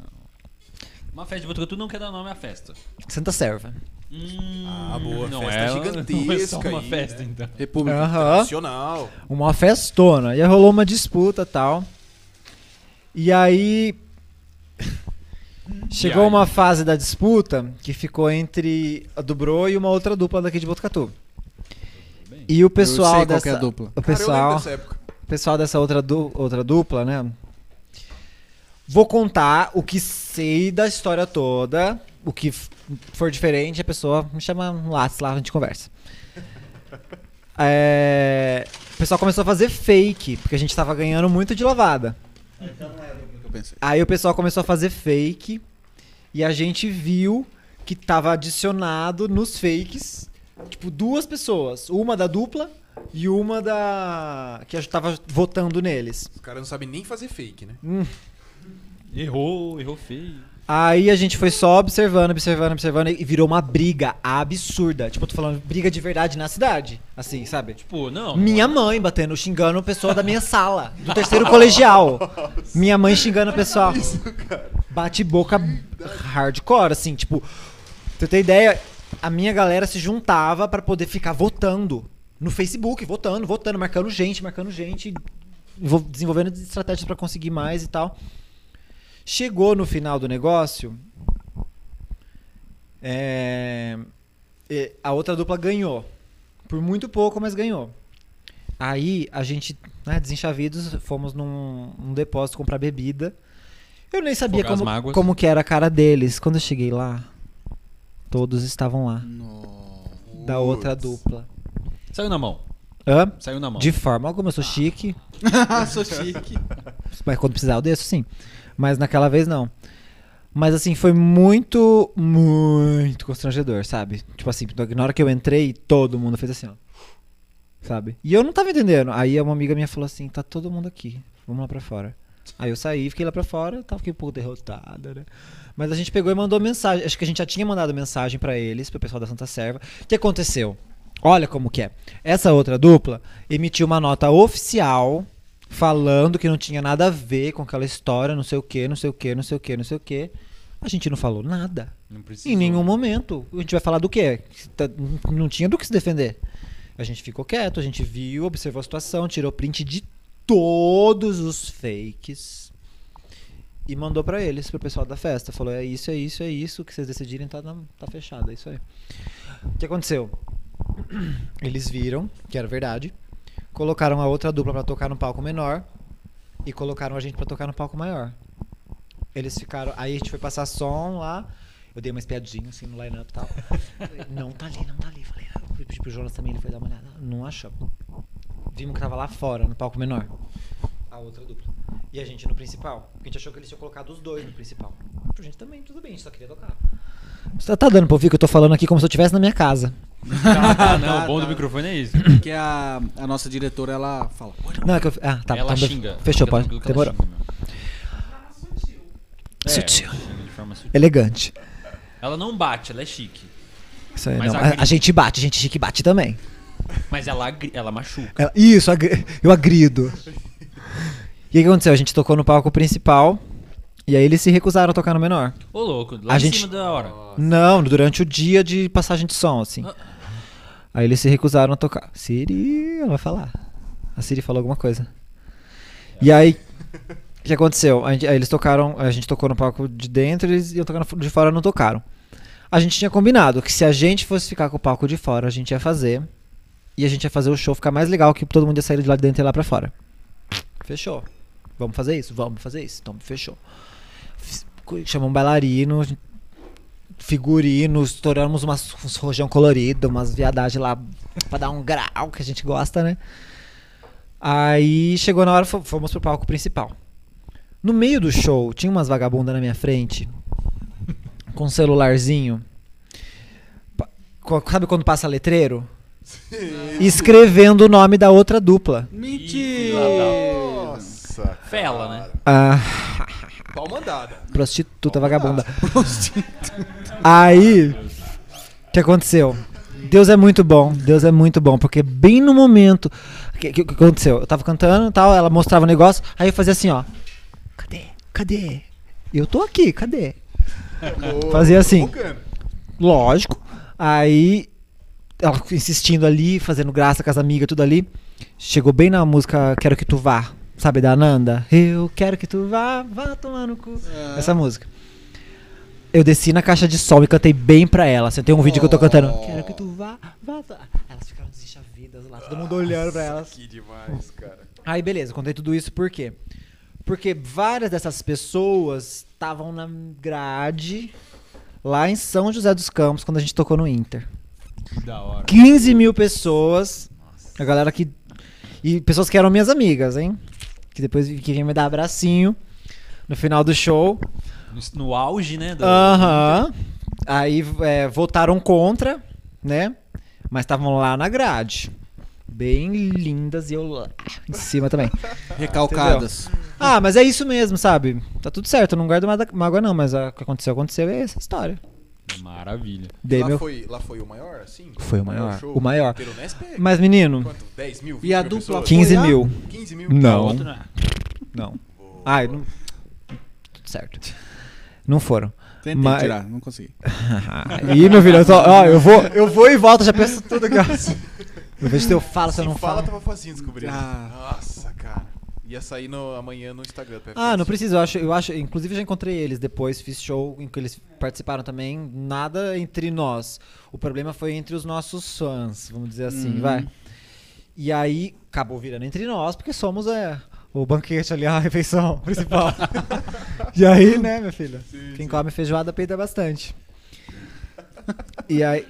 Uma festa de Botucatu não quer dar nome à festa. Santa Serva. Hum, Ah, boa, não festa é, Não é só gigantesca uma aí, festa, então. República. Aham. Nacional. uma festona. E aí rolou uma disputa e tal. E aí. Chegou E aí? uma fase da disputa que ficou entre a Dubro e uma outra dupla daqui de Botucatu. E o pessoal sei qual dessa que é a dupla. o Cara, eu lembro pessoal, dessa época. o pessoal dessa outra du- outra dupla, né? Vou contar o que sei da história toda, o que f- for diferente, a pessoa me chama no Whats lá, a gente conversa. É, o pessoal começou a fazer fake, porque a gente tava ganhando muito de lavada. Ah, então Eu pensei. Aí o pessoal começou a fazer fake e a gente viu que tava adicionado nos fakes, tipo, duas pessoas, uma da dupla e uma da que eu tava votando neles. Os caras não sabem nem fazer fake, né? Errou, errou feio. Aí a gente foi só observando, observando, observando e virou uma briga absurda. Tipo, eu tô falando briga de verdade na cidade, assim, sabe? Pô, Tipo, não. é. Minha mãe batendo, xingando o pessoal da minha sala, do terceiro colegial. Minha mãe xingando o pessoal. Bate boca hardcore, assim, tipo. Pra você ter ideia, a minha galera se juntava pra poder ficar votando no Facebook, votando, votando, marcando gente, marcando gente, envol- desenvolvendo estratégias pra conseguir mais e tal. Chegou no final do negócio. é, e a outra dupla ganhou. Por muito pouco, mas ganhou. Aí a gente, né, desenchavidos, fomos num, num depósito comprar bebida. Eu nem sabia Afogar as como, mágoas. como que era a cara deles. Quando eu cheguei lá, todos estavam lá. Da outra dupla. Saiu na mão. Hã? Saiu na mão. De forma alguma, eu sou chique. Ah, sou chique. Mas quando precisar eu desço, sim. Mas naquela vez não. Mas assim, foi muito, muito constrangedor, sabe? Tipo assim, na hora que eu entrei, todo mundo fez assim, ó. Sabe? E eu não tava entendendo. Aí uma amiga minha falou assim: tá todo mundo aqui, vamos lá pra fora. Aí eu saí, fiquei lá pra fora, tava fiquei um pouco derrotada, né? Mas a gente pegou e mandou mensagem. Acho que a gente já tinha mandado mensagem pra eles, pro pessoal da Santa Serva. O que aconteceu? Olha como que é. Essa outra dupla emitiu uma nota oficial falando que não tinha nada a ver com aquela história, não sei o que, não sei o que, não sei o que, não sei o que. A gente não falou nada. Não precisa. Em nenhum momento. A gente vai falar do quê? Tá- Não tinha do que se defender. A gente ficou quieto, a gente viu, observou a situação, tirou print de todos os fakes e mandou pra eles, pro pessoal da festa. Falou: é isso, é isso, é isso. O que vocês decidirem tá, na- tá fechado, é isso aí. O que aconteceu? Eles viram que era verdade, colocaram a outra dupla pra tocar no palco menor e colocaram a gente pra tocar no palco maior. Eles ficaram. Aí a gente foi passar som lá. Eu dei uma espiadinha assim no line-up e tal. Falei, Não tá ali, não tá ali. Falei, ah, vou pedir pro Jonas também, ele foi dar uma olhada. Não achamos. Vimos que tava lá fora, no palco menor. A outra dupla. E a gente no principal. Porque a gente achou que eles tinham colocado os dois no principal. Pra gente também, tudo bem, a gente só queria tocar. Você tá dando pra ouvir que eu tô falando aqui como se eu estivesse na minha casa. Tá, tá, não. Tá, O bom do tá. microfone é isso. Que a, a nossa diretora, ela fala. Não, é que eu. Ah, tá. ela tá, xinga. Fechou, Fica pode. tranquilo que ela Demorou. xinga, meu. É, Sutil. xinga de forma sutil. Elegante. Ela não bate, ela é chique. Isso aí, Mas não. a A, gri- a gente bate, a gente chique bate também. Mas ela, agri- ela machuca. Ela, É, isso, agri- eu agrido. E o que aconteceu? A gente tocou no palco principal e aí eles se recusaram a tocar no menor. Ô, louco, lá A em gente- cima da hora. Não, durante o dia de passagem de som, assim. Ah. Aí eles se recusaram a tocar. Siri, ela vai falar. A Siri falou alguma coisa. E aí, o que aconteceu? A gente- aí eles tocaram, a gente tocou no palco de dentro, eles iam tocar no f- de fora, não tocaram. A gente tinha combinado que se a gente fosse ficar com o palco de fora, a gente ia fazer E a gente ia fazer o show ficar mais legal que todo mundo ia sair de lá de dentro e ir lá pra fora. Fechou. Vamos fazer isso? Vamos fazer isso. Então, fechou. Fiz- co- Chamamos um bailarino, figurino, estouramos umas, uns rojão colorido, umas viadagens lá pra dar um grau que a gente gosta, né? Aí chegou na hora, fo- fomos pro palco principal. No meio do show, tinha umas vagabundas na minha frente, com um celularzinho. Pa- co- Sabe quando passa letreiro? Escrevendo o nome da outra dupla. Mentira! Nossa. Fela, né? Ah, Palma dada. prostituta vagabunda. Aí, o que aconteceu? Deus é muito bom, Deus é muito bom, porque bem no momento. O que, que- que aconteceu? Eu tava cantando e tal, ela mostrava o negócio, aí eu fazia assim, ó. Cadê? Cadê? Eu tô aqui, cadê? Fazia assim. Bacana. Lógico. Aí ela insistindo ali, fazendo graça com as amigas, tudo ali. Chegou bem na música Quero Que Tu Vá, sabe, da Ananda? Eu quero que tu vá, vá tomar no cu. Essa música. Eu desci na caixa de som e cantei bem pra ela. Assim, tem um vídeo que eu tô cantando. Quero que tu vá, vá. to-" Elas ficaram desenchavidas lá, todo mundo olhando pra elas. Que demais, cara. Aí beleza, contei tudo isso por quê? Porque várias dessas pessoas estavam na grade lá em São José dos Campos quando a gente tocou no Inter. Que da hora. 15 mil pessoas, a galera que. E pessoas que eram minhas amigas, hein? Que depois que vinha me dar abracinho no final do show. No, no auge, né? do- Ah. Aham. Aí é, votaram contra, né? Mas estavam lá na grade. Bem lindas e eu lá em cima também. Recalcadas. Ah, mas é isso mesmo, sabe? Tá tudo certo, eu não guardo ma- mágoa não, mas ah, o que aconteceu, aconteceu, é essa história. Maravilha. Dei lá, meu... foi, lá foi o maior, assim? Foi o maior, show? o maior. Pelo Nesp? é Mas menino, Quanto? 10 mil? E a 20 mil dupla pessoas? 15 Foi lá? mil. 15 mil? Não, Outro, né? não. Ai, não... Tudo certo. Não foram. Tentei Mas- tirar, não consegui. Ih, meu filho, eu, tô- ó, eu vou, eu vou e volto, já penso tudo que eu... Eu vejo se eu falo, se eu Se não fala, falo. tava facinho descobrir. né? Ah. Nossa, cara. Ia sair no, amanhã no Instagram. É pra Ah, não FS. precisa, eu acho, eu acho, inclusive eu já encontrei eles depois, fiz show em que eles participaram também, nada entre nós. O problema foi entre os nossos fãs, vamos dizer assim, Uhum. vai. E aí acabou virando entre nós, porque somos é, o banquete ali, a refeição principal. e aí, né, minha filha? quem come feijoada peida bastante. e aí,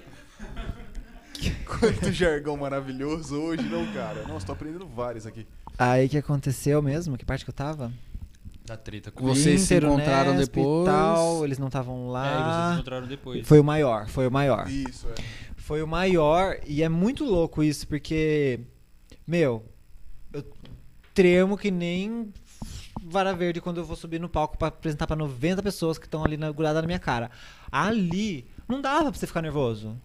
Quanto jargão maravilhoso hoje, não, cara. Nossa, tô aprendendo vários aqui. aí que aconteceu mesmo? Que parte que eu tava? Da treta com Vocês se Inter, encontraram Unesp e depois. Tal, eles não estavam É, e vocês se lá. encontraram depois. foi o maior, foi o Ah. maior. Isso, é. Foi o maior, e é muito louco isso, porque, meu, eu tremo que nem vara verde quando eu vou subir no palco pra apresentar pra 90 pessoas que estão ali na, grudada na minha cara. Ali, não dava pra você ficar nervoso.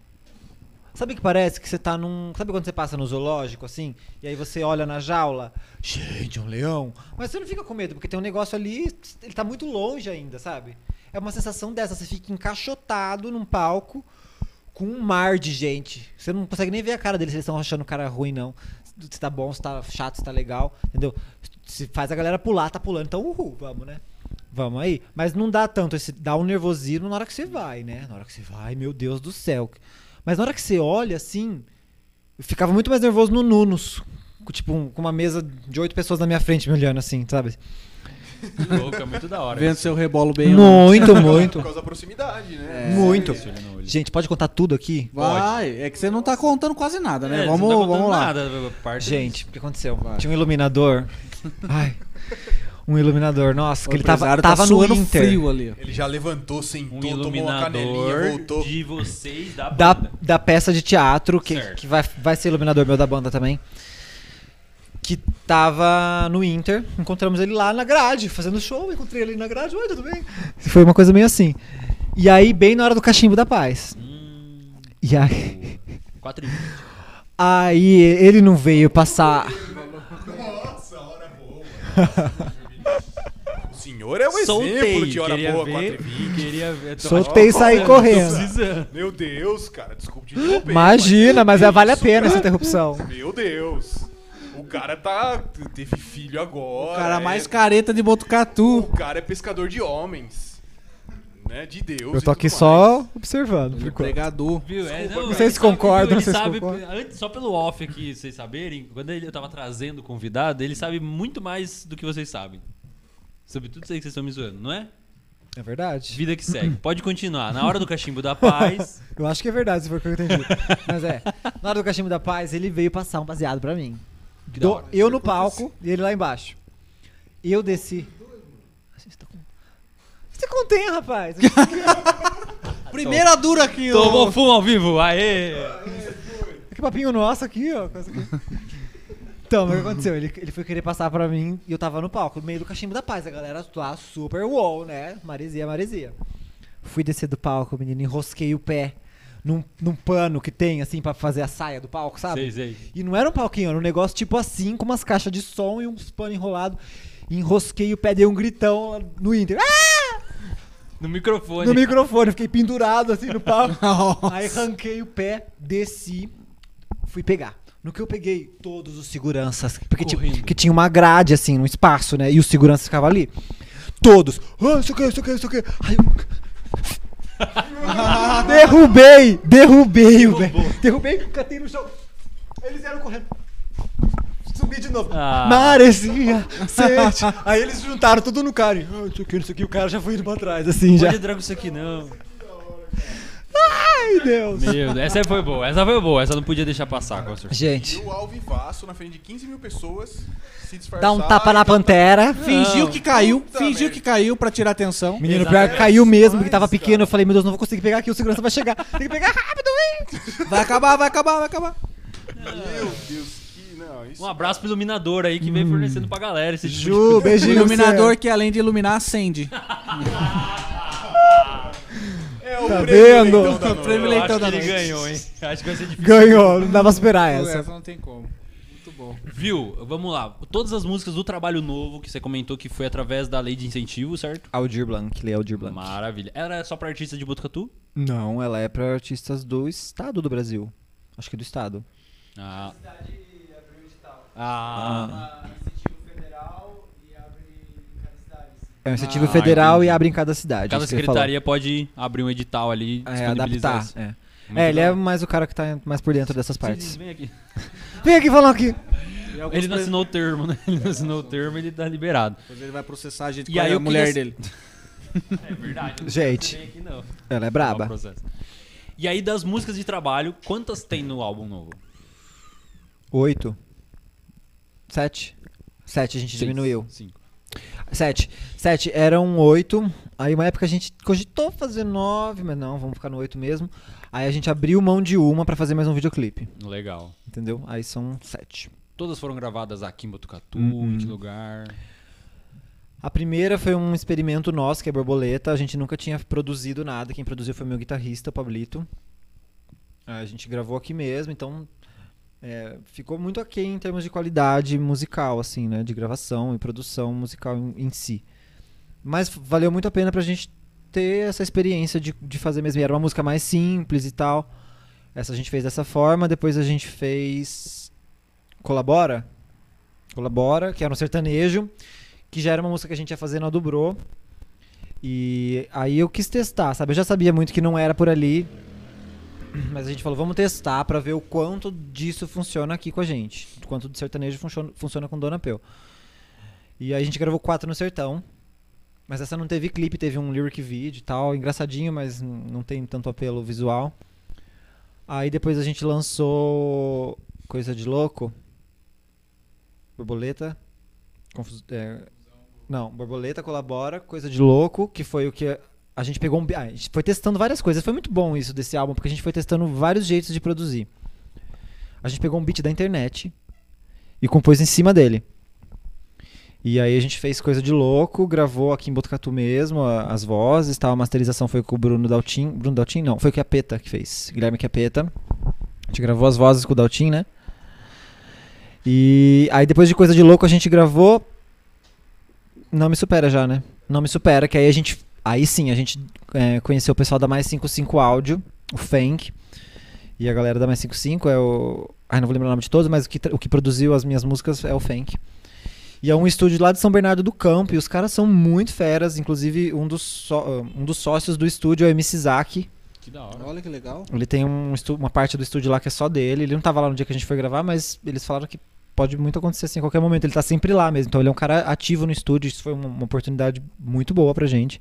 Sabe que parece que você tá num. Sabe quando você passa no zoológico, assim? E aí você olha na jaula, gente, é um leão. Mas você não fica com medo, porque tem um negócio ali, ele tá muito longe ainda, sabe? É uma sensação dessa, você fica encaixotado num palco com um mar de gente. Você não consegue nem ver a cara deles, se eles estão achando o cara ruim, não. Se tá bom, se tá chato, se tá legal, entendeu? Se faz a galera pular, tá pulando. Então, uhul, vamos, né? Vamos aí. Mas não dá tanto esse. Dá um nervosismo na hora que você vai, né? Na hora que você vai, meu Deus do céu. Mas na hora que você olha assim. Eu ficava muito mais nervoso no Nunos. Com, tipo, um- com uma mesa de oito pessoas na minha frente me olhando assim, sabe? Louco, é muito da hora. Vendo seu rebolo bem. ou não. Muito, Por muito. causa da proximidade, né? muito. Esse olho É, no olho. Gente, pode contar tudo aqui? Vai, é que você não tá contando quase nada, né? É, vamos, não tá contando vamos lá. nada, a parte- Gente, o que aconteceu? Vai. Tinha um iluminador. Ai. Um iluminador, nossa, que ele tava, empresário tá tava no suando Inter. frio ali. ó. Ele já levantou, sentou, Um tomou uma canelinha, iluminador voltou. de vocês da Da, banda. da peça de teatro, que, Certo. que vai, vai ser iluminador meu da banda também. Que tava no Inter. Encontramos ele lá na grade, fazendo show. Encontrei ele na grade. Oi, tudo bem? Foi uma coisa meio assim. E aí, bem na hora do cachimbo da paz. Hum, E aí, quatro e vinte. aí ele não veio passar. é O senhor é um exemplo Soltei, de hora queria boa, ver, 4 queria ver. Soltei e saí correndo. Meu Deus, cara, desculpa te interromper. Imagina, mas é- vale a isso, pena essa cara. interrupção. Meu Deus. O cara tá. teve filho agora. O cara é- mais careta de Botucatu. O cara é pescador de homens. né? De Deus. Eu tô e aqui tudo só mais. Ele observando. é por enquanto. pregador. Viu? É, Desculpa, não, não ele sei se sabe, concorda, viu? não Ele sei se sabe, concorda. antes, só pelo off aqui, vocês saberem, quando ele- eu tava trazendo o convidado, ele sabe muito mais do que vocês sabem. Sobre tudo isso aí que vocês estão me zoando, não é? É verdade. Vida que segue. Pode continuar. Na hora do cachimbo da paz, Eu acho que é verdade, se for o que eu entendi. Mas é, na hora do Cachimbo da Paz, ele veio passar um baseado pra mim. que da Do- hora. eu no palco e ele lá embaixo. E eu desci. Você tá com- Você tá contém, rapaz. Primeira dura aqui, ô. Tomou fumo ao vivo, aê! que papinho nosso aqui, ó. coisa aqui. Então, mas o que aconteceu? Ele, ele foi querer passar pra mim e eu tava no palco, no meio do Cachimbo da Paz. A galera lá, super wow, né? Maresia, maresia. Fui descer do palco, menino, enrosquei o pé num, num pano que tem, assim, pra fazer a saia do palco, sabe? Sei, sei. E não era um palquinho, era um negócio tipo assim, com umas caixas de som e uns pano enrolado. Enrosquei o pé, dei um gritão lá no Inter. Ah! No microfone. No microfone, fiquei pendurado assim no palco. Aí arranquei o pé, desci, fui pegar. No que eu peguei, todos os seguranças, porque ti- Correndo. que tinha uma grade assim, um espaço, né? E os seguranças ficavam ali. Todos, ah, isso aqui, isso aqui, isso aqui. Aí eu... derrubei, derrubei o velho. Derrubei, catei no chão. Eles eram correndo. Subi de novo. Ah. Maresia, sente. Aí eles juntaram tudo no cara. e, Ah, isso aqui, isso aqui. O cara já foi indo pra trás, assim, já. Pode entrar com isso aqui, não. Ai, Deus. Meu Deus, essa foi boa, essa foi boa, essa não podia deixar passar, com certeza. Gente. E o Alvivaço na frente de 15 mil pessoas se disfarçar. Dá um tapa na e cantar. pantera. Fingiu que caiu, Puta fingiu merda. que caiu pra tirar atenção. Menino, Exato. pior que caiu mesmo, porque Demais, tava pequeno. cara. Eu falei, meu Deus, não vou conseguir pegar aqui, o segurança vai chegar. Tem que pegar rápido, hein? Vai acabar, vai acabar, vai acabar. Meu Deus, que. Não, isso. Um abraço pro iluminador aí que vem fornecendo pra galera esse tipo de Ju, O beijinho. iluminador que além de iluminar, acende. É o Tá prêmio vendo? Leitão O da então noite. prêmio Eu Leitão acho que da ele noite. ganhou, hein? Acho que vai ser difícil. Ganhou, não dava pra esperar é. essa. não tem como. Muito bom. Viu? Vamos lá. Todas as músicas do trabalho novo que você comentou que foi através da lei de incentivo, certo? Aldir Blanc, lê Aldir Blanc. Maravilha. Era só pra artista de Botucatu? Não, ela é pra artistas do estado do Brasil. Acho que é do estado. Ah. É uma iniciativa Ah, federal entendi. e abre em cada cidade. Cada isso que você secretaria pode abrir um edital ali e falou. é, disponibilizar. adaptar. isso. É. Muito É, ele é legal. mais o cara que tá mais por dentro dessas partes. Vem aqui. Vem aqui falar aqui. Ele não assinou o termo, né? Ele não assinou o termo, ele tá liberado. Depois ele vai processar a gente E com aí a eu mulher queria- dele. É verdade. Gente. Vem aqui não. um Ela é Ó o braba. processo. E aí, das músicas de trabalho, quantas tem no álbum novo? Oito. Sete. Sete a gente diminuiu. Cinco. Sete. Sete. Eram oito. Aí uma época a gente cogitou fazer nove, mas não, vamos ficar no oito mesmo. Aí a gente abriu mão de uma pra fazer mais um videoclipe. Legal. Entendeu? Aí são sete. Todas foram gravadas aqui em Botucatu, Uhum. em que lugar? A primeira foi um experimento nosso, que é borboleta. A gente nunca tinha produzido nada. Quem produziu foi meu guitarrista, o Pablito. A gente gravou aqui mesmo, então é, ficou muito aquém em termos de qualidade musical, assim, né? De gravação e produção musical em, em si. Mas f- valeu muito a pena pra gente ter essa experiência de, de fazer mesmo. E Era uma música mais simples e tal. Essa a gente fez dessa forma. Depois a gente fez. Colabora? Colabora, que era um sertanejo que já era uma música que a gente ia fazer na Dubrô. E aí eu quis testar, sabe? Eu já sabia muito que não era por ali. Mas a gente falou, vamos testar pra ver o quanto disso funciona aqui com a gente. O quanto do sertanejo funciona, funciona com Dona Peu. E aí a gente gravou quatro no sertão. Mas essa não teve clipe, teve um lyric video e tal. Engraçadinho, mas n- não tem tanto apelo visual. Aí depois a gente lançou Coisa de Louco. Borboleta. Confus- é, não, borboleta colabora, coisa de louco, que foi o que a gente pegou um. bi- ah, a gente foi testando várias coisas. Foi muito bom isso desse álbum, porque a gente foi testando vários jeitos de produzir. A gente pegou um beat da internet e compôs em cima dele. E aí a gente fez coisa de louco, gravou aqui em Botucatu mesmo a- as vozes, tal. A masterização foi com o Bruno Daltin. Bruno Daltin não, foi o Capeta que fez. Guilherme Capeta. A gente gravou as vozes com o Daltin, né? E aí depois de coisa de louco a gente gravou não me supera já, né? Não me supera, que aí a gente. Aí sim, a gente é, conheceu o pessoal da Mais 55 Áudio, o Fank. E a galera da Mais 55 é o. Ai, não vou lembrar o nome de todos, mas o que, tra- o que produziu as minhas músicas é o Fank. E é um estúdio lá de São Bernardo do Campo, e os caras são muito feras, inclusive um dos, só- um dos sócios do estúdio é o MC Zaki. Que da hora. Olha que legal. Ele tem um estu- uma parte do estúdio lá que é só dele. Ele não tava lá no dia que a gente foi gravar, mas eles falaram que pode muito acontecer assim a qualquer momento. Ele tá sempre lá mesmo. Então ele é um cara ativo no estúdio. Isso foi uma, uma oportunidade muito boa pra gente.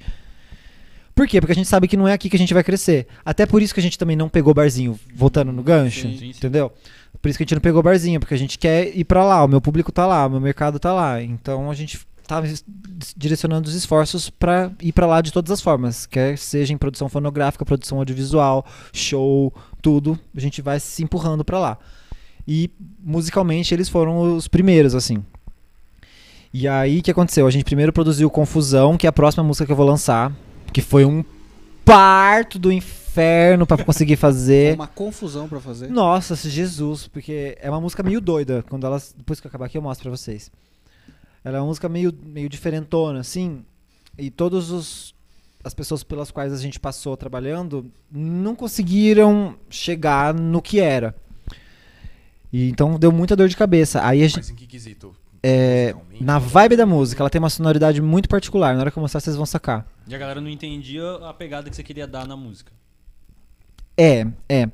Por quê? Porque a gente sabe que não é aqui que a gente vai crescer. Até por isso que a gente também não pegou barzinho, voltando no gancho, Sim, sim, sim. entendeu? Por isso que a gente não pegou barzinho, porque a gente quer ir pra lá, o meu público tá lá, o meu mercado tá lá. Então a gente tá es- direcionando os esforços pra ir pra lá de todas as formas, quer seja em produção fonográfica, produção audiovisual, show, tudo, a gente vai se empurrando pra lá. E musicalmente eles foram os primeiros, assim. E aí o que aconteceu? A gente primeiro produziu Confusão, que é a próxima música que eu vou lançar, que foi um parto do inferno pra conseguir É fazer. uma confusão pra fazer. né? Nossa, Jesus, porque é uma música meio doida. Quando ela, depois que eu acabar aqui, eu mostro pra vocês. Ela é uma música meio, meio diferentona, assim. E todos os as pessoas pelas quais a gente passou trabalhando não conseguiram chegar no que era. E então deu muita dor de cabeça. Aí a gente, Mas em que quesito? é, Musicalmente? na vibe da música, ela tem uma sonoridade muito particular. Na hora que eu mostrar, vocês vão sacar. E a galera não entendia a pegada que você queria dar na música. É, é.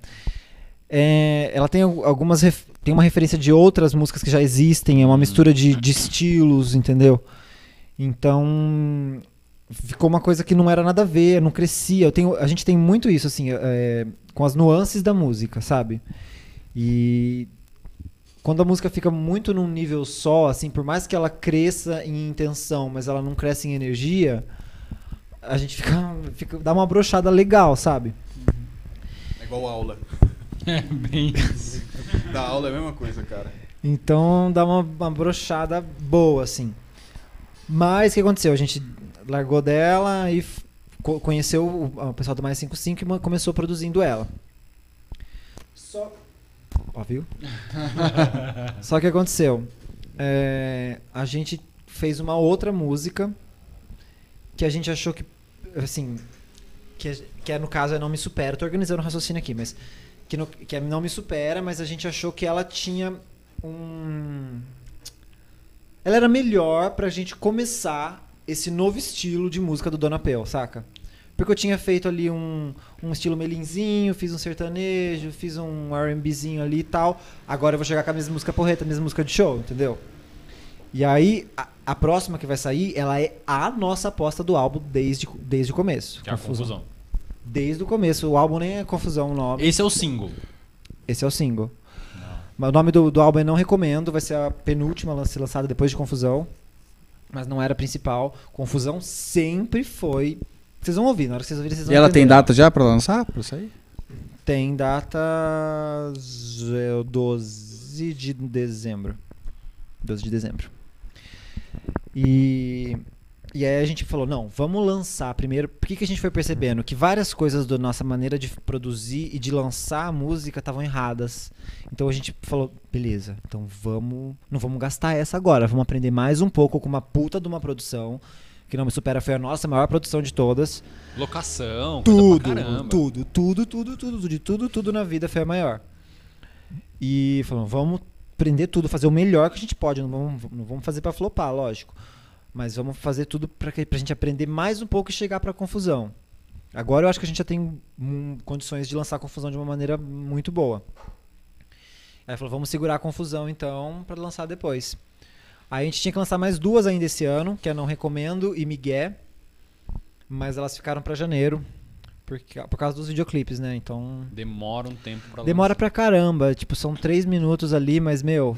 É, ela tem al- algumas. ref- Tem uma referência de outras músicas que já existem, é uma mistura de, de estilos, entendeu? Então. Ficou uma coisa que não era nada a ver, não crescia. Eu tenho, a gente tem muito isso, assim, é, com as nuances da música, sabe? E. Quando a música fica muito num nível só, assim, por mais que ela cresça em intenção, mas ela não cresce em energia, a gente fica, fica dá uma brochada legal, sabe? É igual aula. É, bem. Da aula é a mesma coisa, cara. Então dá uma, uma brochada boa, assim. Mas o que aconteceu? A gente largou dela e f- co- conheceu o, o pessoal do Mais 55 e ma- começou produzindo ela. Só. Ó, viu? Só que aconteceu. É, a gente fez uma outra música que a gente achou que. Assim. Que, é- que é, no caso é Não Me Supera. Tô organizando o raciocínio aqui, mas. Que, no- que é Não Me Supera, mas a gente achou que ela tinha um. Ela era melhor pra gente começar esse novo estilo de música do Dona Pel, saca? Porque eu tinha feito ali um, um estilo melinzinho, fiz um sertanejo, fiz um RBzinho ali e tal. Agora eu vou chegar com a mesma música porreta, a mesma música de show, entendeu? E aí, a, a próxima que vai sair, ela é a nossa aposta do álbum desde, desde o começo. Que é a confusão. Desde o começo. O álbum nem é confusão o nome. Esse é o single. Esse é o single. Mas O nome do, do álbum eu não recomendo, vai ser a penúltima a ser lançada depois de Confusão. Mas não era a principal. Confusão sempre foi. Vocês vão ouvir, na hora que vocês ouvirem, E vocês vão ela tem entender. data já pra lançar? Pra sair? Tem data. é, 12 de dezembro. 12 de dezembro. E. E aí a gente falou, não, vamos lançar primeiro. Por que, que a gente foi percebendo? Que várias coisas da nossa maneira de produzir e de lançar a música estavam erradas. Então a gente falou, beleza, então vamos. Não vamos gastar essa agora, vamos aprender mais um pouco com uma puta de uma produção. Que não me supera, foi a nossa maior produção de todas. Locação, coisa pra Tudo, caramba. tudo, tudo, tudo, tudo, tudo, de tudo, tudo na vida foi a maior. E falou, vamos aprender tudo, fazer o melhor que a gente pode, não vamos, não vamos fazer pra flopar, lógico. Mas vamos fazer tudo pra, que, pra gente aprender mais um pouco e chegar pra confusão. Agora eu acho que a gente já tem hum, condições de lançar a confusão de uma maneira muito boa. Aí falou, vamos segurar a confusão então pra lançar depois. Aí a gente tinha que lançar mais duas ainda esse ano, que é Não Recomendo e Miguel. Mas elas ficaram pra janeiro. Porque, por causa dos videoclipes, né? Então. Demora um tempo pra Demora lançar, pra caramba. Tipo, são três minutos ali, mas, meu.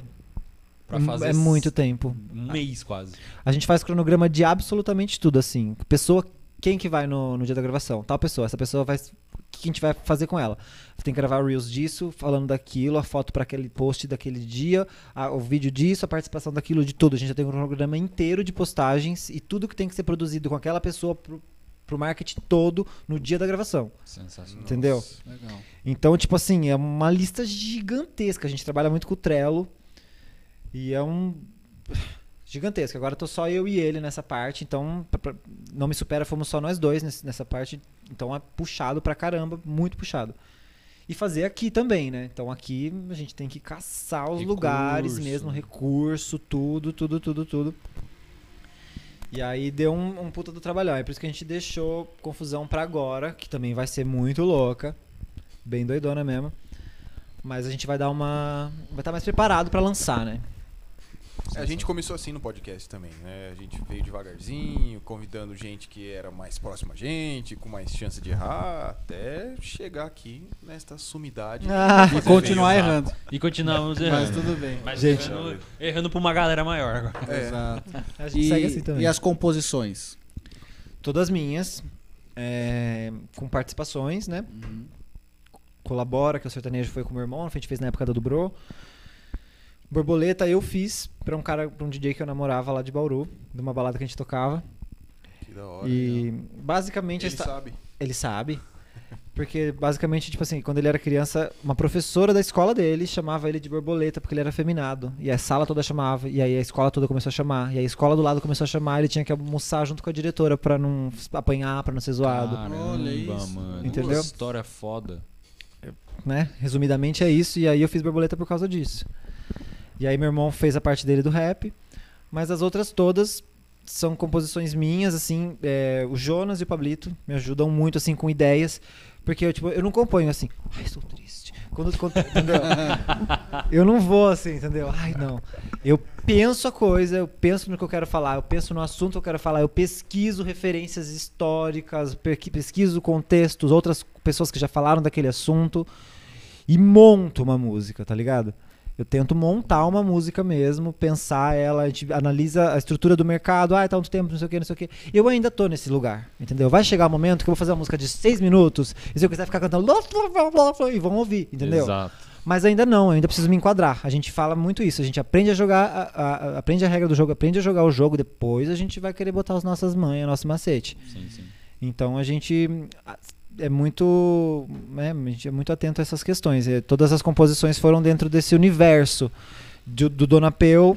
pra m- fazer. é muito tempo. Um mês quase. A gente faz cronograma de absolutamente tudo, assim. Pessoa, quem que vai no, no dia da gravação? Tal pessoa. Essa pessoa vai. O que que a gente vai fazer com ela? Tem que gravar reels disso, falando daquilo, a foto pra aquele post daquele dia, a- o vídeo disso, a participação daquilo, de tudo. A gente já tem um cronograma inteiro de postagens e tudo que tem que ser produzido com aquela pessoa pro, pro marketing todo no dia da gravação. Sensacional. Entendeu? Legal. Então, tipo assim, é uma lista gigantesca. A gente trabalha muito com o Trello. E é um. Gigantesco. Agora tô só eu e ele nessa parte. Então, pra- pra- não me supera, fomos só nós dois nesse- nessa parte. Então é puxado pra caramba, muito puxado. e fazer aqui também, né? Então aqui a gente tem que caçar os lugares Recurso. mesmo, recurso, tudo, tudo, tudo, tudo. E aí deu um, um puta do trabalhão. É por isso que a gente deixou confusão pra agora, que também vai ser muito louca. Bem doidona mesmo. Mas a gente vai dar uma. Vai estar mais preparado pra lançar, né? A gente começou assim no podcast também, né? A gente veio devagarzinho, convidando gente que era mais próxima a gente, com mais chance de errar, até chegar aqui nesta sumidade. E continuar Exato. errando. E continuamos Mas errando. tudo bem. Mas Gente. errando, errando pra uma galera maior agora. É. Exato. A gente E, segue assim também. e as composições? Todas minhas. é, com participações, né? Colabora, que o sertanejo foi com o meu irmão, a gente fez na época da Dubrô. Borboleta eu fiz pra um cara, pra um DJ que eu namorava lá de Bauru, de uma balada que a gente tocava. Que da hora. e né? legal. basicamente a Ele esta- sabe. Ele sabe. Porque basicamente, tipo assim, quando ele era criança, uma professora da escola dele chamava ele de borboleta porque ele era afeminado. E a sala toda chamava, e aí a escola toda começou a chamar, e a escola do lado começou a chamar, ele tinha que almoçar junto com a diretora pra não apanhar, pra não ser zoado, Olha isso. mano. Entendeu? Que história foda. né? Resumidamente é isso, e aí eu fiz borboleta por causa disso. E aí meu irmão fez a parte dele do rap, mas as outras todas são composições minhas, assim, é, o Jonas e o Pablito me ajudam muito, assim, com ideias, porque eu, tipo, eu não componho assim, ai, estou triste. Quando, quando- entendeu? eu não vou assim, entendeu? Ai, não. Eu penso a coisa, eu penso no que eu quero falar, eu penso no assunto que eu quero falar, eu pesquiso referências históricas, pe- pesquiso contextos, outras pessoas que já falaram daquele assunto e monto uma música, tá ligado? Eu tento montar uma música mesmo, pensar ela, a gente analisa a estrutura do mercado, ah, tá muito tempo, não sei o que, não sei o que. Eu ainda tô nesse lugar, entendeu? Vai chegar um momento que eu vou fazer uma música de seis minutos, e se eu quiser ficar cantando, e vão ouvir, entendeu? Exato. Mas ainda não, eu ainda preciso me enquadrar. A gente fala muito isso, a gente aprende a jogar, a- a- a- aprende a regra do jogo, aprende a jogar o jogo, depois a gente vai querer botar as nossas manhas, nosso macete. Sim, sim. Então a gente hum, a- é muito, né, a gente é muito atento a essas questões. E todas as composições foram dentro desse universo do, do Dona Peu,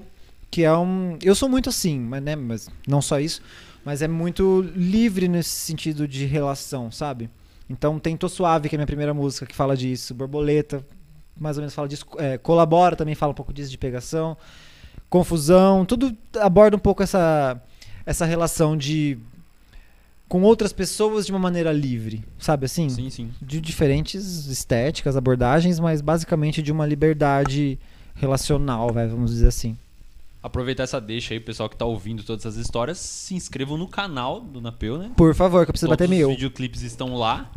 que é um, eu sou muito assim, mas, né, mas não só isso, mas é muito livre nesse sentido de relação, sabe? Então tem Tô Suave, que é a minha primeira música, que fala disso, Borboleta, mais ou menos fala disso, é, Colabora também fala um pouco disso de pegação, Confusão, tudo aborda um pouco essa, essa relação de com outras pessoas de uma maneira livre, sabe assim? Sim, sim. de diferentes estéticas, abordagens, mas basicamente de uma liberdade relacional, vai, vamos dizer assim. Aproveitar essa deixa aí, pessoal que tá ouvindo todas essas histórias, se inscrevam no canal do Napeu, né? Por favor, que eu preciso Todos bater mil. os videoclipes estão lá.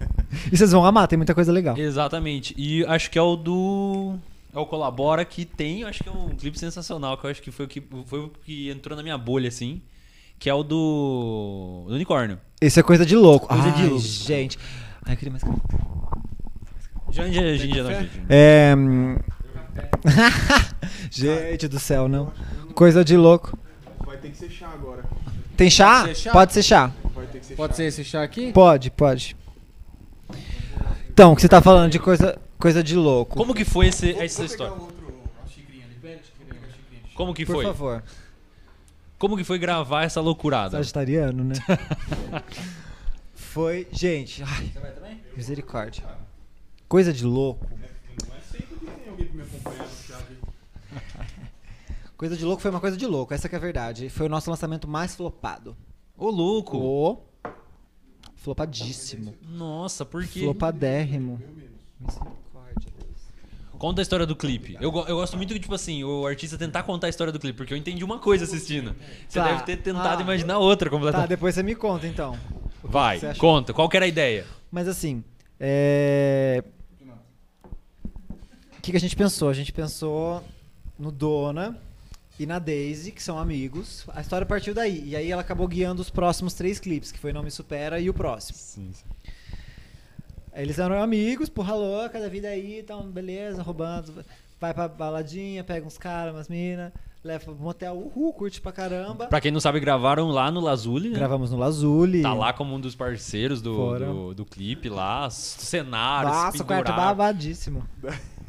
E vocês vão amar, tem muita coisa legal. Exatamente. E acho que é o do. É o Colabora que tem, eu acho que é um clipe sensacional, que eu acho que foi o que, foi o que entrou na minha bolha, assim. Que é o do. Do unicórnio. Isso é coisa de louco. Coisa de Ai, louco. gente. Ai, eu queria mais... Já, já, já, já, já, já. É... hum. gente do céu, não. Coisa de louco. Vai ter que ser chá agora. Tem chá? Pode ser chá? Pode ser chá. Vai ter que ser Pode chá. ser esse chá aqui? Pode, pode. Então, o que você tá falando de coisa, coisa de louco. Como que foi esse- essa história? A um xicrinha ali, pega a xicrinha, pega a xicrinha. Como que Por foi? favor. Como que foi gravar essa loucurada? Sagitariano, né? Foi. Gente, ai. Misericórdia. Coisa de louco. Não é sempre que tem alguém pra me acompanhar no chá, viu? Coisa de louco foi uma coisa de louco, essa que é a verdade. Foi o nosso lançamento mais flopado. Ô, louco! O flopadíssimo. Nossa, por quê? Flopadérrimo. Conta a história do clipe. Eu, go- eu gosto muito que, tipo assim, o artista tentar contar a história do clipe, porque eu entendi uma coisa assistindo. Você Tá. deve ter tentado Ah. imaginar outra Tá, completamente. depois você me conta então. Vai, você achou? conta. Qual que era a ideia? Mas assim, é... o que, que a gente pensou? A gente pensou no Dona e na Daisy, que são amigos. A história partiu daí. E aí ela acabou guiando os próximos três clipes, que foi Não Me Supera e o próximo. Sim, sim. Eles eram amigos, porra louca da vida aí, então beleza, roubando. Vai pra baladinha, pega uns caras, umas minas, leva pro motel, uhul, curte pra caramba. Pra quem não sabe, gravaram lá no Lazuli, né? Gravamos no Lazuli. Tá lá como um dos parceiros do, Fora. do, do clipe lá, s- cenários, Nossa, o quarto penduraram. babadíssimo.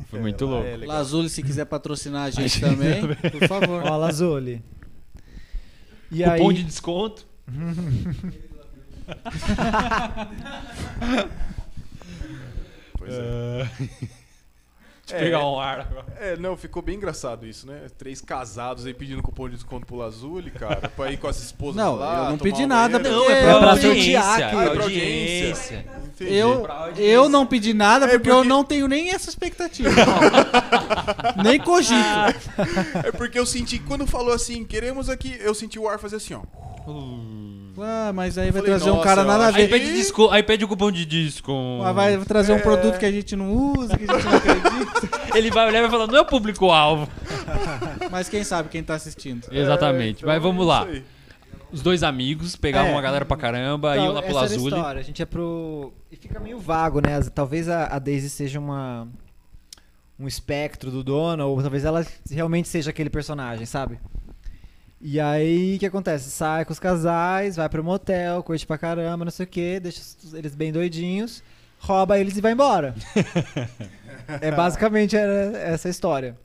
Foi muito lá louco. é legal. Lazuli, se quiser patrocinar a gente também, por favor. Ó, Lazuli. E Cupom aí, de desconto. Pois Pois é. Deixa eu pegar um ar agora. É, não, ficou bem engraçado isso, né? Três casados aí pedindo cupom de desconto pro Lazuli, cara, pra ir com as esposas Não, lá. eu não tomar pedi um nada, banheiro. porque- Não, é É pra pra audiência. sortear É aqui. pra Pra audiência. Entendi. Eu, Pra audiência. eu não pedi nada É porque, eu porque- não tenho nem essa expectativa. nem cogito. É porque eu senti, quando falou assim, queremos aqui, eu senti o ar fazer assim, ó. Ah, mas aí vai Falei, trazer um nossa, cara nada a acho Aí ver. pede, desco... aí pede o cupom de desconto. Mas Vai trazer um produto que a gente não usa, que a gente não acredita. Ele vai olhar e vai falar, não é o público-alvo. Mas quem sabe quem tá É. assistindo. Exatamente. Então, Mas vamos é lá. isso aí. Os dois amigos pegavam É. Então, uma galera pra caramba, iam lá pro essa era a Lazuli. história. A gente é pro. E fica meio vago, né? As- Talvez a, a Daisy seja uma. Um espectro do dono, ou talvez ela realmente seja aquele personagem, sabe? E aí, o que acontece? Sai com os casais, vai pro motel, curte pra caramba, não sei o quê, deixa os- eles bem doidinhos, rouba eles e vai embora. é basicamente era essa a história.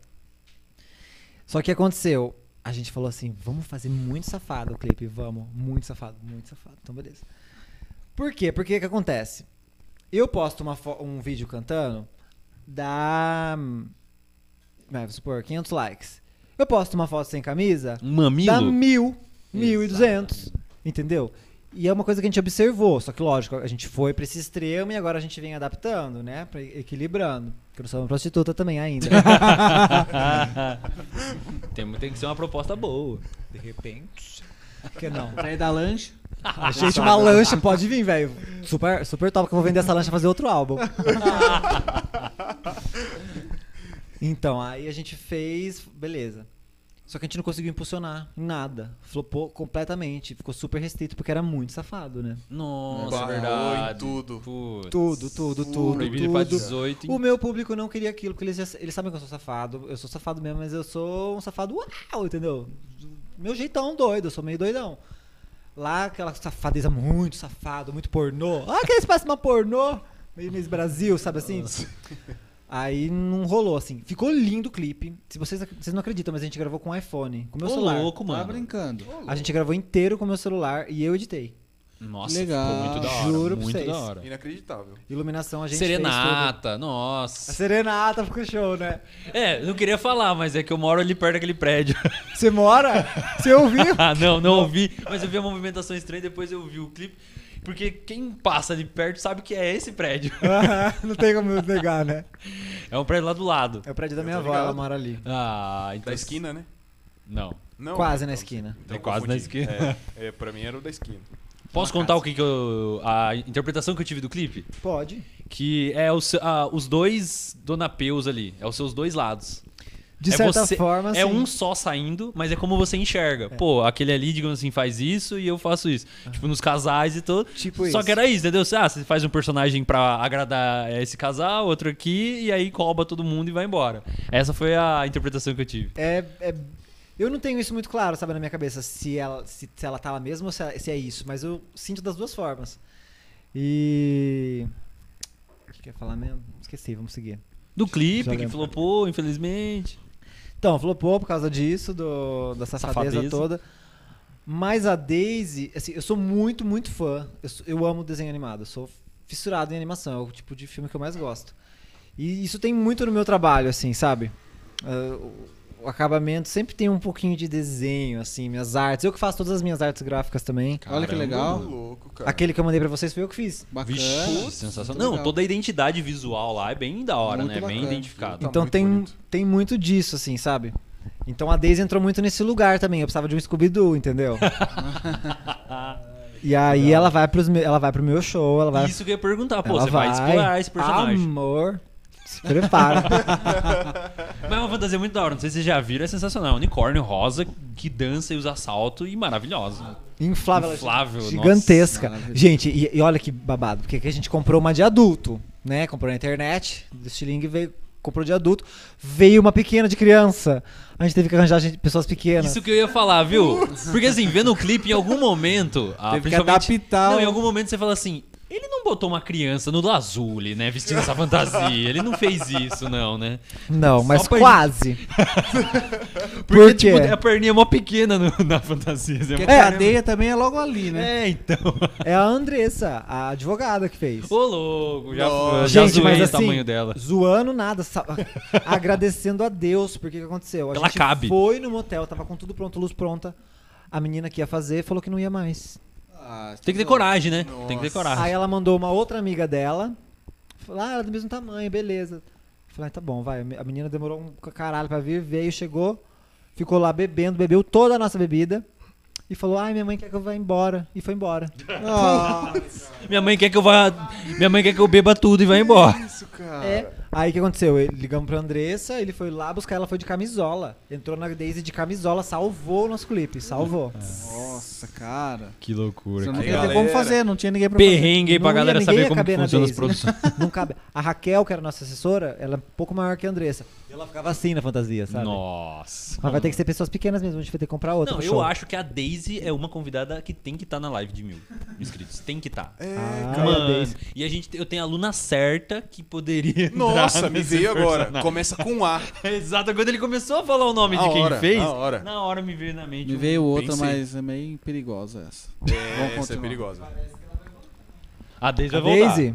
Só que aconteceu, a gente falou assim, vamos fazer muito safado o clipe, vamos, muito safado, muito safado, então beleza. Por quê? Porque o que acontece? Eu posto uma fo- um vídeo cantando, dá. hum, Vai, vamos supor, 500 likes. Eu posto uma foto sem camisa, Um dá mamilo? mil, mil e duzentos. Entendeu? E é uma coisa que a gente observou, só que lógico, a gente foi pra esse extremo e agora a gente vem adaptando, né? Pra, equilibrando. Porque eu não sou uma prostituta também ainda. tem, tem que ser uma proposta boa. De repente. Por que não? Aí da lanche. Tá Gente, uma lancha pode vir, velho. Super, super top que eu vou vender essa lancha e fazer outro álbum. então, aí a gente fez, beleza. Só que a gente não conseguiu impulsionar em nada. Flopou completamente. Ficou super restrito porque era muito safado, né? Nossa, Barrou verdade. em tudo. Putz. Tudo, tudo, tudo. Proibido tudo. pra 18. O meu público não queria aquilo, porque eles, já- eles sabem que eu sou safado. Eu sou safado mesmo, mas eu sou um safado uau, entendeu? Meu jeitão doido, eu sou meio doidão. Lá, aquela safadeza muito safado, muito pornô. Ah, que eles parecem uma pornô. Meio Miss Brasil, sabe assim? Aí não rolou, assim. Ficou lindo o clipe. Se vocês, vocês não acreditam, mas a gente gravou com iPhone, com meu Ô, celular. louco, Tá mano. brincando. A gente gravou inteiro com meu celular e eu editei. Nossa, Legal. ficou muito da hora. Juro pra muito vocês. da hora. Inacreditável. Iluminação a gente fez tudo. Serenata, A nossa. serenata ficou show, né? É, não queria falar, mas é que eu moro ali perto daquele prédio. Você mora? Você ouviu? Ah, não, não ouvi. Mas eu vi a movimentação estranha, depois eu vi o clipe. Porque quem passa ali perto sabe que é esse prédio. Aham, não tem como negar, né? É um prédio lá do lado. É o prédio da Eu minha tô avó, ligado. ela mora ali. Ah, então. Da esquina, né? Não. Não. Quase na então- esquina. então É quase confundi. na esquina. É, é, pra mim era o da esquina. Posso contar o que, que eu. A interpretação que eu tive do clipe? Pode. Que é os, ah, os dois Dona Peus ali. É os seus dois lados. De É certa você- forma, É assim, um só saindo, mas é como você enxerga. Pô, aquele ali, digamos assim, faz isso e eu faço isso. Tipo, nos casais e tudo. Tipo Só isso. que era isso, entendeu? Você, ah, você faz um personagem pra agradar esse casal, outro aqui, e aí rouba todo mundo e vai embora. Essa foi a interpretação que eu tive. É, é- Eu não tenho isso muito claro, sabe, na minha cabeça, se ela, se, se ela tá lá mesmo ou se, ela- se é isso, mas eu sinto das duas formas. E. O que quer falar mesmo? Esqueci, vamos seguir. Do Já clipe, que lembro. flopou, infelizmente. Então, flopou por causa disso, do, da safadeza, Safadeza. toda. Mas a Daisy, assim, eu sou muito, muito fã. Eu, sou- eu amo desenho animado. Eu sou fissurado em animação. É o tipo de filme que eu mais gosto. E isso tem muito no meu trabalho, assim, sabe? Ah, o, o acabamento sempre tem um pouquinho de desenho, assim, minhas artes. Eu que faço todas as minhas artes gráficas também. Olha que Caramba. legal. Ô, louco, cara. Aquele que eu mandei pra vocês foi eu que fiz. Bacana. Vixe, muito sensacional. legal. Não, toda a identidade visual lá é bem da hora, Muito né? Bem bacana. identificada. Tá então muito tem, bonito. tem muito disso, assim, sabe? Então a Daisy entrou muito nesse lugar também. Eu precisava de um Scooby-Doo, entendeu? e aí ela vai, pros, me- ela vai pro meu show, ela vai. Isso que eu ia perguntar, pô, ela você vai explorar esse personagem. Amor, se prepara. Mas é uma fantasia muito da hora, não sei se vocês já viram, é sensacional. Unicórnio rosa que dança e usa salto e maravilhosa. Inflável. ela é Inflável, nossa. Gigantesca. maravilha. gente, e, e olha que babado, porque aqui a gente comprou uma de adulto, né? Comprou na internet, do Stiling veio. Comprou de adulto, veio uma pequena de criança. A gente teve que arranjar gente- pessoas pequenas. Isso que eu ia falar, viu? Porque assim, vendo o clipe, em algum momento. Ah, Teve que principalmente- adaptar Não, o- em algum momento você fala assim. Ele não botou uma criança no Lazuli, né? Vestindo essa fantasia. Ele não fez isso, não, né? Não, mas Só pra- quase. Porque, Por quê? tipo, a perninha é mó pequena no- na fantasia. assim, Porque é a mó- cadeia também é logo ali, assim, né? É, então. É a Andressa, a advogada que fez. Ô, louco, já, Nossa. já Gente, zoei mas o assim, tamanho dela. Zoando nada, sa- agradecendo a Deus, porque o que aconteceu? A Ela gente cabe. foi no motel, tava com tudo pronto, luz pronta. A menina que ia fazer falou que não ia mais. Ah, Tem que ter coragem, né? Tem que ter Nossa. coragem. Aí ela mandou uma outra amiga dela. Falou, ah, ela é do mesmo tamanho, beleza. Falei, ah, tá bom, vai. A menina demorou um ca- caralho pra vir, veio, chegou, ficou lá bebendo, bebeu toda a nossa bebida. E falou, ai, minha mãe quer que eu vá embora. E foi embora. Ah, Minha mãe quer que eu vá. Minha mãe quer que eu beba tudo e vá embora. Isso, cara. É. Aí o que aconteceu? Ele- Ligamos pra Andressa, ele foi lá buscar, ela foi de camisola. Entrou na Daisy de camisola, salvou o nosso clipe, É. salvou. Nossa, cara. Que loucura. Você não que tinha galera. como fazer, não tinha ninguém pra Perrengue aí pra Não ia- galera ninguém saber ia como que caber na funciona as Daisy. né? produções. Não cabe. A Raquel, que era nossa assessora, ela é um pouco maior que a Andressa. E ela ficava assim na fantasia, sabe? Nossa. Mas vai ter que ser pessoas pequenas mesmo, a gente vai ter que comprar outra. Não, pro eu show. acho que a Daisy é uma convidada que tem que estar na live de mil inscritos. Tem que tá. estar. É, Ah, cara. é a Mano, Daisy. e a gente, eu tenho a aluna certa que poderia. entrar Nossa, me nesse veio agora. personagem. Começa com A. Exato, quando ele começou a falar o nome Na de quem hora, fez, na hora. na hora me veio na mente. Me um- veio outra, Pensei. mas é meio perigosa essa. É, essa é continuar. perigosa. A Daisy A vai voltar. Daisy?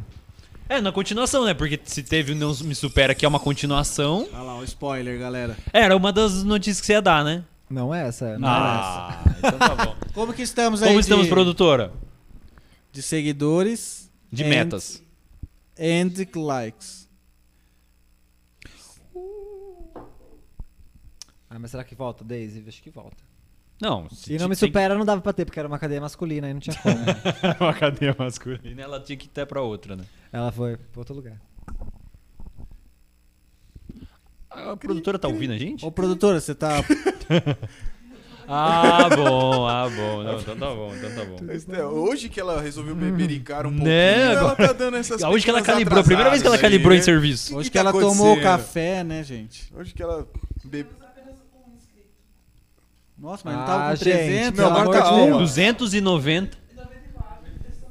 É, na continuação, né? Porque se teve o Não Me Supera, que é uma continuação. Olha lá, o spoiler, galera. Era uma das notícias que você ia dar, né? Não é essa. Não ah, então tá bom. Como que estamos aí Como estamos, de, produtora? de seguidores De and- metas. and likes? Ah, mas será que volta, Daisy? Acho que volta. Não. se- E não me tem- supera, não dava pra ter, porque era uma cadeia masculina e não tinha como. uma cadeia masculina, ela tinha que ir até pra outra, né? ela foi pra outro lugar. Ah, A produtora tá ouvindo a gente? Ô, produtora, você tá. Ah, bom, ah, bom. Não, então tá bom, então tá bom. Mas, né, hoje que ela resolveu bebericar um Né, pouquinho, ela agora- tá dando essas Hoje que ela pequenas calibrou, a primeira vez que ela atrasadas calibrou aí, em né? serviço. Hoje que, tá ela tomou acontecendo? café, né, gente? Hoje que ela bebe... Temos apenas um inscrito. Nossa, mas não Ah, tava com gente, 300, pelo agora amor tá de um. Deus. 290, E 94 estão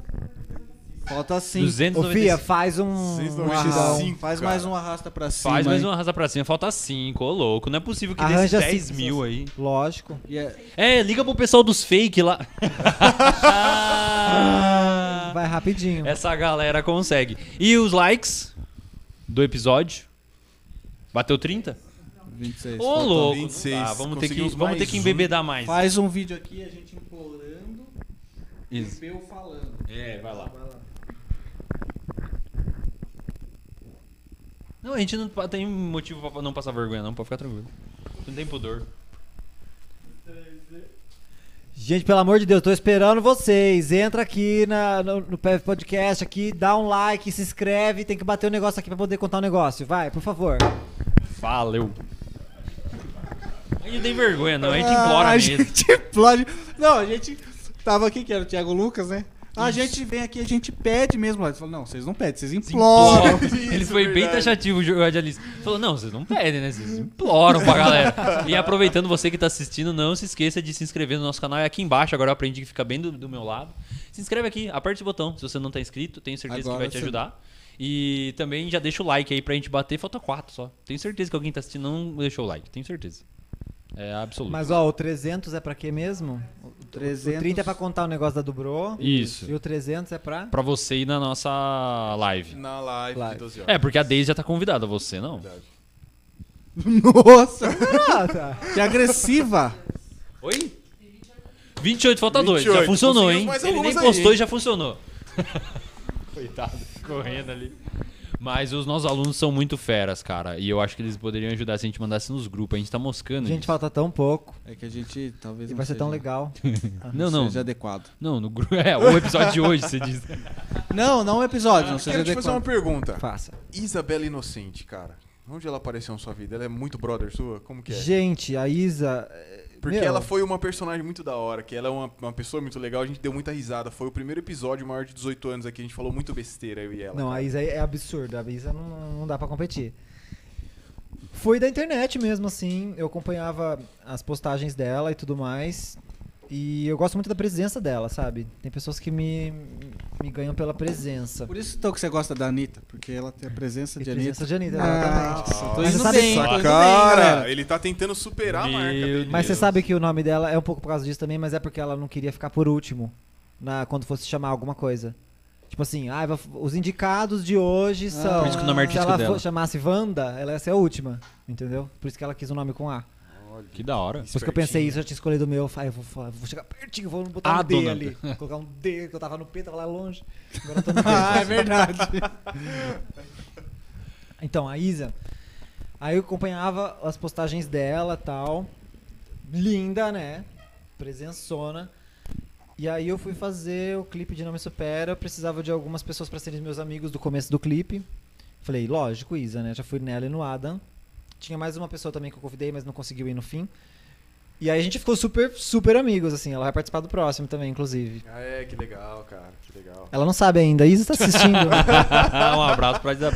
Falta 5. 295. Ô, Fia, faz um. Vocês não um mexem arrasão. assim. Faz cara. um mais um arrasta pra cima. Faz mais hein? uma arrasa pra cima, falta 5, ô louco. Não é possível Ah, que desse Arranja 10 cinco mil aí. Lógico. E é- É, liga pro pessoal dos fake lá. Ah. Vai rapidinho. Essa galera consegue. E os likes do episódio? Bateu 30? 26. Ô, louco. 26, Ah, vamos ter que, conseguimos vamos ter mais que um. embebedar mais. Faz um vídeo aqui, a gente implorando Isso. e eu falando. É, vai lá. Não, a gente não pa- tem motivo pra não passar vergonha, não. Pode ficar tranquilo. Não tem pudor. Gente, pelo amor de Deus, tô esperando vocês. Entra aqui na- no, no PF Podcast aqui, dá um like, se inscreve. Tem que bater o negócio aqui pra poder contar o negócio. Vai, por favor. Valeu. A gente não tem vergonha, não. A gente implora Ah, a mesmo. gente implora. Não, a gente tava aqui, que era o Thiago Lucas, né? A gente vem aqui, a gente pede mesmo. lá. Eles falam, não, vocês não pedem, vocês imploram. Imploram. Ele é foi bem taxativo, o radialista. Falou, não, vocês não pedem, né? Vocês imploram pra galera. E aproveitando você que tá assistindo, não se esqueça de se inscrever no nosso canal. É aqui embaixo, agora eu aprendi que fica bem do, do meu lado. Se inscreve aqui, aperte o botão. Se você não tá inscrito, tenho certeza Agora que vai te você- ajudar. E também já deixa o like aí pra gente bater. Falta quatro só. Tenho certeza que alguém tá assistindo não deixou o like. Tenho certeza. É absoluto. Mas ó, o 300 é pra quê mesmo? O O 30 é pra contar o negócio da Dubrô. Isso. E o 300 é pra. Pra você ir na nossa live. Na live, Live. de 12 horas. É, porque a Deise já tá convidada, você não. Nossa, Ah, tá. que agressiva. Oi? 28, falta 2. Já 28, funcionou, conseguimos hein? mais Ele nem algumas aí, postou e hein? já funcionou. Coitado, correndo ali. Mas os nossos alunos são muito feras, cara. E eu acho que eles poderiam ajudar se a gente mandasse nos grupos. A gente tá moscando. Gente, nisso. falta tão pouco. É que a gente talvez E não vai ser tão seja- legal. Não, não. seja adequado. Não, no grupo. É, o episódio de hoje, você diz. Não, não o episódio, Ah, não Eu seja Quero te fazer uma adequado. pergunta. Faça. Isabela Inocente, cara. Onde ela apareceu na sua vida? Ela é muito brother sua? Como que é? Gente, a Isa. é, Porque meu, ela foi uma personagem muito da hora, que ela é uma, uma pessoa muito legal, a gente deu muita risada. Foi o primeiro episódio maior de 18 anos aqui, a gente falou muito besteira, eu e ela. Não, a Isa é absurda. A Isa não, não dá pra competir. Foi da internet mesmo, assim. Eu acompanhava as postagens dela e tudo mais. E eu gosto muito da presença dela, sabe? Tem pessoas que me, me ganham pela presença. Por isso então que você gosta da Anitta, porque ela tem a presença de E Anitta. presença de Anitta, Ah, exatamente. Nossa, tô Mas indo você sabe- bem, tô indo bem, Cara, galera. ele tá tentando superar Meu a marca dele. Mas você Deus. sabe que o nome dela é um pouco por causa disso também, mas é porque ela não queria ficar por último na, quando fosse chamar alguma coisa. Tipo assim, ah, vai- os indicados de hoje são. Ah. Por isso que o nome é Se artístico ela dela. for- chamasse Wanda, ela ia ser a última, entendeu? Por isso que ela quis um nome com A. Que da hora. Depois que eu pensei isso, eu já tinha escolhido o meu. Falei, "Ah, eu vou, falar- vou chegar pertinho, vou botar Ah, um D dona. ali. Vou colocar um D, que eu tava no P, tava lá longe. Agora eu tô no D. Ah, é verdade. Então, a Isa. Aí eu acompanhava as postagens dela tal. Linda, né? Presençona. E aí eu fui fazer o clipe de Não Me Supera. Eu precisava de algumas pessoas para serem meus amigos do começo do clipe. Falei, lógico, Isa, né? Já fui nela e no Adam. Tinha mais uma pessoa também que eu convidei, mas não conseguiu ir no fim. E aí a gente ficou super, super amigos, assim. Ela vai participar do próximo também, inclusive. Ah, é, que legal, cara. Que legal. Ela não sabe ainda. A Isa tá assistindo. um abraço pra Isa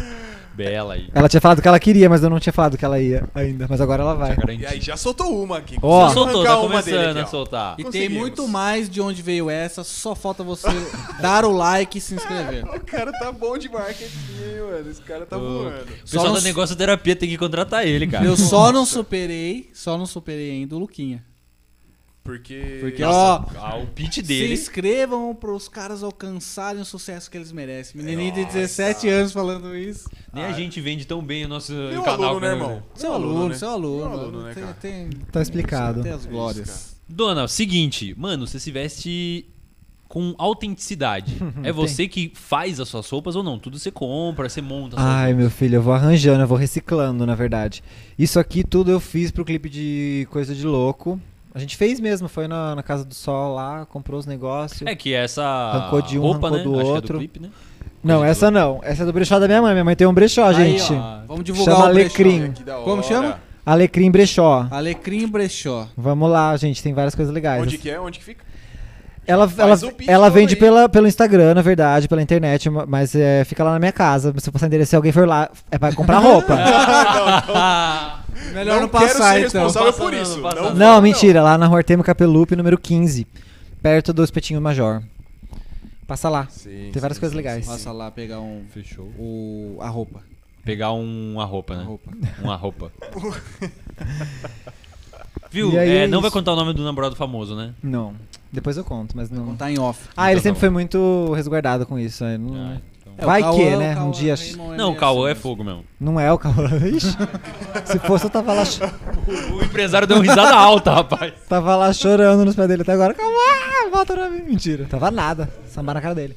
Bela aí. ela tinha falado que ela queria, mas eu não tinha falado que ela ia ainda. Mas agora ela vai. Já garanti. E aí, já soltou uma aqui. Ó. Já Conseguiu soltou, arrancar tá uma dele começando a aqui, ó. soltar. E tem Conseguimos. muito mais de onde veio essa, só falta você dar o like e se inscrever. O cara tá bom de marketing, mano. Esse cara tá Ô, voando. O pessoal Só da não- negócio terapia tem que contratar ele, cara. Eu só não superei, só não superei ainda o Luquinha. Porque. Porque, ó, Ah, o pitch se dele. inscrevam pros caras alcançarem o sucesso que eles merecem. Menininho de 17 anos falando isso. Nem a gente vende tão bem o nosso Meu canal. aluno, né, cara. irmão? Seu Meu aluno, né? seu aluno. Meu aluno, né, tem, cara? tem, Tá explicado. tem as glórias. Dona, seguinte, mano, você se veste com autenticidade. é você que faz as suas roupas ou não? Tudo você compra, você monta. as suas Ai, roupas. meu filho, eu vou arranjando, eu vou reciclando, na verdade. Isso aqui tudo eu fiz pro clipe de Coisa de Louco. A gente fez mesmo, foi na, na Casa do Sol lá, comprou os negócios. É que essa Arrancou de um, roupa, arrancou né? do Acho que é outro. clipe, né? não, Coisa de essa não. Essa é do brechó da minha mãe. Minha mãe tem um brechó, Aí, gente. ó, vamos divulgar Chama o brechó. Alecrim. Que da Como hora. chama? Alecrim Brechó. Alecrim Brechó. Vamos lá, gente, tem várias coisas legais. Onde que é? Onde que fica? Ela, ela, o pitch ela todo vende aí. pela, pelo Instagram, na verdade, pela internet, ma- mas é, fica lá na minha casa. Se eu passar endereço e alguém for lá, é pra comprar roupa. Melhor não, não quero passar, ser então. responsável Passa por não, isso. não passa não, não, mentira, lá na Rua Artemo Capelupe, número 15, perto do Espetinho Major. Passa lá. Sim, Tem várias coisas legais. Passa lá pegar um, Fechou. o, a roupa. Pegar uma roupa, A né? roupa. Uma roupa. Viu? E aí É, é não vai isso. contar o nome do namorado famoso, né? Não. Depois eu conto, mas não. Contar em off. Ah, ele Então tá sempre bom. foi muito resguardado com isso. aí Não, Ah, então. É, o Vai que, Cauã, né? o Cauã Um dia- aí é Não, o meio Cauã é assim, mas- fogo mesmo. não é o Cauã. Ixi. Se fosse, eu tava lá, cho- O empresário deu uma risada alta, rapaz. tava lá chorando nos pés dele até agora. Cauã, volta pra mim. Mentira. Tava nada. Sambar na cara dele.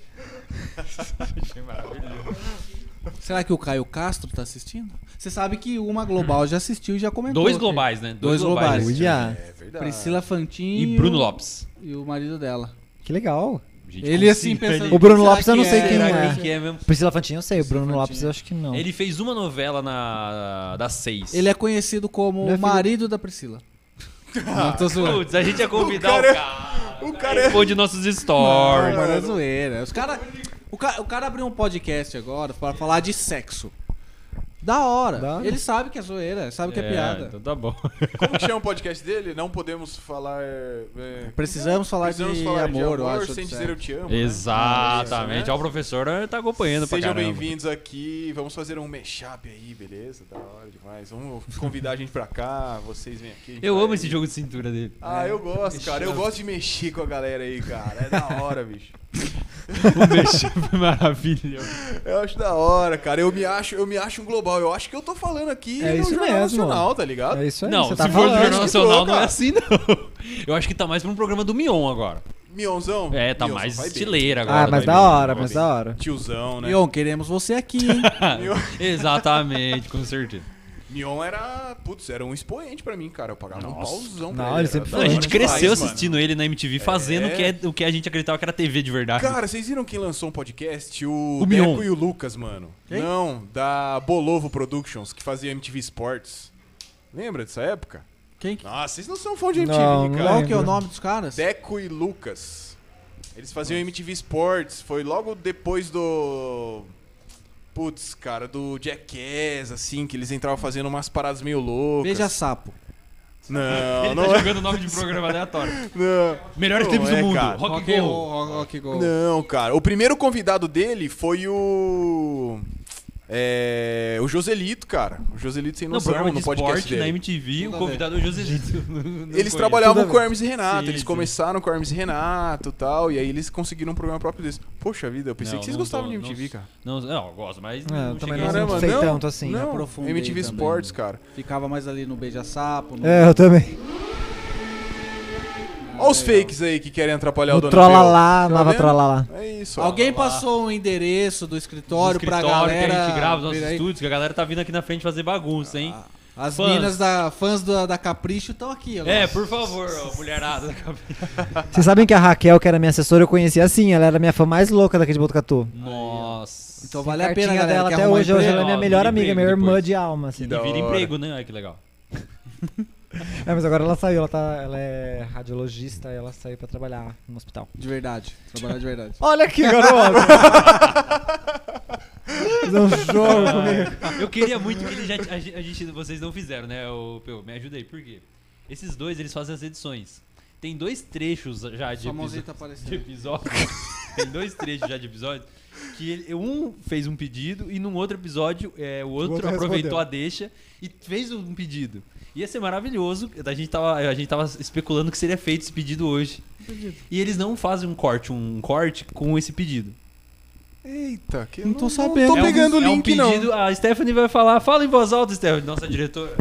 Será que o Caio Castro tá assistindo? Você sabe que uma global já assistiu e já comentou. Dois aqui. globais, né? Dois globais. Uia, É verdade. Priscila Fantin E Bruno Lopes. E o marido dela. que legal. Gente, ele como assim se- pensando. O Bruno será Lopes eu não que sei quem Será é. quem que é mesmo? Priscila Fantin, eu sei. O Bruno Fantin. Lopes, eu acho que não. Ele fez uma novela na das seis. Ele é conhecido como Não é o filho- marido da Priscila. não, tô zoando. Ah, Putz, a gente ia convidar O o cara é- cara. o O cara cara é- responde nossos Não, stories. mas é zoeira. Os cara, o, ca- o cara abriu um podcast agora pra falar de sexo. Da hora. Da hora. Ele sabe que é zoeira, sabe que é piada. Então tá bom. Como que chama o podcast dele? Não podemos falar. é, Precisamos falar precisamos de, falar amor, de eu amor acho. sem do dizer eu sexo. te amo. né? Exatamente. Ó, o professor tá acompanhando pra Sejam caramba. bem-vindos aqui, vamos fazer um mashup aí, beleza? Da hora demais. Vamos convidar a gente pra cá, vocês vêm aqui. a gente Eu vai amo aí. esse jogo de cintura dele. Ah, eu gosto, cara. Eu gosto de mexer com a galera aí, cara. É da hora, bicho. O mexer Um foi maravilhoso. Eu acho da hora, cara. Eu me acho, eu me acho um global. Eu acho que eu tô falando aqui É no isso Jornal mesmo. Nacional, tá ligado? É isso aí. Não, você se tá for do falando. Jornal que tô, Nacional não é cara. assim, não. Eu acho que tá mais pra um programa do Mion agora. Mionzão? É, tá Mionzão, mais vai bem. estileira agora. Ah, vai mas da bem. hora, vai mas bem. da hora. Tiozão, é, né? Mion, queremos você aqui, hein? Mion. Exatamente, com certeza. Mion era, putz, era um expoente pra mim, cara. Eu pagava um Nossa. pauzão pra Não, ele ele. era Não, sempre da foi. hora a gente demais, cresceu mano. assistindo ele na MTV fazendo o, que é- o que a gente acreditava que era TV de verdade. Cara, vocês viram quem lançou um podcast? O, O Deco Mion. e o Lucas, mano. Quem? Não, da Bolovo Productions, que fazia MTV Sports. Lembra dessa época? Quem? Nossa, vocês não são fã de MTV, Não, não cara. Qual lembro. que é o nome dos caras? Deco e Lucas. Eles faziam MTV Sports. Foi logo depois do. Putz, cara, do Jackass, assim, que eles entravam fazendo umas paradas meio loucas. Veja Sapo. Não, Ele não tá é. jogando nome de programa aleatório. Não. Melhores Não tempos é, do mundo. cara. Rock, Rock and and roll. roll, rock and roll. Não, cara. O primeiro convidado dele foi o. É. O Joselito, cara. O Joselito sem Não, noção programa no de podcast esporte na dele. MTV, Tudo o a convidado é o Joselito. Não Eles conheço. trabalhavam Tudo a com o Hermes e Renato, Sim, eles sim. começaram com o Hermes e Renato e tal, e aí eles conseguiram um programa próprio deles. Poxa vida, eu pensei Não, que vocês não gostavam tô, de não MTV, cara. Não, não, É, eu gosto, mas Ah, eu não também cheguei não. nesse- Caramba, sei não, tanto assim. não. Aprofundei MTV também. Sports, cara. Ficava mais ali no beija-sapo. no- É, eu também. Olha os fakes aí que querem atrapalhar o, O Dona trola Bel. lá, Tá nova vendo? trola lá. É isso. ó. Alguém Fala lá. passou o endereço do Do escritório, pra escritório galera. que a gente grava os nossos vir aí. estúdios, que a galera tá vindo aqui na frente fazer bagunça, hein? As Fãs. minas da fãs da, da Capricho estão aqui, ó. é, por favor, ó, mulherada. Vocês sabem que a Raquel, que era minha assessora, eu conheci assim. Ela era minha fã mais louca daqui de Botucatu. Nossa. Então vale a Cartinha pena, galera. dela que até arruma hoje, hoje emprego. ela é minha Ó, melhor vira amiga, emprego minha irmã depois. de alma, assim. E da vira hora. emprego, né? Olha que legal. É, mas agora ela saiu, ela, tá, ela é radiologista e ela saiu pra trabalhar no hospital. De verdade. Trabalhar de verdade. Olha aqui, garoto! Fazer um jogo comigo. Eu queria muito que ele já, a gente, a gente- vocês não fizeram, né? O Peu, me ajuda aí, por quê? Esses dois, eles fazem as edições. Tem dois trechos já de, Sua mãozinha episo- tá de aparecendo. episódio. Tem dois trechos já de episódio. Que ele- um fez um pedido e num outro episódio é, o outro, outro aproveitou respondeu. a deixa e fez um pedido. Ia ser maravilhoso. A gente tava, a gente tava especulando que seria feito esse pedido hoje. E eles não fazem um corte, um corte com esse pedido. Eita, que Não tô sabendo. Não tô É um- pegando o é um link, não. pedido, A Stephanie vai falar. Fala em voz alta, Stephanie, nossa diretora.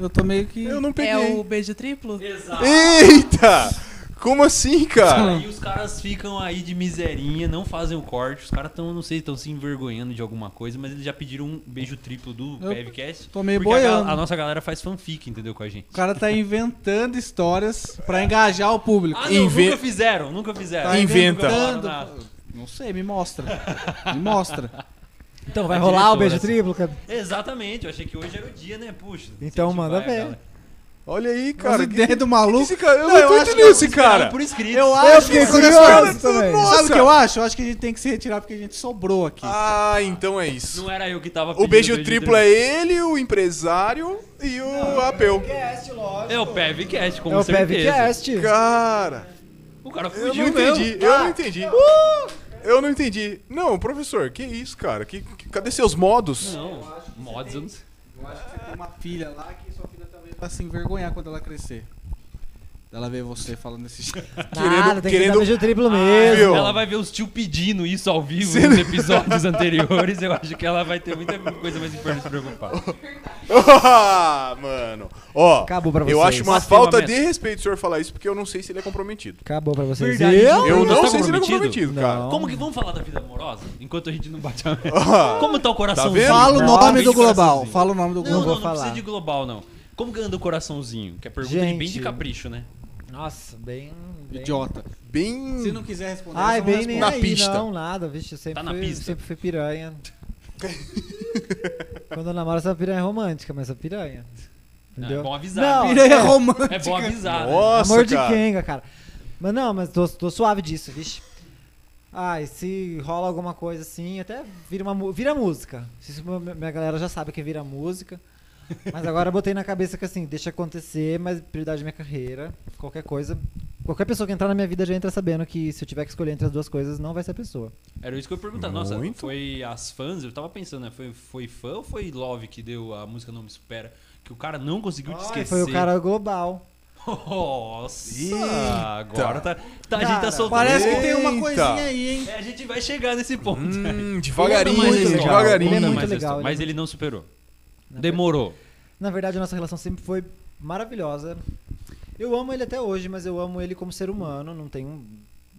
Eu tô meio que. Eu não peguei. É o beijo triplo? Exato. Eita! Como assim, cara? Aí os caras ficam aí de miserinha, não fazem o corte. Os caras estão, não sei, estão se envergonhando de alguma coisa, mas eles já pediram um beijo triplo do Eu Pevcast. Tô meio Porque a, boiando. gal- a nossa galera faz fanfic, entendeu, com a gente. O cara tá inventando histórias pra engajar o público. Ah, não, Inve- nunca fizeram, nunca fizeram. Tá Inventa. Nunca falaram inventando. nada. Não sei, me mostra. Me mostra. Então, vai A rolar o diretora, beijo assim. triplo, cara? Exatamente, eu achei que hoje era o dia, né? Puxa. Então incentivar manda a ver. galera. Olha aí, As cara. que- ideias do maluco. esse cara, eu Não, eu não tô acho é entendendo esse Cara, cara. por inscrito. Eu Eu acho que. é fiquei cara, curioso também. Sabe o que Nossa! eu acho? Eu acho que a gente tem que se retirar porque a gente sobrou aqui. Ah, então é isso. Não era eu que tava O beijo triplo é ele, o empresário e o Apeu. É o Pevcast, com É o certeza. Pevcast. Cara, O cara eu fugiu não Ah! Uh! mesmo. entendi. Eu não entendi. Eu não entendi. Não, professor, que isso, cara? Que, que- cadê seus modos? Não, mods eu não sei. Eu acho que você tem uma filha lá que sua filha talvez vai se envergonhar quando ela crescer. Ela vê você falando desse jeito. Querendo- Nada, tem que querendo- dar beijo triplo Ah, mesmo. viu? Ela vai ver os tio pedindo isso ao vivo nos episódios anteriores. Eu acho que ela vai ter muita coisa mais pra se preocupar. Ah, mano. Ó, Acabou pra eu vocês. acho uma Mas tem falta uma de respeito o senhor falar isso, porque eu não sei se ele é comprometido. Acabou pra vocês. Verdade, Eu? Eu Você não tá sei se ele é comprometido? comprometido, cara. Como que vamos falar da vida amorosa? Enquanto a gente não bate a meta. Ah, Como tá o coração? vendo? Fala o nome Bem do de global. coraçãozinho. Fala o nome do Não, global. não, não, vou falar. precisa de global, não. Como que anda o coraçãozinho? Que é pergunta de bem de Gente. capricho, né? Nossa, bem... bem- é Idiota. Bem. Se não quiser responder, Ai, você não bem nem Na responde. aí, pista. não, nada. Vixe, eu sempre, Tá na fui, pista. sempre fui piranha. Quando eu namoro, essa piranha é romântica, mas essa piranha... Ah, Entendeu? é bom avisar. Não, né? Piranha é romântica. É bom avisar. né? Nossa, Amor de cara. Kenga, cara. Mas não, mas tô, tô suave disso, vixe. Ai, se rola alguma coisa assim, até vira uma mu- vira música. Isso uma- minha galera já sabe que vira música. Mas agora eu botei na cabeça que assim, deixa acontecer, mas prioridade é minha carreira, qualquer coisa. Qualquer pessoa que entrar na minha vida já entra sabendo que se eu tiver que escolher entre as duas coisas, não vai ser a pessoa. Era isso que eu ia perguntar. Nossa, Muito. foi as fãs? Eu tava pensando, né? Foi, foi fã ou foi Love que deu a música Não Me Supera? Que o cara não conseguiu te esquecer. Foi o cara global. Nossa! Eita. Agora tá, tá- a gente tá Cara, soltando. Parece que tem uma Eita. coisinha aí, hein? É, a gente vai chegar nesse ponto. Ele Hum, é muito devagarinho, legal. devagarinho. Ele é Mas muito eu legal, estou- ele é Mas muito- ele não superou. Demorou. Na verdade, a nossa relação sempre foi maravilhosa. Eu amo ele até hoje, mas eu amo ele como ser humano. Não tenho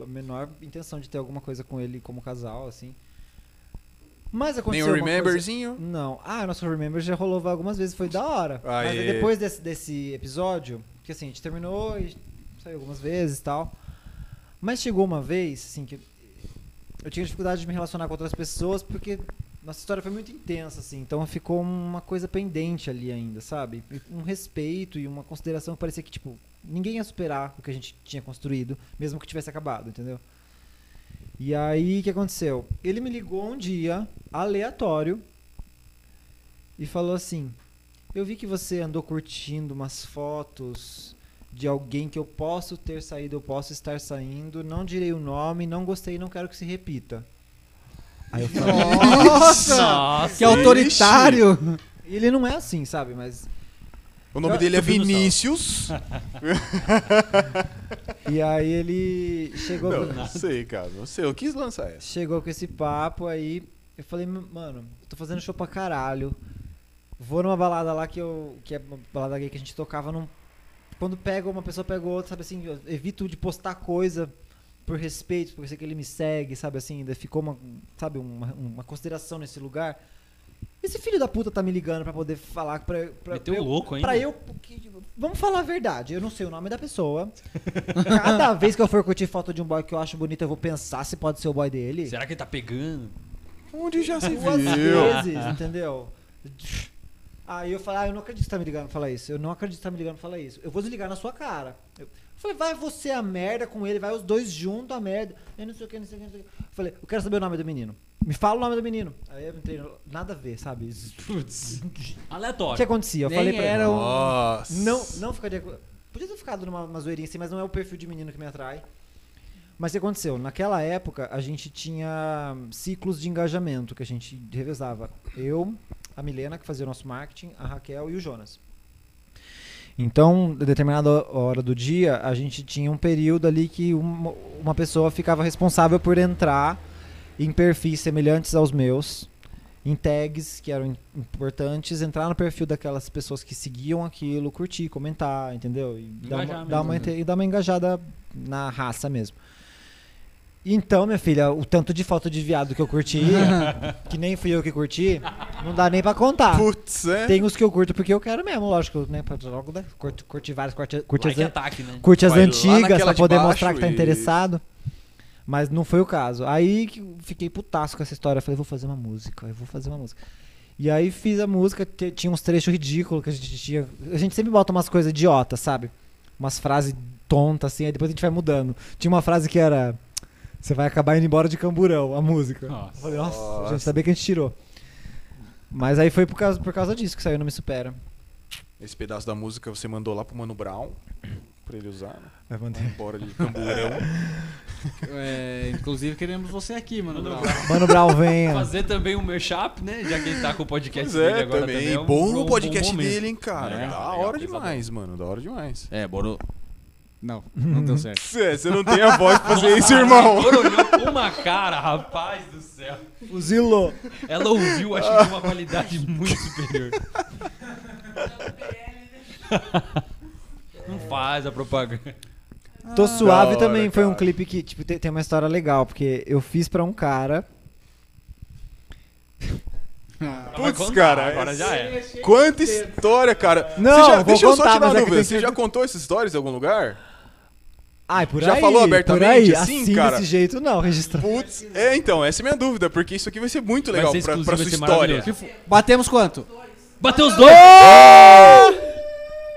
a menor intenção de ter alguma coisa com ele como casal, assim. Mas Nem aconteceu o uma coisa... Rememberzinho. Não. Ah, o nosso Remember já rolou algumas vezes, foi da hora. Mas Aê. aí depois desse, desse episódio, que assim, a gente terminou e saiu algumas vezes e tal. Mas chegou uma vez, assim, que eu tinha dificuldade de me relacionar com outras pessoas porque nossa história foi muito intensa, assim. Então ficou uma coisa pendente ali ainda, sabe? Um respeito e uma consideração que parecia que, tipo, ninguém ia superar o que a gente tinha construído, mesmo que tivesse acabado, entendeu? E aí, o que aconteceu? Ele me ligou um dia, aleatório, e falou assim: Eu vi que você andou curtindo umas fotos de alguém que eu posso ter saído, eu posso estar saindo, não direi o nome, não gostei, não quero que se repita. Aí eu falei, Ah. Nossa! que é autoritário! E ele não é assim, sabe? Mas O nome dele é Vinícius. e aí ele chegou Não, não sei, cara. Não sei. Eu quis lançar essa. chegou com esse papo aí. Eu falei, "M- mano, eu tô fazendo show pra caralho. Vou numa balada lá que eu. Que é uma balada gay que a gente tocava num. Quando pega uma pessoa, pega outra, sabe assim, eu evito de postar coisa por respeito, porque eu sei que ele me segue, sabe assim, ainda ficou uma, sabe, uma, uma consideração nesse lugar. Esse filho da puta tá me ligando pra poder falar pra, pra, pra Meteu eu louco ainda. Pra eu. que- tipo, Vamos falar a verdade. Eu não sei o nome da pessoa. Cada vez que eu for curtir foto de um boy que eu acho bonito, eu vou pensar se pode ser o boy dele. Será que ele tá pegando? Onde Um já se Duas viu? vezes, entendeu? Aí eu falei, ah, eu não acredito que você tá me ligando pra falar isso. Eu não acredito que você tá me ligando pra falar isso. Eu vou desligar na sua cara. Eu falei, vai você a merda com ele, vai os dois juntos a merda. Eu não sei o que, não sei o que, não sei o que. Eu falei, eu quero saber o nome do menino. Me fala o nome do menino. Aí eu entrei, no- nada a ver, sabe? Putz. O que Aleatório. acontecia? Eu Nem falei pra ele. era um- Nossa. então, Não, não ficaria. com- Podia ter ficado numa uma zoeirinha assim, mas não é o perfil de menino que me atrai. Mas o que aconteceu? Naquela época, a gente tinha ciclos de engajamento que a gente revezava. Eu, a Milena, que fazia o nosso marketing, a Raquel e o Jonas. Então, em determinada hora do dia, a gente tinha um período ali que uma, uma pessoa ficava responsável por entrar em perfis semelhantes aos meus, em tags que eram im- importantes, entrar no perfil daquelas pessoas que seguiam aquilo, curtir, comentar, entendeu? E dar Engajar uma, dar uma mesmo, né? ente- e dar uma engajada na raça mesmo. Então, minha filha, o tanto de foto de viado que eu curti, que nem fui eu que curti, não dá nem pra contar. Putz, é? Tem os que eu curto porque eu quero mesmo, lógico, né? pra- Logo, né? Curte, curte várias, curte, curte Like as, ataque, né? curte as Vai lá antigas naquela pra de poder baixo mostrar que tá e- interessado. Mas não foi o caso. Aí que eu fiquei putaço com essa história. Falei, vou fazer uma música, eu vou fazer uma música. E aí fiz a música, te- tinha uns trechos ridículos que a gente tinha. A gente sempre bota umas coisas idiotas, sabe? Umas frases tontas, assim, aí depois a gente vai mudando. Tinha uma frase que era. Você vai acabar indo embora de camburão, a música. Eu Nossa. falei, nossa, Nossa. gente, sabia que a gente tirou. Mas aí foi por causa, por causa disso que saiu Não Me Supera. Esse pedaço da música você mandou lá pro Mano Brown. Pra ele usar, né? Vai mandar. Bora de camburão. É, inclusive queremos você aqui, mano. Brown. Mano Brown, venha. Fazer também o merchap, né? Já que ele tá com o podcast Pois dele é, agora também. também. é um- bom um no podcast momento. dele, hein, cara. É, da legal, hora pesadão. demais, mano. Da hora demais. É, Boro. Não, não deu certo. Cê, Você não tem a voz pra fazer isso, O irmão. Igor Ah, olhou com uma cara, rapaz do céu. Fuzilou. Ela ouviu, acho que de uma qualidade muito superior. né? Não faz a propaganda. Tô Suave Da hora, também foi um cara. clipe que tipo, tem, tem uma história legal, porque eu fiz pra um cara. Vai Putz, contar, cara, Agora é- já é. Quanta história, cara. Não, Você já, vou deixa eu só contar, tirar mas uma é que dúvida. tem Você que- já contou essas histórias em algum lugar? Ai, por Já aí. falou por abertamente, aí, assim, cara? desse jeito não, registrado. Putz, é então, essa é minha dúvida, porque isso aqui vai ser muito Vai legal ser pra, exclusivo, pra vai sua ser história. maravilhoso. Batemos quanto? Bateu os dois!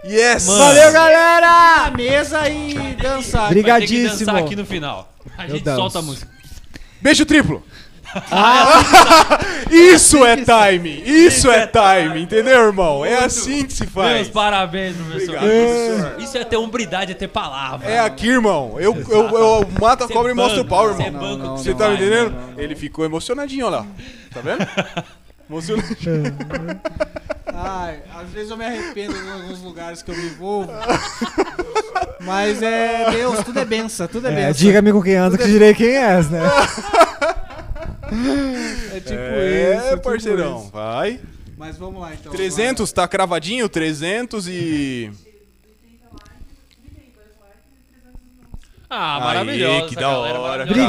Yes! Mano. Valeu, galera! Na mesa e dançar. Briga- Vai ter que Obrigadíssimo. dançar aqui no final. A gente danço. solta a música. Beijo triplo! Ah, assim isso é time! Isso é time, entendeu, irmão? É assim que se Meus faz. parabéns, professor. Obrigado, professor. Isso é ter hombridade, é ter palavra. É aqui, irmão. Eu, eu, eu, mato a Cê cobra e mostro o banco, pau, cê irmão. banco Não, que Você cê tá me vai. entendendo? né, Ele ficou emocionadinho, olha lá. Tá vendo? Emocionadinho. Ai, às vezes eu me arrependo em alguns lugares que eu me envolvo. Mas é Deus, tudo é benção, tudo é É, benção. diga-me com quem anda que direi quem és, né? É tipo isso. É, tipo parceirão. isso. Vai. Mas vamos lá então. 300, tá cravadinho? 300 e... 32 likes e 300 não. Ah, Aê, maravilhoso. essa que da galera hora, maravilhosa. cara.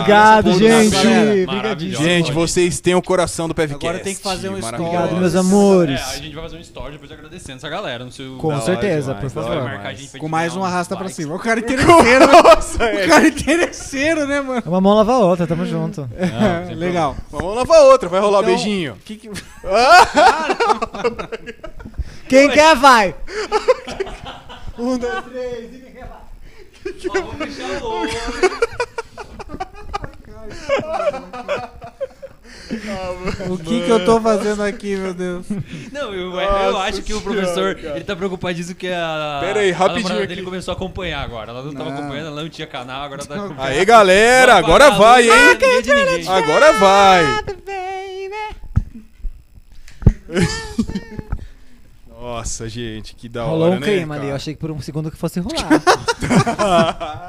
Obrigado, gente. Maravilhosa. Obrigadíssimo. Gente, vocês têm o coração do PevCast. Agora tem que fazer um Maravilhoso. story. Obrigado, meus É, amores. a gente vai fazer um story depois agradecendo essa galera. Não sei o... Com Da hora certeza, demais, por da Você hora favor. vai demais. marcar a gente pra Com gente mais ganhar um uns arrasta pra likes. cima. O cara interesseiro, né? Nossa, o é. cara interesseiro, né, mano? É uma mão lava a outra, Hum. tamo junto. Não, sem Legal. Vamos lá pra outra, vai rolar Então, beijinho. Que que... Quem quer vai! Ó, vou fechar o olho. O que, que eu tô fazendo aqui, meu Deus? Não, eu, eu Nossa acho que o senhora, professor cara. ele tá preocupadíssimo que a. Pera aí, a rapidinho namorada aqui. dele começou a acompanhar agora. Ela não tava Não. acompanhando, ela não tinha canal, agora tá acompanhando. Aí, galera, agora vai, Ah, hein? Agora vai. Nossa, gente, que da Rolou hora, um né, clima ali, cara? eu achei que por um segundo que fosse rolar.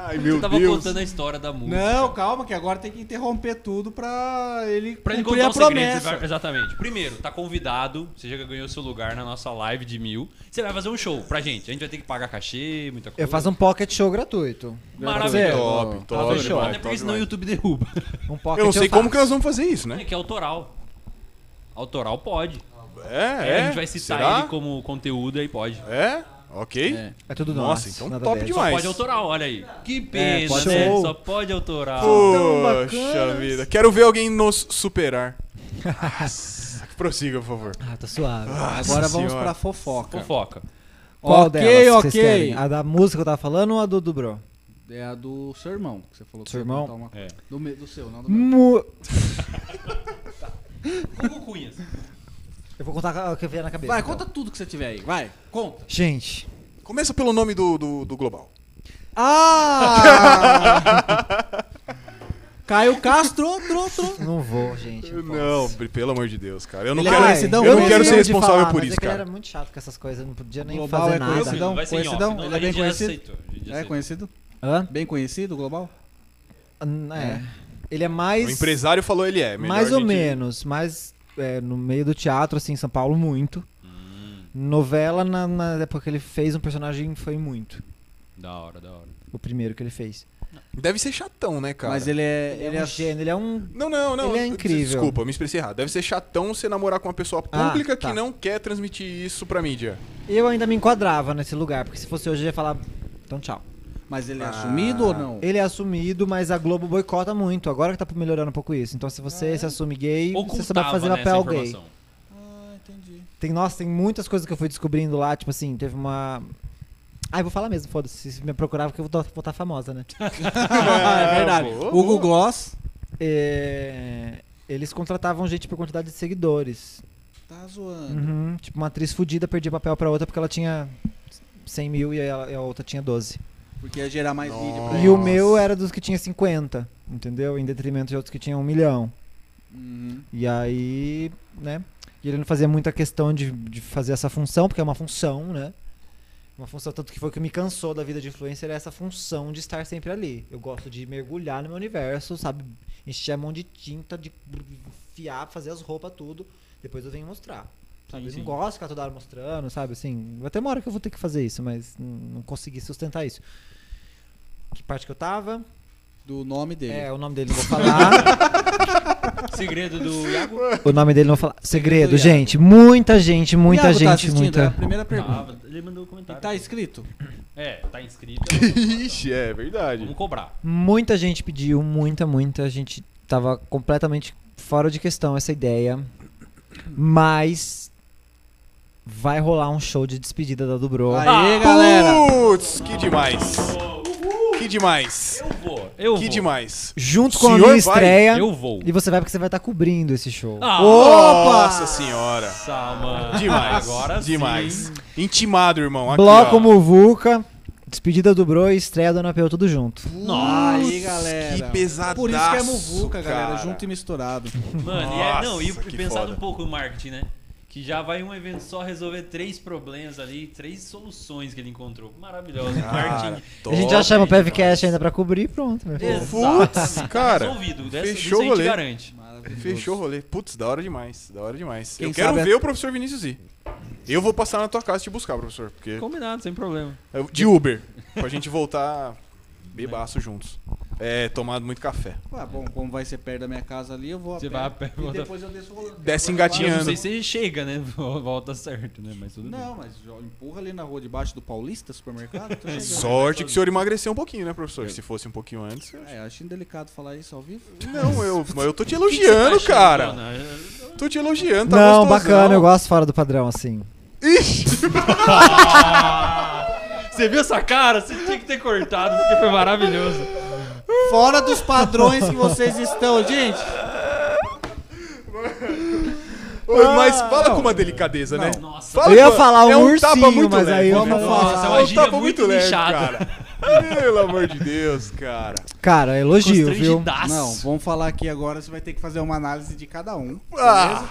Ai, meu Eu tava Deus. contando a história da música. Não, calma, que agora tem que interromper tudo pra ele Pra ele cumprir contar a um segredo, promessa. vai- exatamente. Primeiro, tá convidado, você já ganhou seu lugar na nossa live de mil. Você vai fazer um show pra gente. A gente vai ter que pagar cachê, muita coisa. Eu faço um pocket show gratuito. É, maravilhoso. Top, top. Até demais, top porque senão o demais. YouTube derruba. Um pocket Eu não sei faço. como que nós vamos fazer isso, É né? que é autoral. Autoral pode. É, É, é. a gente vai citar Será? ele como conteúdo aí pode. É? Ok. É. É tudo Nossa, nosso. então nada top deles. demais. Pode autoral, olha aí. Que pena, pode né? ser. Só pode autoral. Poxa vida. Quero ver alguém nos superar. Nossa, que prossiga, por favor. Ah, tá suave. Agora vamos Senhora. pra fofoca. Fofoca. Qual ok, delas que vocês ok. querem? A da música que eu tava falando ou a do, do bro? É a do seu irmão, que você falou que Seu você ia irmão? Hum. contar uma- É. Do, me- do seu, não do meu. Mu- Hugo Cunhas. Eu vou contar o que eu vi na cabeça. Vai, então. conta tudo que você tiver aí. Vai, conta. Gente. Começa pelo nome do, do, do global. Ah! Caio Castro, tro, tro. Não vou, gente. Não, Não, posso. pelo amor de Deus, cara. Eu não Ele é quero, conhecidão? eu Ele não é quero ser lembro de responsável falar, por mas isso, é que ele cara. era muito chato com essas coisas, não podia nem Global é fazer nada. conhecidão? Vai ser em off, Conhecidão? não, Ele é a bem gente já conhecido? aceitou, a gente já É aceitou. conhecido? Hã? Bem conhecido, global? É. Ele é O mais. empresário falou ele é. Melhor mais a ou gente- menos, mas é, no meio do teatro, assim, em São Paulo, muito. Novela, na, na época que ele fez um personagem, foi muito. Da hora, da hora. O primeiro que ele fez. Deve ser chatão, né, cara? Mas ele é. Ele é um gênio, ele é um. Não, não, não. Ele é incrível. Desculpa, me expressei errado. Deve ser chatão você namorar com uma pessoa Ah, pública que tá. não quer transmitir isso pra mídia. Eu ainda me enquadrava nesse lugar, porque se fosse hoje eu ia falar. Então tchau. Mas ele é Ah. assumido ou não? Ele é assumido, mas a Globo boicota muito. Agora que tá melhorando um pouco isso. Então se você se assume gay, você sabe Ocultava, fazer né, papel essa gay. informação. Ah, entendi. Tem, nossa, tem muitas coisas que eu fui descobrindo lá, tipo assim, teve uma. Ai, vou falar mesmo, foda-se. Se me procurava, que eu vou estar famosa, né? é verdade. boa, Hugo Gloss. É, eles contratavam gente por quantidade de seguidores. Tá zoando. Uhum, Tipo, uma atriz fudida perdia papel pra outra porque ela tinha 100 mil e a, e a outra tinha 12. Porque ia gerar mais vídeo pra Nossa. E ele. o meu era dos que tinha 50, entendeu? Em detrimento de outros que tinham um milhão. Uhum. E aí, né? E ele não fazia muita questão de, de fazer essa função, porque é uma função, né? Uma função, tanto que foi o que me cansou da vida de influencer, é essa função de estar sempre ali. Eu gosto de mergulhar no meu universo, sabe? Encher a mão de tinta, de fiar, fazer as roupas, tudo. Depois eu venho mostrar. Sabe? Eu sim. não gosto de ficar toda hora mostrando, sabe? Assim, vai ter uma hora que eu vou ter que fazer isso, mas hum, não consegui sustentar isso. Que parte que eu tava? Do nome dele. É, o nome dele não vou falar. Segredo do Iago. O nome dele não vou falar. Segredo, Iago. gente. Muita gente, muita Iago tá gente, assistindo? É a muita. primeira pergunta. Tava, ele mandou um E comentário. tá escrito? É, tá inscrito. Ixi, é verdade. Vamos cobrar. Muita gente pediu, muita, muita. A gente tava completamente fora de questão essa ideia. Mas vai rolar um show de despedida da Dubro. Aê, galera! Putz, que demais. Que demais. Eu vou, eu Que vou. demais. Junto O com a senhor minha vai? estreia. Eu vou. E você vai porque você vai estar cobrindo esse show. Ah, Nossa senhora. Nossa, mano. Demais. Agora sim. demais. Intimado, irmão. Aqui, Bloco ó. Muvuca, despedida do Bro e estreia do Napeu tudo junto. Nossa. Aí, galera. que pesadaço, Por isso que é muvuca, galera. cara. Junto e misturado. Mano, e é, não, e Nossa, que pensar foda. um pouco no marketing, né? Que já vai um evento só resolver três problemas ali, três soluções que ele encontrou. Maravilhoso. Cara, marketing. a gente já chama o Pevcast ainda pra cobrir, pronto. Meu filho. Exatamente. Putz, cara, Resolvido. Dessa, disso fechou a gente o rolê. garante. Maravilhoso. Fechou o rolê. Putz, da hora demais. Da hora demais. Quem eu quero sabe é- ver o professor Vinícius ir. Eu vou passar na tua casa te buscar, professor. Porque. Combinado, sem problema. Eu- De Uber. pra gente voltar bebaço juntos. É, tomado muito café. Ah, bom, como vai ser perto da minha casa ali, eu vou a Você pé. vai a pé, E volta- depois eu desço rolando. Desce Agora eu Eu não engatinhando. sei se chega, né? Volta certo, né? Mas tudo falo- bem. Não, mas já empurra ali na rua debaixo do Paulista, supermercado. tô chegando. Sorte que o senhor emagreceu um pouquinho, né, professor? Se fosse um pouquinho antes. eu- É, eu acho indelicado falar isso ao vivo. Não, eu, mas eu tô te O que que você tá elogiando, achando, cara. Dona? Tô te elogiando, tá Não, gostosão. bacana, eu gosto fora do padrão, assim. Ah, Você viu essa cara? Você tinha que ter cortado, porque foi maravilhoso. Fora dos padrões que vocês estão, gente. Oi, mas fala com uma delicadeza, né? Nossa, Fala Ah, Eu ia com- falar um é um ursinho, tapa muito mas leve, aí eu né? vou falar. Nossa, é uma É um gíria tapa muito muito leve, nichada. cara. Pelo amor de Deus, cara. Cara, elogio, viu? constrangidaço. Não, vamos falar aqui agora. Você vai ter que fazer uma análise de cada um. Ah,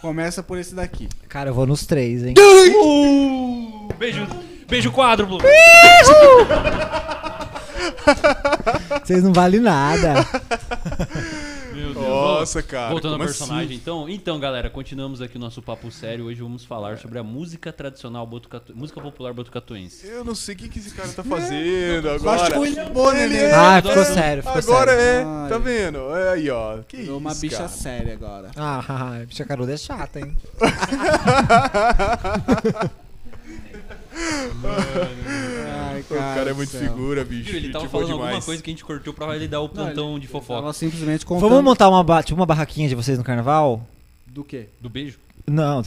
Começa por esse daqui. Cara, eu vou nos três, hein? Uh, beijo, beijo quádruplo. Vocês não valem nada. Meu Deus. nossa, cara. Voltando ao como personagem, assim? então. Então, galera, continuamos aqui o nosso papo sério. Hoje vamos falar sobre a música tradicional botucatu... música popular botucatuense. Eu não sei o que, que esse cara tá fazendo É, Eu agora. acho que o William Bonner, Ele né? é, Ah, tá ficou vendo? sério, ficou Agora sério. é, Ai. tá vendo? É aí, ó. Que isso, Virou uma bicha cara. séria agora. Ah, haha, bicha Caruda é chata, hein? Ai, O cara é muito do céu. figura, bicho. Ele tava gente boa falando alguma tipo, demais. coisa que a gente cortou pra ele dar o plantão de fofoca. Tava simplesmente contando... Vamos montar uma, ba- tipo, uma barraquinha de vocês no carnaval? Do quê? Do beijo? Não.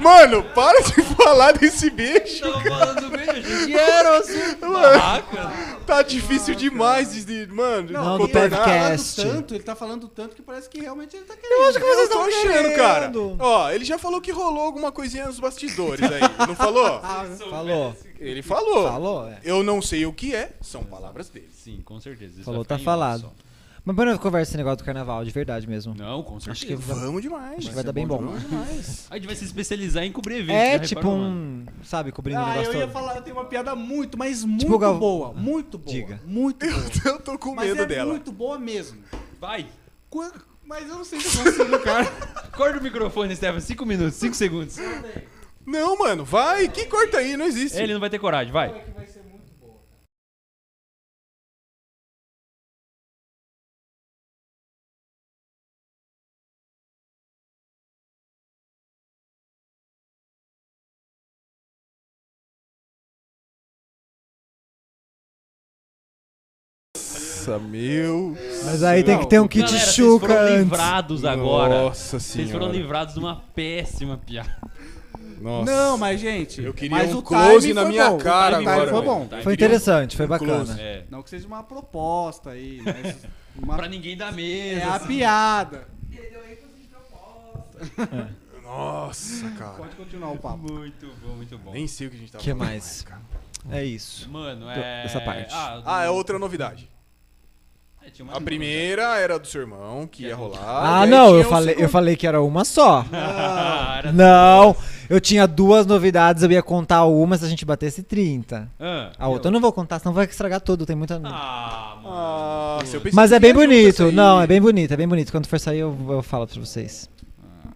Mano, para de falar desse bicho. Tava falando do beijo, gente. Mano, Barraca. tá difícil demais de. Mano, de Não, do contornar. Ele tá falando Cast. tanto, ele tá falando tanto que parece que realmente ele tá querendo. Eu tô achando, cara. querendo. Ó, ele já falou que rolou alguma coisinha nos bastidores aí. Não falou? Falou. Ele falou. Falou, é. Eu não sei o que é, são palavras dele. Sim, com certeza. Isso Falou, vai tá ficar em off falado. Mas bora conversa esse negócio do carnaval, de verdade mesmo. só. Não, com certeza. Acho que vai, Vamos demais. acho que vai dar bem bom. A gente vai se especializar em cobrir eventos. É já tipo reparou, né? um. Sabe, cobrindo o Ah, eu negócio ia todo. falar, eu tenho uma piada muito, mas muito Tipo Gal- boa. Muito boa. Diga. Muito boa. é Eu tô com Mas medo é dela. muito boa mesmo. Vai. Qu- Mas eu não sei se eu consigo, cara. Corta o microfone, Stefan. Cinco minutos, cinco segundos. Não, mano, vai. Quem corta aí? Não existe. Ele não vai ter coragem, vai. Nossa, meu. Mas aí tem que ter um kit Galera, chuca Vocês foram antes. livrados agora. Nossa Vocês senhora. foram livrados de uma péssima piada. Nossa. Não, mas gente. Eu queria mas um o close timing na foi minha bom, cara O timing agora, foi velho. bom. Foi interessante, foi Close. bacana. Tá É. Não que seja uma proposta aí, mas uma- Pra ninguém dar é mesa. a assim. piada. Entendeu? Aí você proposta. Nossa, cara. Pode continuar o papo. Muito bom, muito bom. Nem sei o que a gente tava que falando. mais? É isso. Mano, é. Essa parte. Ah, Ah, é outra novidade. É, A primeira era do seu irmão, que ia rolar. Ah, e aí não, tinha eu o falei, eu segundo- falei que era uma só. Ah, era- Não, eu tinha duas novidades, eu ia contar uma se a gente batesse 30. Ah, A outra eu não vou contar, senão vai estragar tudo, tem muita. Ah, mano. Nossa, eu pensei Mas que é bem tinha juntas bonito, aí. não, é bem bonito, é bem bonito. Quando for sair eu, eu falo pra vocês.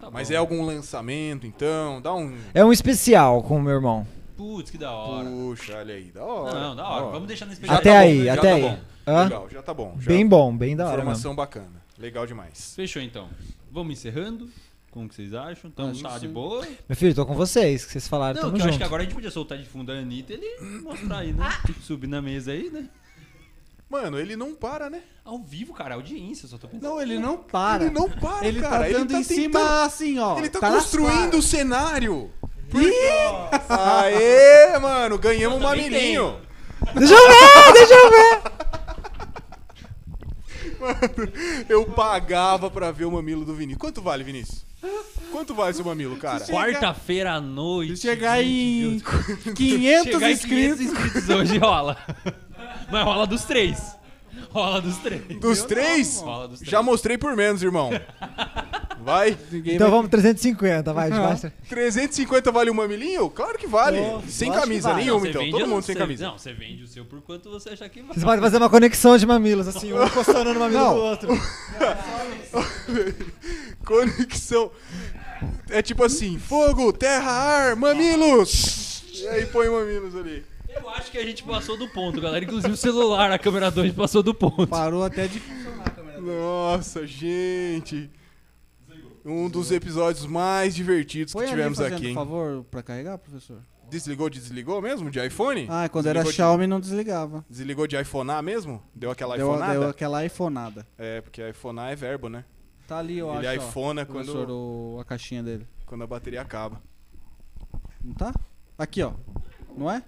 Tá Mas bom. é algum lançamento, então? Dá um. É um especial com o meu irmão. Putz, que da hora. Puxa, olha aí, da Não, hora. não, da hora. Vamos deixar na Já Até expectativa. tá aí, bom, já até tá aí. bom. Hã? Legal, já tá bom. já. Bem bom, bem da hora. Mesmo. Informação bacana. Legal demais. Fechou então. Vamos encerrando. Como que vocês acham? Então Acho tá de sim. boa? Meu filho, tô com vocês, que vocês falaram, Não, tamo que eu acho que junto. agora a gente podia soltar de fundo a Anitta e ele mostrar aí, né? Subir na mesa aí, né? Mano, ele não para, né? Ao vivo, cara, audiência, só tô pensando. Não, ele não para. Ele não para, Ele cara. tá dando em tentando- cima assim, ó. Ele tá, nas construindo o claras. cenário. Aê, mano, ganhamos um também mamilinho. Deixa eu ver, deixa eu ver. Eu pagava pra ver o mamilo do Vinícius. Quanto vale, Vinícius? Quanto vale seu mamilo, cara? Isso Quarta-feira à noite. Se chegar em gente, 500 chegar em 500 inscritos. inscritos hoje rola. Mas rola dos três. Rola dos três. Dos três? Rola dos três. Já mostrei por menos, irmão. Vai. Então vamos 350, vai, de baixo. 350 vale o mamilinho? Claro que vale. Nossa, sem lógico que camisa vale. nenhuma, Você então. vende Todo a- mundo sem você- camisa. Não, você vende o seu por quanto você achar que vai. Vocês podem fazer uma conexão de mamilos, assim, um encostando no mamilo Não. do outro. Conexão. É tipo assim: fogo, terra, ar, mamilos. E aí põe mamilos ali. Eu acho que a gente passou do ponto, galera. Inclusive o celular, a câmera 2 passou do ponto. Parou até de funcionar a câmera. Nossa, gente. Um dos episódios mais divertidos Põe que ali tivemos fazendo, aqui, por hein? favor, pra carregar, professor. Desligou, desligou mesmo? De iPhone? Ah, quando era Desligou de- Xiaomi não desligava. Desligou de iPhonear mesmo? Deu aquela Deu, iPhoneada? deu aquela iPhoneada. É, porque iPhonear é verbo, né? Tá ali, eu Ele acho. ó, iPhonea professor, quando, o- a caixinha dele. quando a bateria acaba. Não tá? Aqui, ó. Não é?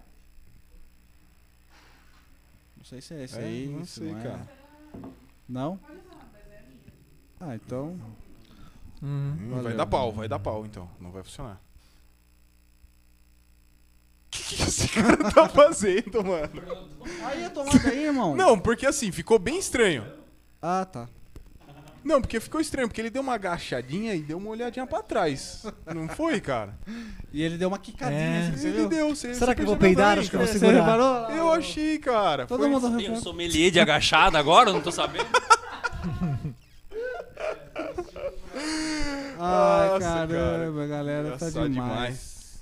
Não sei se é esse É, aí. não se sei, é. cara. Não? Ah, então. Hum, vai dar pau, vai dar pau então. Não vai funcionar. O que, que esse cara tá fazendo, mano? Aí a tomada aí, irmão. Não, porque assim, ficou bem estranho. Ah, tá. Não, porque ficou estranho, porque ele deu uma agachadinha e deu uma olhadinha pra trás. Não foi, cara? E ele deu uma quicadinha, É. assim, você Ele viu? deu, você Será você que eu vou percebeu peidar? bem, Acho que eu vou Você cara. segurar. reparou? lá? Eu achei, cara. Todo Foi- mundo Eu reparou. sou melier um de agachada agora, eu não tô sabendo. Ai, Nossa, caramba, a galera tá Engraçado demais.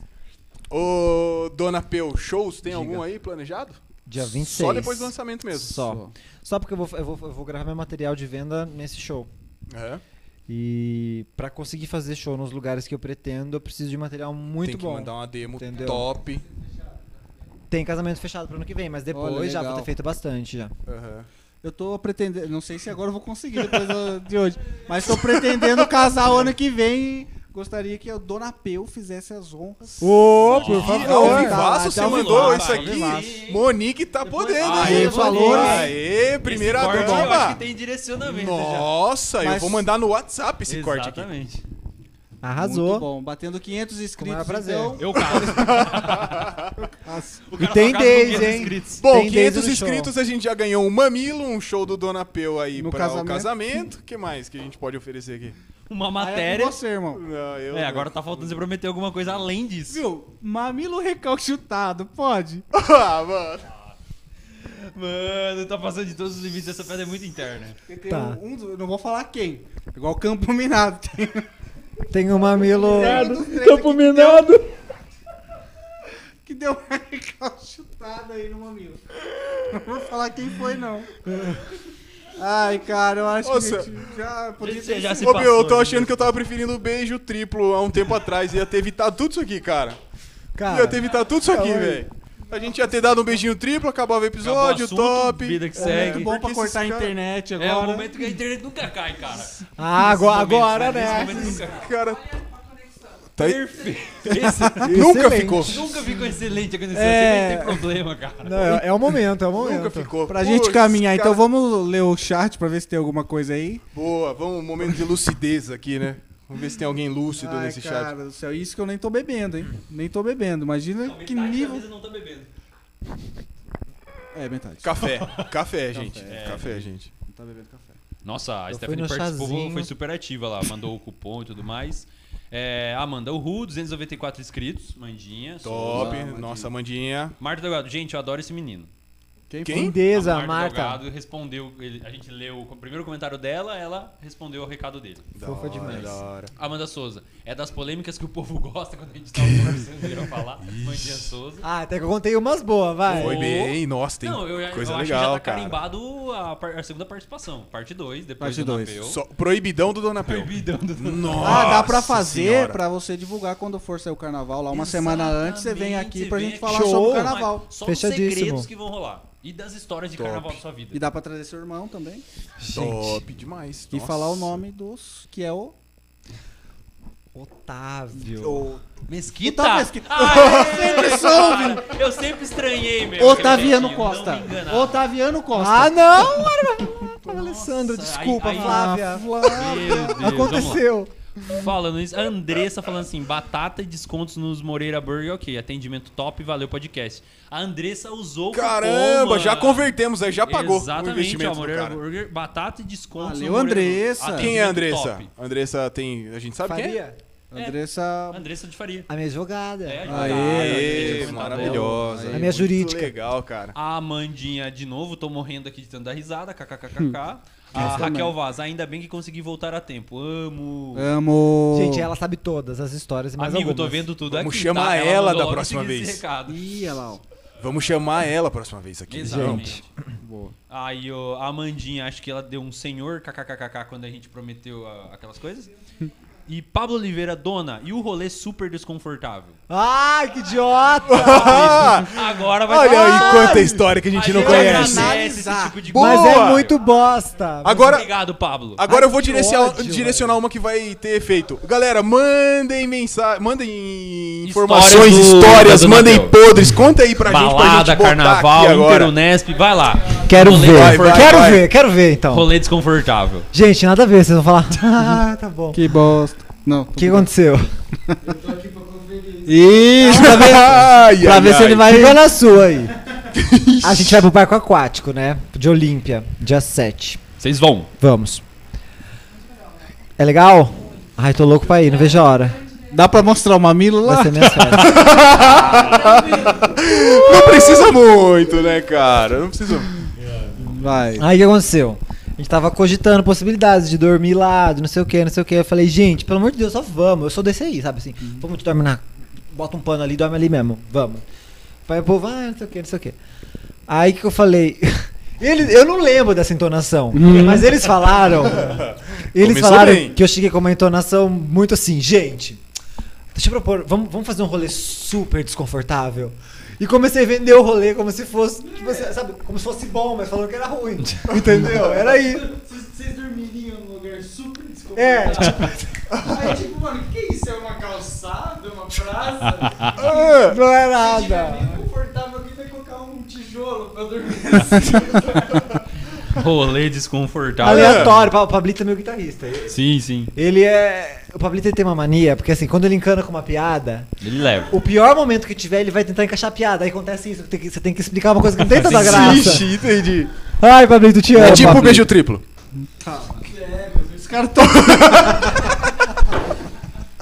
Ô, Dona Peu, shows, tem algum aí planejado? É, Dia 26. Só depois do lançamento mesmo. Só. Só porque eu vou, eu, vou, eu vou gravar meu material de venda nesse show. É. E pra conseguir fazer show nos lugares que eu pretendo, eu preciso de material muito tem que bom. mandar uma demo Entendeu? top. Tem casamento fechado pro ano que vem, mas depois Olha, já vou legal. ter feito bastante já. Aham. Eu tô pretendendo, não sei se agora eu vou conseguir depois da- de hoje, mas tô pretendendo casar o ano que vem e gostaria que o Dona Peu fizesse as honras. Ô, por Ih, favor. ao vivaço, Tá, você tá, mandou tá, isso tá, aqui. vivaço. Monique tá podendo. Aê, hein? valores. Aê, primeira Esse corte Eu acho dama. que tem direcionamento já. Nossa, eu né, Mas- vou mandar no WhatsApp esse corte aqui. Exatamente. Muito Arrasou. bom, batendo 500 o maior inscritos, prazer. então. Eu caso. O cara E tem só casa com 10, 500 hein? inscritos. Bom, Tem 500 desde o show. inscritos, a gente já ganhou um mamilo, um show do Dona Peu aí No pra casamento. o casamento. O que mais que a gente pode oferecer aqui? Uma Aí é com matéria. você, irmão. Não, eu- É, agora tá faltando você prometer alguma coisa além disso. Viu? Mamilo recalchutado, pode? ah, mano. Mano, tá passando de todos os limites, essa pedra é muito interna. Porque tem Tá. um, um dos- não vou falar quem. Igual o campo minado. Tem Tem um mamilo. um dos três aqui minado. que deu uma recalchutada aí no mamilo. Não vou falar quem foi, não. Ai, cara, eu acho que Nossa. a gente já podia Você ter já se Ô, meu, eu passou, tô né? achando que eu tava preferindo o beijo triplo há um tempo atrás. Ia ter evitado tudo isso aqui, cara. Ia Ah, Cara, ter evitado tudo isso tá aqui, velho. A gente ia ter dado um beijinho triplo, acabava o Acabou o episódio, assunto, top. Vida que É segue. muito bom pra Porque esses cortar a cara- internet É o agora. momento que a internet nunca cai, cara. ah, agora, agora né? Esse momento nunca cai. Cara, Tá aí- Perfeito. Ah, Esse nunca Excelente. ficou. nunca ficou excelente a conexão. É. Você nem tem problema, cara. Não, é, é o momento, é o momento. Nunca ficou. Pra gente Putz, caminhar, então cara. vamos ler o chat pra ver se tem alguma coisa aí. Boa, vamos um momento de lucidez aqui, né? Vamos ver se tem alguém lúcido Ai, nesse cara chat. do céu, isso que eu nem tô bebendo, hein? Nem tô bebendo. Imagina que Metade da nível. mesa não tá bebendo. É, metade. Café, café, gente. Café, gente. Não tá bebendo café. Nossa, a Eu fui Stephanie no participou, chazinho. foi super ativa lá, mandou o cupom e tudo mais. É, Amanda Uru, 294 inscritos, Mandinha. Souza. Top. Nossa, Mandinha. Marta Delgado, gente, eu adoro esse menino. Quem? Lindeza, a Marta marca. Delgado respondeu, ele- a gente leu o primeiro comentário dela, ela respondeu o recado dele. Da Fofa hora, demais. Da hora. Amanda Souza, é das polêmicas que o povo gosta quando a gente tá conversando, viram falar. Mandinha Souza. Ah, até que eu contei umas boas, vai. Foi Ô. bem, nossa, tem Ah, Não, eu, já- coisa eu acho que já legal, tá cara. carimbado a, par- a segunda participação. Parte 2, depois Parte do dois. Napeu. Só- proibidão do Dona Pel. Proibidão do Nossa Ah, dá pra fazer Senhora. pra você divulgar quando for sair o carnaval lá uma semana antes. Você vem Exatamente, aqui pra vem gente falar Show. sobre o carnaval. Só os Fechadíssimo. segredos que vão rolar. E das histórias de carnaval da sua vida. E dá pra trazer seu irmão também. Top demais. E nossa. falar o nome dos. Que é o. Otávio. Mesquita? Otávio Mesquita. Ah, é, Sempre cara, Eu sempre estranhei, meu. Otaviano aquele netinho, Costa. não me enganava. Otaviano Ah, Costa. não! Olha, Alessandro, desculpa, aí- aí- Flávia. Meu Deus, Aconteceu. vamos lá. Falando isso, a Andressa falando assim: batata e descontos nos Moreira Burger, ok. Atendimento top, valeu podcast. A Andressa usou o cupom, Caramba, já mano. convertemos aí, já pagou o Exatamente, investimento ó, do Moreira cara. Burger, batata e descontos. Valeu, no Moreira Andressa. Burger. Quem é a Atendimento Andressa? top. Andressa tem... A gente sabe quem é? Faria Andressa. Andressa de Faria. a minha jogada. É, Aê, tá advogada, Aê, advogada. maravilhosa. A minha Muito jurídica. legal, cara. A Amandinha, de novo, tô morrendo aqui de tanto dar risada, Hum. kkkk. A Raquel Vaz, ainda bem que consegui voltar a tempo. Amo. Amo. Gente, ela sabe todas as histórias e mais Amigo, algumas. tô vendo tudo Vamos aqui. chamar tá? ela mandou da logo próxima seguir vez. Esse recado. Ih, olha lá, ó. Vamos chamar ela a próxima vez aqui. tá? Exatamente. Boa. Aí ó, a Amandinha, acho que ela deu um senhor kkkk quando a gente prometeu ah, aquelas coisas. E Pablo Oliveira, dona, e o rolê super desconfortável. Ai, que idiota! Ah, Agora vai um olha aí Ai, quanta história que a gente não agradece. conhece. agradece esse tipo de Boa! Mas comentário. é muito bosta. Agora, Obrigado, Pablo. Agora eu vou que direcionar, ódio, direcionar uma que vai ter efeito. Galera, mandem mensagem, mandem Histórias informações, do- histórias, da Dona mandem Bel. podres. Conta aí pra gente pra gente Balada, botar aqui carnaval, agora. Inter Unesp, vai lá. Quero Rolê- ver. Vai, vai, quero vai. ver, quero ver então. Rolê desconfortável. Gente, nada a ver, vocês vão falar. ah, tá bom. O Que bosta. Não. tô que brincando. aconteceu? Isso, tá vendo? Ai, pra ai, ver se ai. ele vai. Fica na sua aí. a gente vai pro barco aquático, né? De Olímpia, dia 7. Vocês vão. Vamos. É legal? Ai, tô louco pra ir, não vejo a hora. Dá pra mostrar o mamilo lá? Vai ser minha festa. Não precisa muito, né, cara? Não precisa. Vai. Aí o que aconteceu? A gente tava cogitando possibilidades de dormir lá, de não sei o que, não sei o que. Eu falei, gente, pelo amor de Deus, só vamos. Eu sou desse aí, sabe assim? Vamos, tu dorme na. Bota um pano ali, dorme ali mesmo. Vamos. Vai o povo, ah, não sei o que, não sei o que. Aí que eu falei. Eles, eu não lembro dessa entonação, mas eles falaram. Eles Uhum. Começou falaram bem. que eu cheguei com uma entonação muito assim, gente. Deixa eu propor, vamos, vamos fazer um rolê super desconfortável. E comecei a vender o rolê como se fosse, tipo assim, sabe, como se fosse bom, mas falando que era ruim. Entendeu? Era aí. Vocês dormiriam num lugar super desconfortável. É, tipo, Aí, tipo, mano, o que é isso? É uma calçada? Uma praça? não é Se tiver nada. bem confortável, alguém vai colocar um tijolo pra dormir assim. Rolê desconfortável. Aleatório, pa- o Pablito é meu guitarrista. Sim, sim. Ele é. O Pablito ele tem uma mania, porque assim, quando ele encana com uma piada, Ele leva. o pior momento que tiver, ele vai tentar encaixar a piada. Aí acontece isso, tem que- você tem que explicar uma coisa que não tem tanta graça. Ixi, entendi. Ai, Pablito, te amo. É tipo um Pablito. beijo triplo. Os caras tão.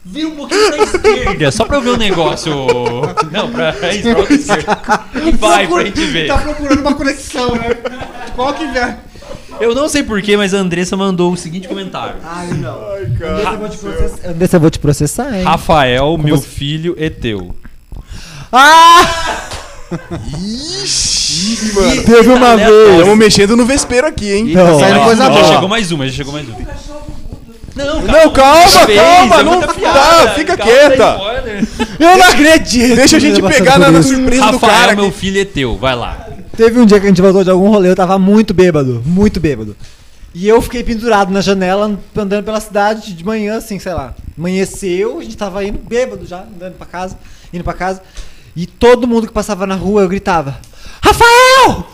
Vira um pouquinho pra esquerda, só pra eu ver o negócio. Não, pra esquerda. Vai pra gente ver. Tá procurando uma conexão, né? Qual que vem? Eu não sei porquê, mas a Andressa mandou o seguinte comentário. Ai, não. Ai, Andressa, cara. eu vou te processar- Andressa, eu vou te processar, hein? Rafael, meu filho é teu. Ah! Ixi, mano. Teve uma é vez. Estamos mexendo no vespeiro aqui, hein? Não. Tá saindo Ó, coisa ó, boa. é Já chegou mais uma, já chegou mais uma. Não, Não, calma, fez, calma, é não muita dá, piada, fica calma, quieta. spoiler. Eu não acredito! tá Deixa a gente Passando pegar por na, na isso. surpresa do Rafael, cara. meu aqui. filho é teu, vai lá. Teve um dia que a gente voltou de algum rolê, eu tava muito bêbado, muito bêbado. E eu fiquei pendurado na janela, andando pela cidade de manhã, assim, sei lá. Amanheceu, a gente tava indo bêbado já, andando pra casa, indo pra casa. E todo mundo que passava na rua, eu gritava: Rafael!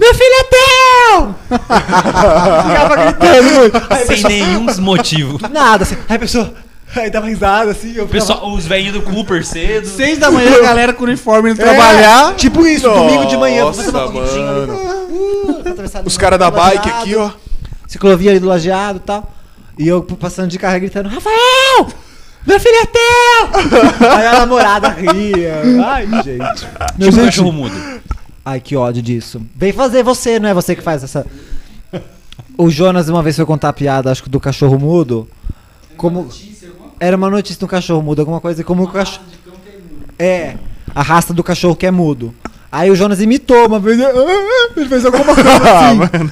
Meu filho é teu! Ficava gritando muito. Aí, a Sem pessoa- nenhum motivo. nada, assim. Aí a pessoa. Aí dava risada, assim. Eu ficava- Pessoal, os velhinhos do Cooper cedo. Seis da manhã, a galera com uniforme indo É, trabalhar. Tipo isso, domingo de manhã, Nossa, fazer uma corridinha ali, ah, atravessar Os ali, caras da do bike lajeado, aqui, ó. Ciclovia ali do lajeado e tal. E eu passando de carro gritando: Rafael! Meu filho é teu! Aí a namorada ria. Ai, gente. Tipo Meu gente. cachorro mudo. Ai, que ódio disso. Vem fazer você, não é você que faz essa. O Jonas uma vez foi contar a piada, acho que do cachorro mudo. Como... Era uma notícia do cachorro mudo, alguma coisa como o cachorro. É, a raça do cachorro que é mudo. Aí o Jonas imitou uma vez. ah, ah, Ele fez alguma coisa assim.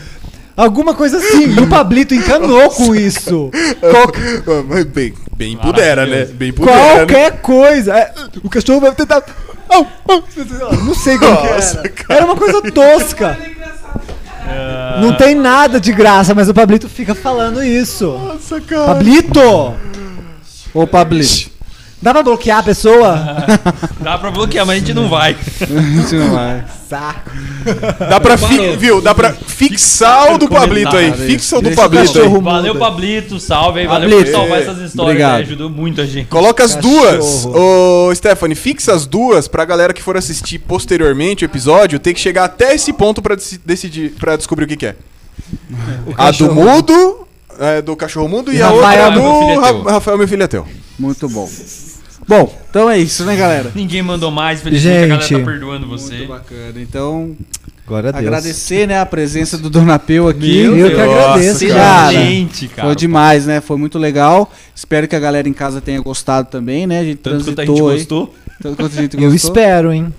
alguma coisa assim. E o Pablito encanou com isso. Ah, mas Bem, bem pudera, né? Bem pudera. né? Qualquer coisa. É, O cachorro vai tentar. Ah, ah, Não sei como que Nossa, era. Era uma coisa tosca. Não tem nada de graça, mas o Pablito fica falando isso. Nossa, cara. Pablito! Ô, Pablito. Dá pra bloquear a pessoa? Ah, Dá pra bloquear, mas a gente não vai. Isso não vai. Saco. Dá pra, fi- Parou. viu? Dá pra fixar o do Pablito aí. Comentário. Fixa o do Deixa o Pablito aí. cachorro- Valeu, Pablito, salve aí. Valeu Pablito. por salvar essas histórias, Obrigado. né? ajudou muito a gente. Coloca as Cachorro. duas. Ô, Stephanie, fixa as duas pra galera que for assistir posteriormente o episódio ter que chegar até esse ponto pra deci- decidir, para descobrir o que, que é. A do mudo, é, do cachorro mudo e, a Rafael, outra do meu filho é teu. Ra- Rafael, meu filho é teu. Muito bom. Bom, então é isso, né, galera? Ninguém mandou mais, felizmente a galera Gente. tá perdoando você. Muito bacana. Então, Glória a Deus. agradecer, né, a presença do Dona Peu aqui. Eu que agradeço, Nossa, cara. cara. Gente, cara. Foi demais, né? Foi muito legal. Espero que a galera em casa tenha gostado também, né? A gente Tanto quanto a gente transitou aí. gostou. Tanto quanto a gente Eu gostou. espero, hein?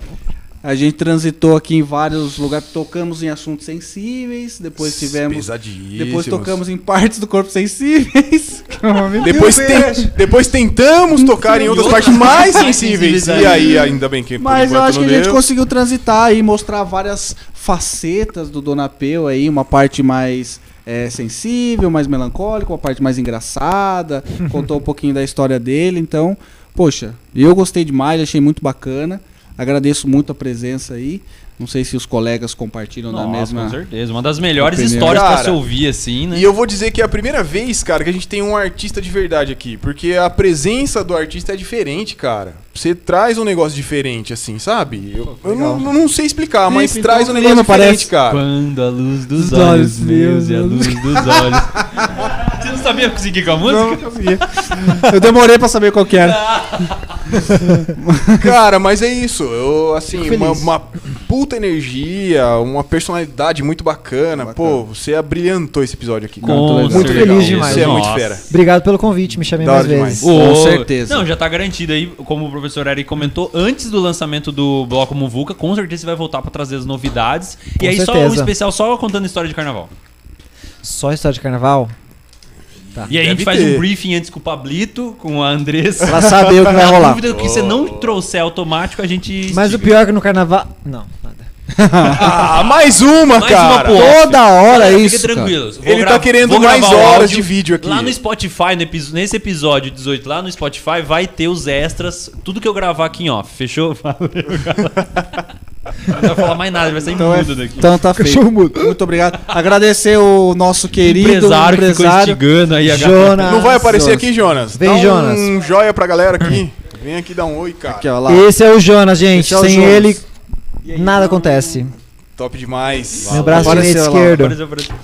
A gente transitou aqui em vários lugares, tocamos em assuntos sensíveis, depois tivemos. Pesadíssimos. Depois tocamos em partes do corpo sensíveis. que é uma beleza. Depois, tem- depois tentamos tocar em outras partes mais sensíveis. é. E aí, ainda bem que por Mas eu enquanto acho que não a gente deu. conseguiu transitar e mostrar várias facetas do Dona Peu aí, uma parte mais é, sensível, mais melancólica, uma parte mais engraçada, contou um pouquinho da história dele, então, poxa, eu gostei demais, achei muito bacana. Agradeço muito a presença aí. Não sei se os colegas compartilham da Nossa, mesma. Com certeza. Uma das melhores opinião. histórias pra Cara, se ouvir, assim, né? E eu vou dizer que é a primeira vez, cara, que a gente tem um artista de verdade aqui. Porque a presença do artista é diferente, cara. Você traz um negócio diferente, assim, sabe? Eu, eu não, não sei explicar, mas Felipe, traz um então, negócio lembra, parece? diferente, cara. Quando a luz dos Dos olhos olhos meus meus, e a luz dos olhos. Você não sabia conseguir com a música? Eu demorei pra saber qual que era. Cara, mas é isso. Eu, assim, Fico uma, feliz. uma puta energia, uma personalidade muito bacana. Pô, você abrilhantou esse episódio aqui. cara. Muito legal. muito certeza. legal. feliz demais. Você é muito Nossa. fera. Obrigado pelo convite, me chamei Da mais hora demais. vezes. Com Ô, certeza. Não, já tá garantido aí, como o professor Eric comentou, antes do lançamento do Bloco Muvuca, com certeza você vai voltar pra trazer as novidades. e aí só um certeza. especial só contando história de carnaval. Só história de carnaval? Tá. e aí a gente Deve faz ter. um briefing antes com o Pablito, com a Andressa. Pra saber o que vai A rolar. dúvida que você não trouxer automático, a gente. Mas o estica. pior é que no carnaval. Não, nada. Ah, mais uma, Mais uma cara! pro off. Toda hora é Galera, isso, Fica cara. tranquilo. Vou Ele tá gra- querendo vou mais gravar o horas áudio. de vídeo aqui. Lá no Spotify, no epi- nesse episódio 18, lá no Spotify, vai ter os extras, tudo que eu gravar aqui em off. Fechou? Valeu, galera. Não vai falar mais nada, vai sair Então, é- mudo daqui. então tá feito. Muito obrigado. Agradecer o nosso querido empresário, empresário. que ficou instigando aí a Jonas. Não vai aparecer aqui, Jonas. Vem, Dá um Jonas. Hum. joia pra galera aqui. Vem aqui dar um oi, cara. Aqui, ó, lá. Esse é o Jonas, gente. Esse é o Sem Jonas. então? ele, nada acontece. Top demais. Meu braço Apareceu direito lá, esquerdo. Apareceu, apareceu.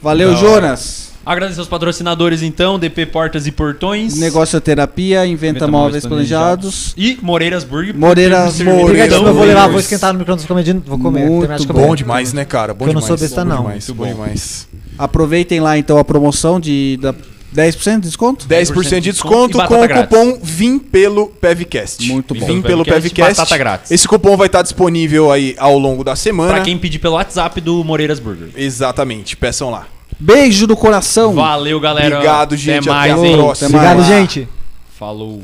Valeu, Jonas. Agradecer aos patrocinadores, então, DP Portas e Portões. Negócio Terapia, Inventa, Inventa Móveis Móveis Planejados. E Moreiras Burger. Moreiras Moreiras Então, Obrigadinho, eu vou Moreiras. levar, vou esquentar no micro-ondas comer de novo. Vou comer. Muito terminar de comer. Bom demais, né, cara? Bom Porque eu não demais. sou besta, bom não. Demais, bom demais. Aproveitem lá então a promoção de da 10% de desconto. 10% de desconto E com batata o grátis. cupom VIM pelo PEVCast. Muito Vim bom. Vim pelo PEVCast. Batata grátis. Esse cupom vai estar disponível aí ao longo da semana. Pra quem pedir pelo WhatsApp do Moreiras Burger. Exatamente, peçam lá. Beijo do coração. Valeu, galera. Obrigado, gente. Até mais, Até a hein? próxima. Obrigado, Obrigado, Vai lá. gente. Falou.